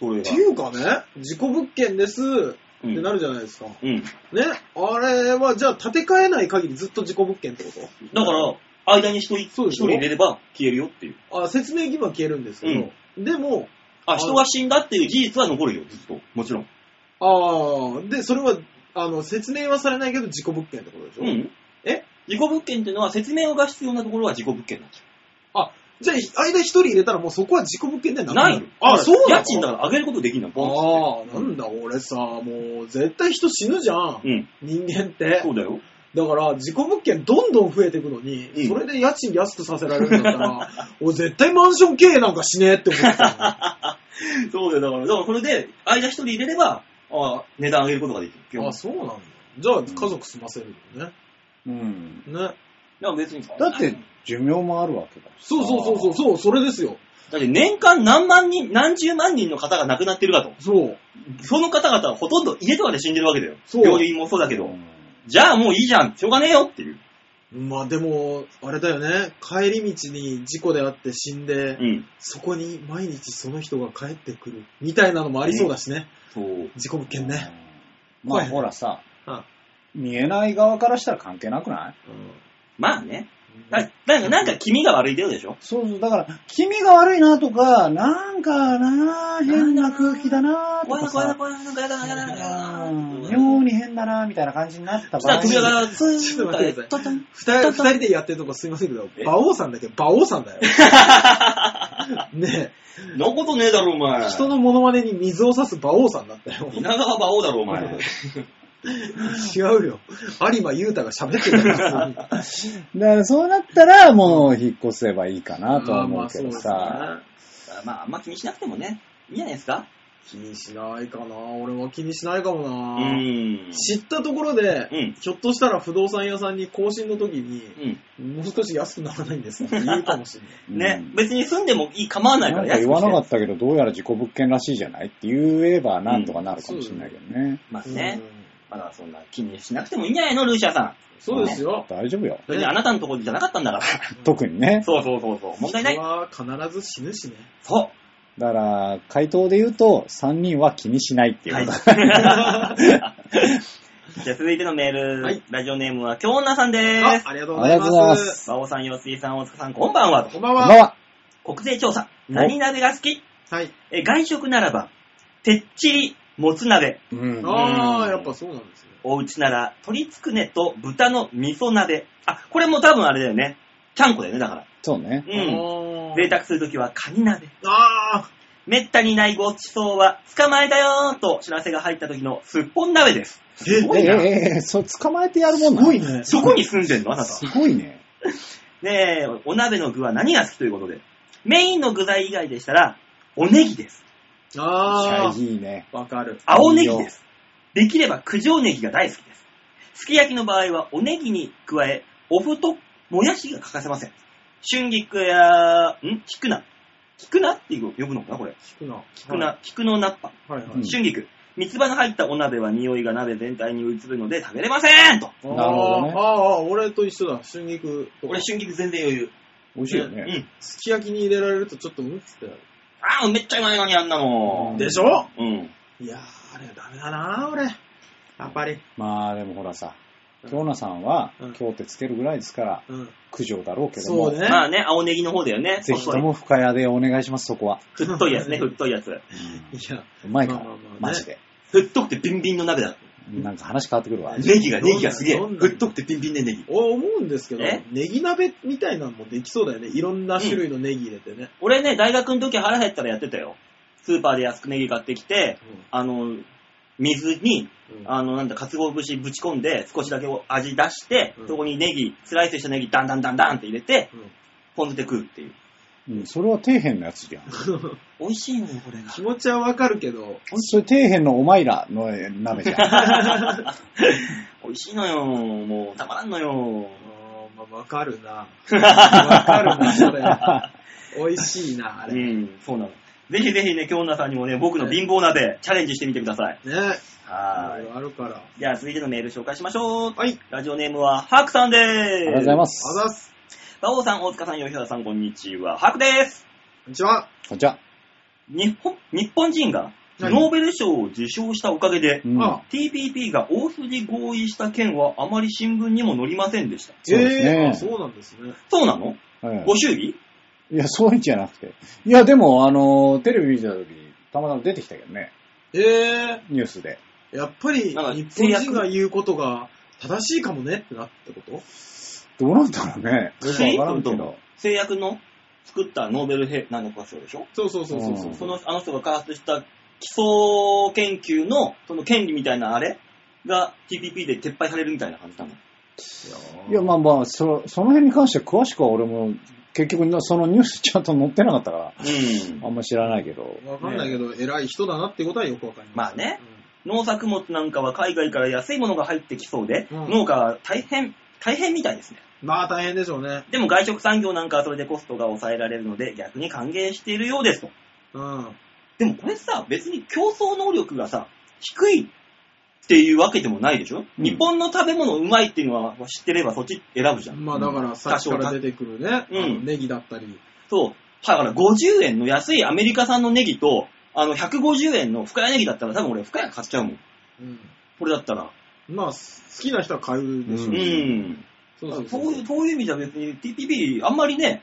Speaker 2: それ
Speaker 3: っていうかね、事故物件ですってなるじゃないですか。ね、
Speaker 2: うん。うん。
Speaker 3: あれはじゃあ建て替えない限りずっと事故物件ってこ
Speaker 2: だから、間に人い
Speaker 3: そう
Speaker 2: 一
Speaker 3: でしょ
Speaker 2: 人入れれば消えるよっていう。
Speaker 3: とあ説明義務は消えるんですけど、でも、
Speaker 2: あ、人が死んだっていう事実は残るよ、ずっと。もちろん。
Speaker 3: ああ、で、それは、あの、説明はされないけど事故物件ってことでしょ、
Speaker 2: うん。
Speaker 3: え
Speaker 2: 事故物件っていうのは説明が必要なところは事故物件なんですよ。
Speaker 3: じゃあ、間一人入れたらもうそこは事故物件でなく
Speaker 2: な
Speaker 3: ないる
Speaker 2: の
Speaker 3: あ、そうなの
Speaker 2: 家賃だから上げることできんの、ボンっ
Speaker 3: ああ、なんだ、俺さ、もう、絶対人死ぬじゃん。
Speaker 2: てうん。
Speaker 3: 人間って。
Speaker 2: そうだよ。
Speaker 3: だから、事故物件どんどん増えていくのに、
Speaker 2: うん
Speaker 3: それで家賃安くさせられるんだったら、 俺絶対マンション経営なんかしねえって思ってた
Speaker 2: そうだよ、だから、だからこれで、間一人入れれば、ああ値段上げることができる。
Speaker 3: の。あ、
Speaker 2: だか
Speaker 3: そうなんだ。じゃあ、家族住ませるよね。
Speaker 4: うん。
Speaker 3: ね。
Speaker 2: ら別に。
Speaker 4: だって、寿命もあるわけだし。
Speaker 3: そうそうそうそう、そう、それですよ。
Speaker 2: だって年間何万人、何十万人の方が亡くなってるかと。
Speaker 3: そう。
Speaker 2: その方々はほとんど家とかで死んでるわけだよ。
Speaker 3: そう
Speaker 2: 病院もそうだけ
Speaker 4: う
Speaker 2: ど。
Speaker 4: ん
Speaker 2: じゃあもういいじゃん、しょうがねえよっていう。
Speaker 3: まあでも、あれだよね。帰り道に事故であって死んで、
Speaker 2: うん。
Speaker 3: そこに毎日その人が帰ってくる。みたいなのもありそうだしね。
Speaker 2: そう。
Speaker 3: 事故物件ね。
Speaker 4: うんま
Speaker 3: は
Speaker 4: あ
Speaker 3: い
Speaker 4: ほらさ
Speaker 3: うん、
Speaker 4: 見えない側からしたら関係なくない
Speaker 2: まあね。だなんか、なんか気味が悪いようでしょ
Speaker 4: そうそう、だから、気味が悪いなとか、なんかな、変な空気だなと
Speaker 2: 怖い
Speaker 4: か
Speaker 2: な、怖いな、怖いな、な
Speaker 4: さ、
Speaker 2: んかやだな、やだな、やだな。
Speaker 4: うん妙に変だなみたいな感じになった
Speaker 2: そし
Speaker 4: 場
Speaker 2: たら
Speaker 4: 合
Speaker 2: 扉
Speaker 4: に、
Speaker 2: がツーンと開いて、トトン。
Speaker 3: 二人二人でやってるとこすいませんけど、馬王さんだけど、馬王さ んだよ。ね
Speaker 2: なことねえだろ、お
Speaker 3: え、
Speaker 2: 前。
Speaker 3: 人のモノマネに水を差す馬王さんだったよ。
Speaker 2: 稲川馬王だろ、お前。
Speaker 3: 違うよ。有馬優太が喋ってるから
Speaker 4: だからそうなったら、もう引っ越せばいいかなとは思うけどさ、
Speaker 3: まあ
Speaker 2: まあ、あんま気にしなくてもね、いいじゃないですか。
Speaker 3: そうですね気にしないかな。俺は気にしないかも
Speaker 2: う
Speaker 3: な。
Speaker 2: ん。
Speaker 3: 知ったところで、
Speaker 2: うん
Speaker 3: ひょっとしたら不動産屋さんに更新の時に、
Speaker 2: うん。
Speaker 3: もう少し安くならないんですかって言うかもしれない。
Speaker 2: ね
Speaker 4: う、ん
Speaker 2: 別に住んでもいい、構わないか
Speaker 4: な
Speaker 2: ら
Speaker 4: んか言わなか
Speaker 2: た。
Speaker 4: ったけど、どうやら事故物件らしいじゃないって言えば、なんとかなるかもしれないけどね。
Speaker 2: まあね
Speaker 3: う、ん
Speaker 2: まだそんな気にしなくてもいいんじゃないの、ルーシャさん。
Speaker 3: そうですよ。
Speaker 4: 大丈夫よ。
Speaker 2: それであなたのところじゃなかったんだから。
Speaker 4: 特にね。
Speaker 2: そうそうそうそう。問題ない
Speaker 3: 人。は必ず死ぬしね。
Speaker 2: そ
Speaker 4: だから、回答で言うと、3人は気にしないって
Speaker 2: う。
Speaker 4: いう
Speaker 2: は
Speaker 4: こ
Speaker 2: い。
Speaker 4: と。
Speaker 2: じゃあ続いてのメール、
Speaker 3: はい
Speaker 2: ラジオネームは京女さんで
Speaker 3: あ
Speaker 2: す。
Speaker 3: ありがとうございます。
Speaker 2: 馬王さん、吉井さん、大塚さん、こんばんは。
Speaker 3: こんばん
Speaker 4: こ
Speaker 3: は
Speaker 4: んばん。は。
Speaker 2: 国税調査。
Speaker 4: お
Speaker 2: 何鍋が好き
Speaker 3: はい。
Speaker 2: え外食ならば、てっちり、もつ鍋。
Speaker 4: うん。
Speaker 3: ああ、やっぱそうなんですね。
Speaker 2: お家なら、鶏つくねと豚の味噌鍋。あ、これも多分あれだよね。ちゃんこだよね、だから。
Speaker 4: そうね。
Speaker 2: うん。
Speaker 3: あー
Speaker 2: 贅沢するときはカニ鍋。
Speaker 3: あ
Speaker 2: めったにないごちそうは、捕まえたよーと知らせが入った時のすっぽん鍋です。
Speaker 3: ーえ
Speaker 4: え、
Speaker 2: ごい
Speaker 4: え
Speaker 2: な、
Speaker 4: え、え、そう、捕まえてやるもん
Speaker 3: す
Speaker 4: なの
Speaker 3: ごいね。
Speaker 2: そこに住んでんのあなた
Speaker 4: す。ごいね。
Speaker 2: ねえ、お鍋の具は何が好きということで。メインの具材以外でしたら、おネギです。
Speaker 3: あ
Speaker 4: いやいいね。
Speaker 3: あ。わかる。
Speaker 2: 青ネギです。できれば九条ネギが大好きです。すき焼きの場合はおネギに加え、お麩ともやしが欠かせません。春菊や、ん菊菜。菊菜って呼ぶのかなこれ。
Speaker 3: 聞くな。聞
Speaker 2: 菊菜、菊の菜っぱ。
Speaker 3: はいは
Speaker 4: う
Speaker 3: い
Speaker 4: ん。
Speaker 2: 春菊。三つ葉の入ったお鍋は匂いが鍋全体に移るので食べれませんと。
Speaker 3: あー
Speaker 4: なるほどね
Speaker 3: あーあー、俺と一緒だ。春菊とか
Speaker 2: 俺。春菊全然余裕。
Speaker 4: 美味しいよ
Speaker 2: う
Speaker 4: ね。
Speaker 2: ん。
Speaker 3: すき焼きに入れられるとちょっとうんっつってなる。
Speaker 2: ああ、めっちゃうまいのにあんなもん。
Speaker 3: でしょ
Speaker 2: うん。
Speaker 3: いやー、あれはダメだな俺。やっぱり。
Speaker 4: まあでもほらさ、京奈さんは
Speaker 3: うん
Speaker 4: 京ってつけるぐらいですから、
Speaker 3: うん。
Speaker 4: 苦情だろうけど
Speaker 3: そ
Speaker 4: も
Speaker 3: う、ね。
Speaker 2: まあね、青ネギの方だよね。
Speaker 4: ぜひとも深谷でお願いします、そこは。
Speaker 2: 細い太いやつね、太いやつ。
Speaker 4: う
Speaker 3: いや、
Speaker 4: んうまいから
Speaker 3: まあまあまあね、
Speaker 4: マジで。
Speaker 2: 太くてビンビンの鍋だ。
Speaker 4: なんか話変わってくるわ。
Speaker 2: ネギが、ネギがすげえ。
Speaker 3: どんな
Speaker 2: 太くてビンビンでネギ。
Speaker 3: 俺思うんですけど
Speaker 2: え、
Speaker 3: ネギ鍋みたいなのもできそうだよね。いろんな種類のネギ入れてね。
Speaker 2: 俺ね、大学の時腹減ったらやってたよ。スーパーで安くネギ買ってきて、あの、水に、
Speaker 3: うん
Speaker 2: あの、なんだ、かつご節ぶち込んで、少しだけ味出して、
Speaker 3: うん
Speaker 2: そこにネギ、スライスしたネギ、ダンダンダンダンって入れて、
Speaker 3: うん
Speaker 2: ポン酢で食うっていう。
Speaker 4: うん、それは底辺のやつじゃん。
Speaker 2: 美味しいのよ、これが。
Speaker 3: 気持ちはわかるけど、
Speaker 4: それ底辺のお前らの鍋 じゃ ん。
Speaker 2: 美味しいのよ、もう、たまらんのよ。
Speaker 3: あーまあわかるな。わかるな、それ。美味しいな、あ
Speaker 2: う
Speaker 3: れ。ね
Speaker 2: ん、そうなの。ぜひぜひね、京奈さんにもね、僕の貧乏鍋、チャレンジしてみてください。
Speaker 3: あ
Speaker 2: はーい。
Speaker 3: るから。
Speaker 2: じゃあ、続いてのメール紹介しましょう。
Speaker 3: はい。
Speaker 2: ラジオネームは、ハクさんで
Speaker 4: あ
Speaker 2: ーす。。
Speaker 4: りがとうございますす。
Speaker 3: あざっす。
Speaker 2: 馬王さん、大塚さん、吉田さん、こんにちは。ハクです。
Speaker 3: こんにちは。
Speaker 4: こんにちは。
Speaker 2: 日本、日本人が、
Speaker 3: はい
Speaker 2: ノーベル賞を受賞したおかげで
Speaker 4: う、ん
Speaker 3: あ
Speaker 2: TPP が大筋合意した件はあまり新聞にも載りませんでした。
Speaker 4: そうですね
Speaker 3: えーあそうなんですね。
Speaker 2: そうなの
Speaker 4: うん
Speaker 2: ご祝儀
Speaker 4: いや、そういうんじゃなくて。いや、でも、あの、テレビ見てた時、たまたま出てきたけどね、
Speaker 3: え
Speaker 4: ニュースで。
Speaker 3: ー、やっぱり日
Speaker 2: なんか
Speaker 3: 本人が言うことが正しいかもねってなってこと
Speaker 4: どうなんだろうね。
Speaker 2: え
Speaker 4: よくわからんけど。
Speaker 2: 製薬の作ったノーベル平、なんかそうでしょ
Speaker 3: そうそうそうそうそう。
Speaker 4: うん
Speaker 2: その、あの人が開発した基礎研究の、その権利みたいなあれが TPP で撤廃されるみたいな感じなの。
Speaker 4: いや、まあまあ、そその辺に関しては詳しくは俺も、結局、そのニュースちゃんと載ってなかったから、
Speaker 2: うん
Speaker 4: あんま知らないけど。
Speaker 3: わかんないけど、偉い人だなってことはよくわかりま
Speaker 2: ま
Speaker 3: す。
Speaker 2: あね農作物なんかは海外から安いものが入ってきそうで、
Speaker 3: うん
Speaker 2: 農家は大変、大変みたいですね。
Speaker 3: うん。まあ大変でしょうね。
Speaker 2: でも外食産業なんかはそれでコストが抑えられるので逆に歓迎しているようですと。
Speaker 3: うん。
Speaker 2: でもこれさ、別に競争能力がさ、低いっていうわけでもないでしょ、
Speaker 4: うん
Speaker 2: 日本の食べ物うまいっていうのは知ってればそっち選ぶじゃん。
Speaker 3: まあだからさっきから出てくるね、
Speaker 2: うん
Speaker 3: あのネギだったり。
Speaker 2: そう。だから50円の安いアメリカ産のネギと、あの150円の深谷ネギだったら多分俺深谷買っちゃうもん。
Speaker 3: うん。
Speaker 2: これだったら。
Speaker 3: まあ好きな人は買うでしょ
Speaker 2: う
Speaker 3: う。
Speaker 4: ん
Speaker 2: ん。
Speaker 3: そう
Speaker 2: そ
Speaker 3: そううそう
Speaker 2: いうそういう意味じゃ別に TPP あんまりね、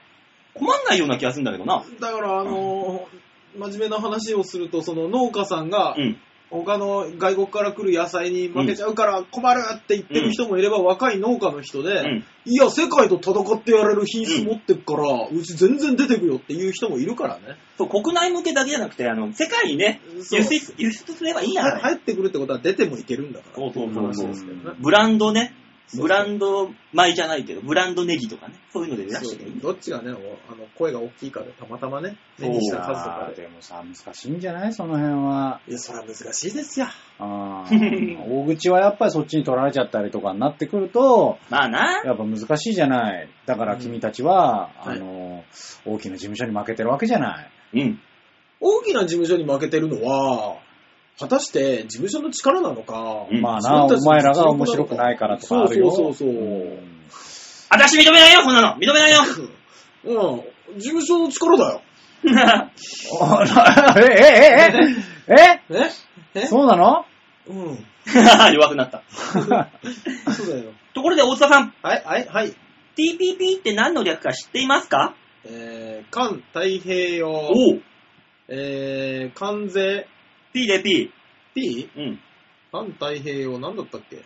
Speaker 2: 困んないような気がするんだけどな。
Speaker 3: だからあのー真面目な話をすると、その農家さんが
Speaker 2: うん。
Speaker 3: 他の外国から来る野菜に負けちゃうから困るって言ってる人もいれば、若い農家の人で、
Speaker 2: うん。
Speaker 3: いや、世界と戦ってやれる品質持ってっから、うち全然出てくよっていう人もいるからね。
Speaker 2: そう、国内向けだけじゃなくて、あの、世界にね、
Speaker 3: そう
Speaker 2: 輸出、輸出すればいいや
Speaker 3: は
Speaker 2: ない。
Speaker 3: 入ってくるってことは出てもいけるんだから。
Speaker 2: そうそうそう
Speaker 3: 話
Speaker 2: そう
Speaker 3: ですけどね。
Speaker 2: ブランドね。
Speaker 3: そう
Speaker 2: ブランド米じゃないけど、ブランドネギとかね。そういうので出
Speaker 3: そ
Speaker 2: し
Speaker 3: う
Speaker 2: ていい。
Speaker 3: どっちがね、おあの声が大きいかでたまたまね、
Speaker 2: そう
Speaker 3: 目にした数と
Speaker 4: あ
Speaker 3: か
Speaker 4: ー
Speaker 3: で。
Speaker 4: でもさ、難しいんじゃないその辺は。
Speaker 3: いや、そりゃ難しいですよ。
Speaker 4: あ ー大口はやっぱりそっちに取られちゃったりとかになってくると、
Speaker 2: まあな。
Speaker 4: やっぱ難しいじゃない。だから君たちは、
Speaker 3: うん
Speaker 4: あの、大きな事務所に負けてるわけじゃない。
Speaker 2: うん。
Speaker 3: 大きな事務所に負けてるのは、果たして事務所の力なのか、
Speaker 2: うん
Speaker 4: まあな、お前らが面白くないからとかあるよ。
Speaker 3: そうそうそうそう
Speaker 4: うん
Speaker 2: 私認めないよ、こんなの。認めないよ。
Speaker 3: うん、事務所の力だよ。
Speaker 4: あらえ、え、え、え、
Speaker 3: ええ
Speaker 4: えそう なの
Speaker 3: うん。
Speaker 2: 弱くなった。
Speaker 3: そうだよ。
Speaker 2: ところで、大塚さん。
Speaker 3: はい、はい、はい。
Speaker 2: TPP って何の略か知っていますか
Speaker 3: えー、環太平洋、
Speaker 2: おう。
Speaker 3: えー、関税
Speaker 2: P で P。
Speaker 3: P?
Speaker 2: うん。
Speaker 3: 環太平洋、なんだったっけ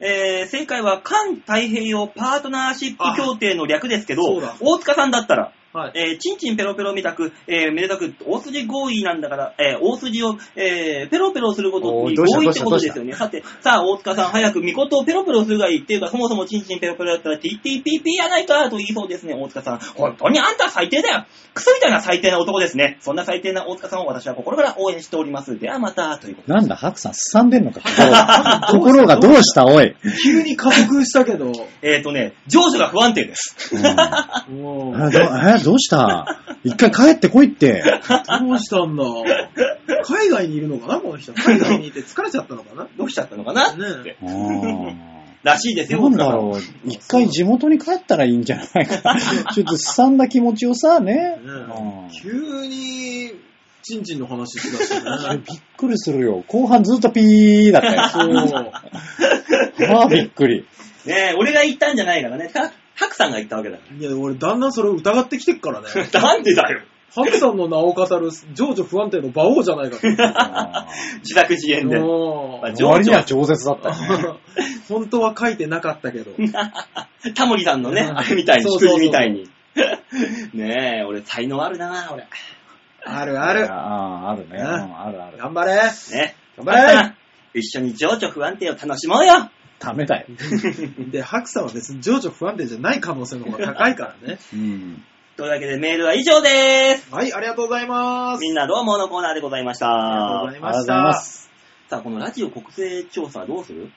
Speaker 2: えー、正解は、環太平洋パートナーシップ協定の略ですけ
Speaker 3: あそ
Speaker 2: ど
Speaker 3: うだ、
Speaker 2: 大塚さんだったら、
Speaker 3: はい。
Speaker 2: えー、チンチンペロペロみたく、えー、めでたく、大筋合意なんだから、えー、大筋を、えー、ペロペロすること
Speaker 4: お
Speaker 2: に
Speaker 4: ーどうした
Speaker 2: 合意っ
Speaker 4: どう
Speaker 2: て
Speaker 4: した
Speaker 2: ことですよね。さて、さあ、大塚さん、早く、みことをペロペロするがいいっていうか、そもそもチンチンペロペロだったら、TTPP やないか、と言いそうですね、大塚さん。本当にあんた最低だよ。クソみたいな最低な男ですね。そんな最低な大塚さんを私は心から応援しております。ではまた、ということで。
Speaker 4: なんだ、ハクさん、すさんでんのか。 ところがどうした、おい。
Speaker 3: 急に加速した けど、
Speaker 2: えっ、とね、情緒が不安定です。
Speaker 3: もう、
Speaker 4: あどえどうした一回帰ってこいって。
Speaker 3: どうしたんだ海外にいるのかなこの人。海外にいて疲れちゃったのかな
Speaker 2: どうしちゃったのかな、
Speaker 3: ね
Speaker 2: って。
Speaker 4: あー
Speaker 2: らしいですよ、
Speaker 4: なんだ
Speaker 2: 大塚
Speaker 4: ろう、一回地元に帰ったらいいんじゃないか。ちょっとすさんだ気持ちをさ、ね。
Speaker 3: ね
Speaker 4: うん
Speaker 3: 急に、チンチンの話しだしたね。
Speaker 4: びっくりするよ。後半ずっとピーだったよ。
Speaker 3: そう。
Speaker 4: ああ、びっくり。
Speaker 2: さんねえ俺が言ったんじゃないからね。たハクさんが言ったわけだか
Speaker 3: いや、俺、だんだんそれを疑ってきてっからね。
Speaker 2: ら。 なんでだよ。
Speaker 3: ハクさんの名を語る情緒不安定の馬王じゃないかと思って。
Speaker 4: あ
Speaker 2: 自作自演で。
Speaker 3: も
Speaker 2: まあ
Speaker 4: ー割には饒舌だったよね。
Speaker 3: う本当は書いてなかったけど。
Speaker 2: タモリさんのね、
Speaker 3: うん
Speaker 2: あれみたいに、
Speaker 3: そ
Speaker 2: 祝
Speaker 3: うそうそう
Speaker 2: 辞みたいに。 ねえ、俺才能あるな俺。
Speaker 3: あるある。
Speaker 4: ああ、あるね。うんあるある。
Speaker 3: 頑張れ。
Speaker 2: ね。
Speaker 3: 頑張れ
Speaker 2: ハクさん一緒に情緒不安定を楽しもうよ。
Speaker 4: ダメだよ。
Speaker 3: で、ハクさんは別に情緒不安定じゃない可能性の方が高いからね。
Speaker 4: うん。
Speaker 2: というわけでメールは以上です。
Speaker 3: はい、ありがとうございます。
Speaker 2: みんなどうものコーナーでございまし
Speaker 3: ありがと
Speaker 2: た
Speaker 3: うござ。いま
Speaker 4: ありがとうご
Speaker 3: し
Speaker 4: ざいま
Speaker 3: た。
Speaker 4: す。
Speaker 2: さあ、このラジオ国勢調査どうする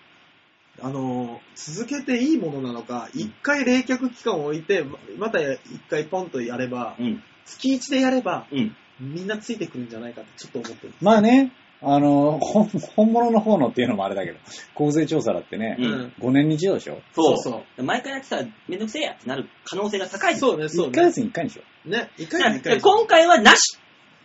Speaker 3: あの、続けていいものなのか、一回冷却期間を置いて、ままた一回ポンとやれば
Speaker 2: う、ん。
Speaker 3: 月一でやれば、
Speaker 2: うん。
Speaker 3: みんなついてくるんじゃないかってちょっと思ってる。
Speaker 4: まあね、あの、ほん本物の方のっていうのもあれだけど、公正調査だってね
Speaker 2: う、ん
Speaker 4: 5年に一度でしょ
Speaker 2: そう。
Speaker 3: そう
Speaker 2: 毎回やってたらめんどくせえやってなる可能性が高い。
Speaker 3: そうね、そう
Speaker 4: ?1 ヶ
Speaker 3: ね。
Speaker 4: 月に1回でしょ
Speaker 3: ね、一
Speaker 2: じ
Speaker 3: 回
Speaker 2: ゃあ
Speaker 3: に一回。
Speaker 2: 今回はなし。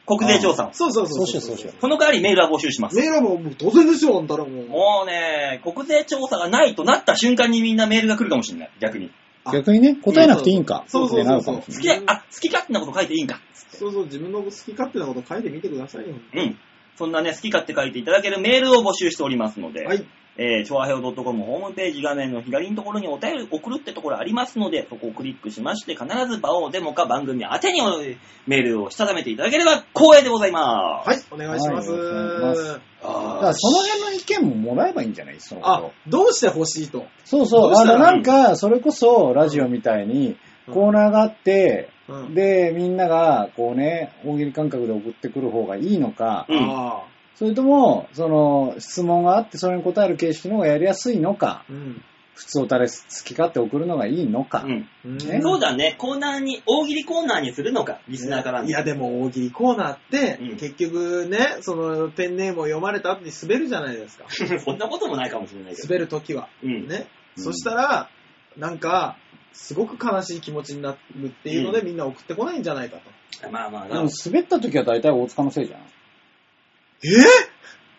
Speaker 2: 国税調査を。
Speaker 3: そうそう
Speaker 4: そ
Speaker 3: そうう
Speaker 4: しよう、そうしよう。
Speaker 2: その代わりメールは募集します。
Speaker 3: メールはもう当然でしょ、あんたらもう。
Speaker 2: もうね、国税調査がないとなった瞬間にみんなメールが来るかもしれない。逆に。
Speaker 3: あ
Speaker 4: 逆にね、答えなくていいんか。
Speaker 3: そうそうそう
Speaker 4: ってなるかもしれ
Speaker 2: 好
Speaker 4: な
Speaker 2: きで、あ、好き勝手なこと書いていいんか。
Speaker 3: そうそう、自分の好き勝手なこと書いてみてくださいよ。
Speaker 2: うん。そんなね、好き勝手書いていただけるメールを募集しておりますので、
Speaker 3: はい。
Speaker 2: えー、超和平洋 .com ホームページ画面の左のところにお便り送るってところありますので、そこをクリックしまして、必ず場をデモか番組宛てにおメールをしたためていただければ光栄でございます。
Speaker 3: はい、お願いします。
Speaker 4: はいお願いしまだか
Speaker 2: あ
Speaker 4: らその辺の意見ももらえばいいんじゃないその
Speaker 3: あ
Speaker 4: こ、
Speaker 3: どうしてほしいと。
Speaker 4: と。そうそ
Speaker 3: ど
Speaker 4: う。
Speaker 3: うし
Speaker 4: あ
Speaker 3: た
Speaker 4: の、
Speaker 3: ら
Speaker 4: なんか、それこそ、ラジオみたいに、
Speaker 3: うん
Speaker 4: コーナーがあって、
Speaker 3: うん。
Speaker 4: で、みんなが、こうね、大喜利感覚で送ってくる方がいいのか、
Speaker 2: うん
Speaker 3: あ
Speaker 4: それとも、その、質問があって、それに答える形式の方がやりやすいのか、
Speaker 3: ーうん。
Speaker 4: 普通おたれ好き勝手送るのがいいのか
Speaker 2: う。ん。
Speaker 3: うん
Speaker 4: ね
Speaker 2: そうだね、コーナーに、大喜利コーナーにするのか、リスナーからの。
Speaker 3: いやでも大喜利コーナーって、
Speaker 2: うん
Speaker 3: 結局ね、そのペンネームを読まれた後に滑るじゃないですか。
Speaker 2: そんなこともないかもしれないけど。
Speaker 3: 滑るときは。
Speaker 2: うん。
Speaker 3: ね。
Speaker 4: うん
Speaker 3: そしたら、なんか、すごく悲しい気持ちになるっていうので、みんな送ってこないんじゃないかと。
Speaker 2: まあまあ
Speaker 4: で
Speaker 2: な
Speaker 4: も、滑った時は大体大塚のせいじゃん。
Speaker 3: え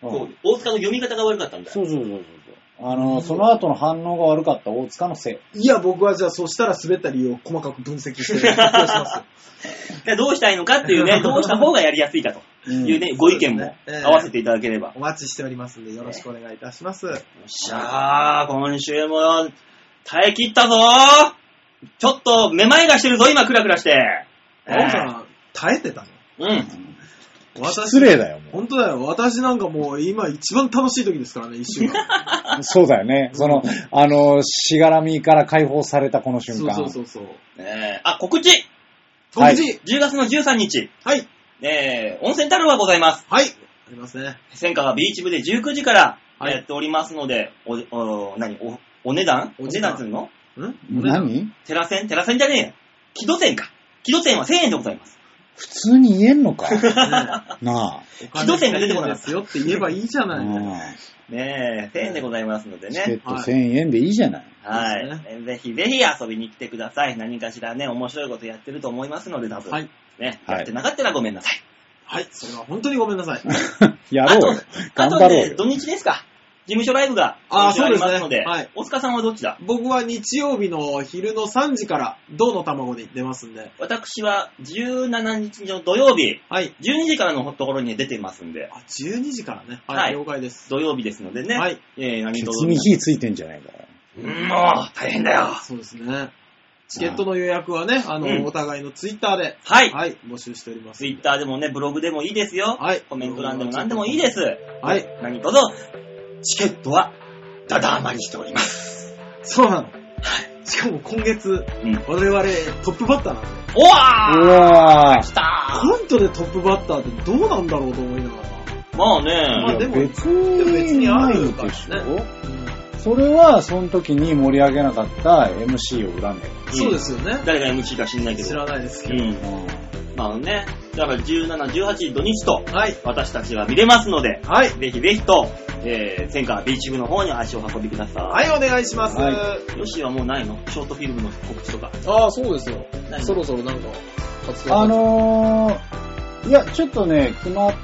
Speaker 3: ぇ、
Speaker 4: うん
Speaker 2: そう大塚の読み方が悪かったんだよ。
Speaker 4: そうそうそうそうそう。あの、その後の反応が悪かった大塚のせい。
Speaker 3: いや、僕はじゃあ、そしたら滑った理由を細かく分析して発表しますよ。
Speaker 2: じゃあどうしたいのかっていう ね、どうした方がやりやすいかと
Speaker 4: うん
Speaker 2: いうね、ご意見も
Speaker 3: そうですねええ
Speaker 2: 合わせていただければ。よ
Speaker 3: お待ちしておりますんで、よろしくお願いいたします。
Speaker 2: っしゃー、今週も耐え切ったぞーちょっとめまいがしてるぞ、今クラクラして。
Speaker 3: 青さん、耐えてた
Speaker 2: う
Speaker 3: の
Speaker 2: ん。
Speaker 3: 私
Speaker 4: 失礼だよ、も
Speaker 3: 本当だよ。私なんかもう今一番楽しい時ですからね、一週間。
Speaker 4: う。そうだよね。その、あの、しがらみから解放されたこの 瞬
Speaker 3: そう
Speaker 4: 間。
Speaker 3: そうそうそう。
Speaker 2: えーあ、告知
Speaker 3: は
Speaker 4: はいい。
Speaker 2: !10 月の13日、
Speaker 3: はい。
Speaker 2: えー、温泉太郎がございます。
Speaker 3: はい。ありますね。
Speaker 2: 戦火はビーチ部で19時から
Speaker 3: はい
Speaker 2: やっておりますので、お、お、何お、お値段お
Speaker 3: お
Speaker 2: 値
Speaker 3: 値
Speaker 2: 段
Speaker 3: 段
Speaker 2: つうの
Speaker 3: ん
Speaker 4: 何
Speaker 2: テラセンテラセンじゃねえよ。木戸線か。木戸線は1000円でございます。
Speaker 4: 普通に言えんの か
Speaker 3: ね
Speaker 4: な
Speaker 3: え
Speaker 2: ひどい線が出てこなかった
Speaker 3: お金ですよって言えばいいじゃ
Speaker 4: あ。
Speaker 3: な
Speaker 4: う
Speaker 3: い。
Speaker 4: ん
Speaker 2: ねえ、1000円でございますので
Speaker 4: チケッ
Speaker 2: ね。
Speaker 4: ト1000円でいいじゃない。
Speaker 2: は
Speaker 3: そう
Speaker 2: い、ぜひぜひ遊びに来てください。何かしらね、面白いことやってると思いますので、多分。
Speaker 3: はい。
Speaker 2: ね、
Speaker 4: はい
Speaker 2: やってなかったらごめんな さい。
Speaker 3: はい。それは本当にごめんなさい。
Speaker 4: やろうよ
Speaker 2: あ
Speaker 4: 頑
Speaker 2: と
Speaker 4: 張ろう
Speaker 2: ね、
Speaker 4: よ。
Speaker 2: 土日ですか。務所ライブが、
Speaker 3: あ
Speaker 2: 今
Speaker 3: ー
Speaker 2: 週ります
Speaker 3: そ
Speaker 2: の
Speaker 3: うで
Speaker 2: で
Speaker 3: すねはい、
Speaker 2: 大塚さんはどっちだ
Speaker 3: 僕は日曜日の昼の3時から、銅の卵に出ますんで。
Speaker 2: 私は17日の土曜日、
Speaker 3: はい。
Speaker 2: 12時からのところに出てますんで、
Speaker 3: あ、12時からね。はい。
Speaker 2: はい
Speaker 3: 了解です。
Speaker 2: 土曜日ですのでね、
Speaker 3: はい。
Speaker 2: えー、何
Speaker 4: ケ
Speaker 2: と
Speaker 4: ツに火ついてんじゃないかよ。
Speaker 2: うんもう、大変だよ。
Speaker 3: そうですね。チケットの予約はね、あの、
Speaker 2: うん
Speaker 3: お互いのツイッターで、
Speaker 2: はい。
Speaker 3: はい、募集しております。
Speaker 2: ツイッターでもね、ブログでもいいですよ。
Speaker 3: はい
Speaker 2: コメント欄でも何でもいいです。
Speaker 3: はい。
Speaker 2: 何とぞ、チケットは、だだ余りしております。
Speaker 3: そうなの。しかも今月、
Speaker 2: うん
Speaker 3: 我々トップバッターなんで、
Speaker 2: おわ
Speaker 4: う
Speaker 2: ー
Speaker 4: わ
Speaker 2: 来た
Speaker 3: コントでトップバッターってどうなんだろうと思いながら。
Speaker 2: ーまあね、
Speaker 3: まあ
Speaker 4: ー
Speaker 3: で
Speaker 4: で
Speaker 3: も
Speaker 4: も別にないでし
Speaker 3: 別に
Speaker 4: ょそれは、その時に盛り上げなかった MC を恨め。
Speaker 3: そうですよね。
Speaker 2: 誰が MC か知んないけど。
Speaker 3: 知らないですけ
Speaker 2: う
Speaker 3: ど。
Speaker 2: ん。まあね、だから17、18、土日と、
Speaker 3: はい。
Speaker 2: 私たちは見れますので、
Speaker 3: はい。
Speaker 2: ぜひぜひと、えー、戦火ビーチ部の方に足を運びください。
Speaker 3: はい、お願いします。
Speaker 4: は
Speaker 2: ヨシはもうないのショートフィルムの告知とか。
Speaker 5: ああ、そうですよ
Speaker 2: 何。
Speaker 5: そろそろなんか、活動
Speaker 4: あ、のー、いや、ちょっとね、決まっ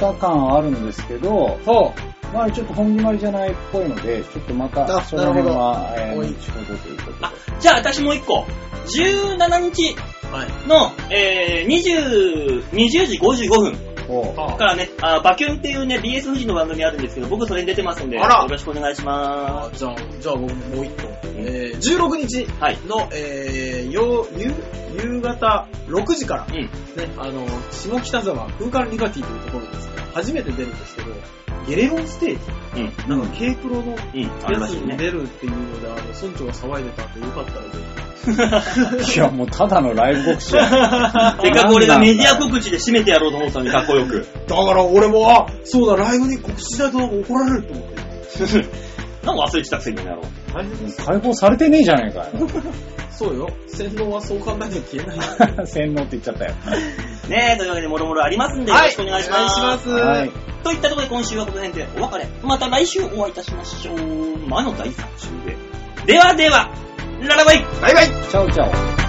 Speaker 4: た感はあるんですけど、
Speaker 5: は
Speaker 4: まあちょっと本決まりじゃないっぽいので、ちょっとまた、
Speaker 5: あ
Speaker 4: その辺は、
Speaker 5: な
Speaker 4: え
Speaker 5: るほ
Speaker 4: ー、
Speaker 5: ど
Speaker 4: 後ほどということで。
Speaker 2: じゃあ私もう一個。17日
Speaker 3: はい。
Speaker 2: の、えー、20、20時55分
Speaker 4: おう
Speaker 2: からね、あバキュンっていうね、BS 富士の番組あるんですけど、僕それに出てますんで、
Speaker 3: あら
Speaker 2: よろしくお願いしま
Speaker 3: あじゃあ、じゃあ僕もう一個。
Speaker 2: ん
Speaker 3: えー、16日
Speaker 2: す。はい。
Speaker 3: の、えー、よ夕夕方6時から、
Speaker 2: うん。
Speaker 3: ね、あの、下北沢空間リバティというところですね、初めて出るんですけど、ゲレロンステージ、
Speaker 2: うん。
Speaker 3: なんか K プロの
Speaker 2: うん。あれ
Speaker 3: や
Speaker 2: ら
Speaker 3: つ
Speaker 2: しい
Speaker 3: に
Speaker 2: ね。
Speaker 3: 出るっていうので、あの、村長が騒いでたんで、よかったらぜ
Speaker 4: いや、もうただのライブ告知だよ
Speaker 2: せっかく俺がメディア告知で締めてやろうと思ったのに、かっこよ く。
Speaker 3: ひ。だから俺も、あ、そうだ、ライブに告知しないとなんか怒られると思って。
Speaker 2: なんか忘れてたくせにやろう。
Speaker 3: 大変です。
Speaker 4: 解放されてねえじゃねえか
Speaker 3: そうよ。洗脳はそう簡単には消えない。
Speaker 4: よ。 洗脳って言っちゃったよ。
Speaker 2: ねえ、というわけで、もろもろありますんで、よろしくお願いします。
Speaker 3: お願
Speaker 4: はいい
Speaker 3: し。
Speaker 2: といったところで今週はこの辺でお別れ。また来週お会いいたしましょう。魔の第3週で。ではでは、ララバイ
Speaker 3: ます。バイバイ
Speaker 4: チャオチャオ。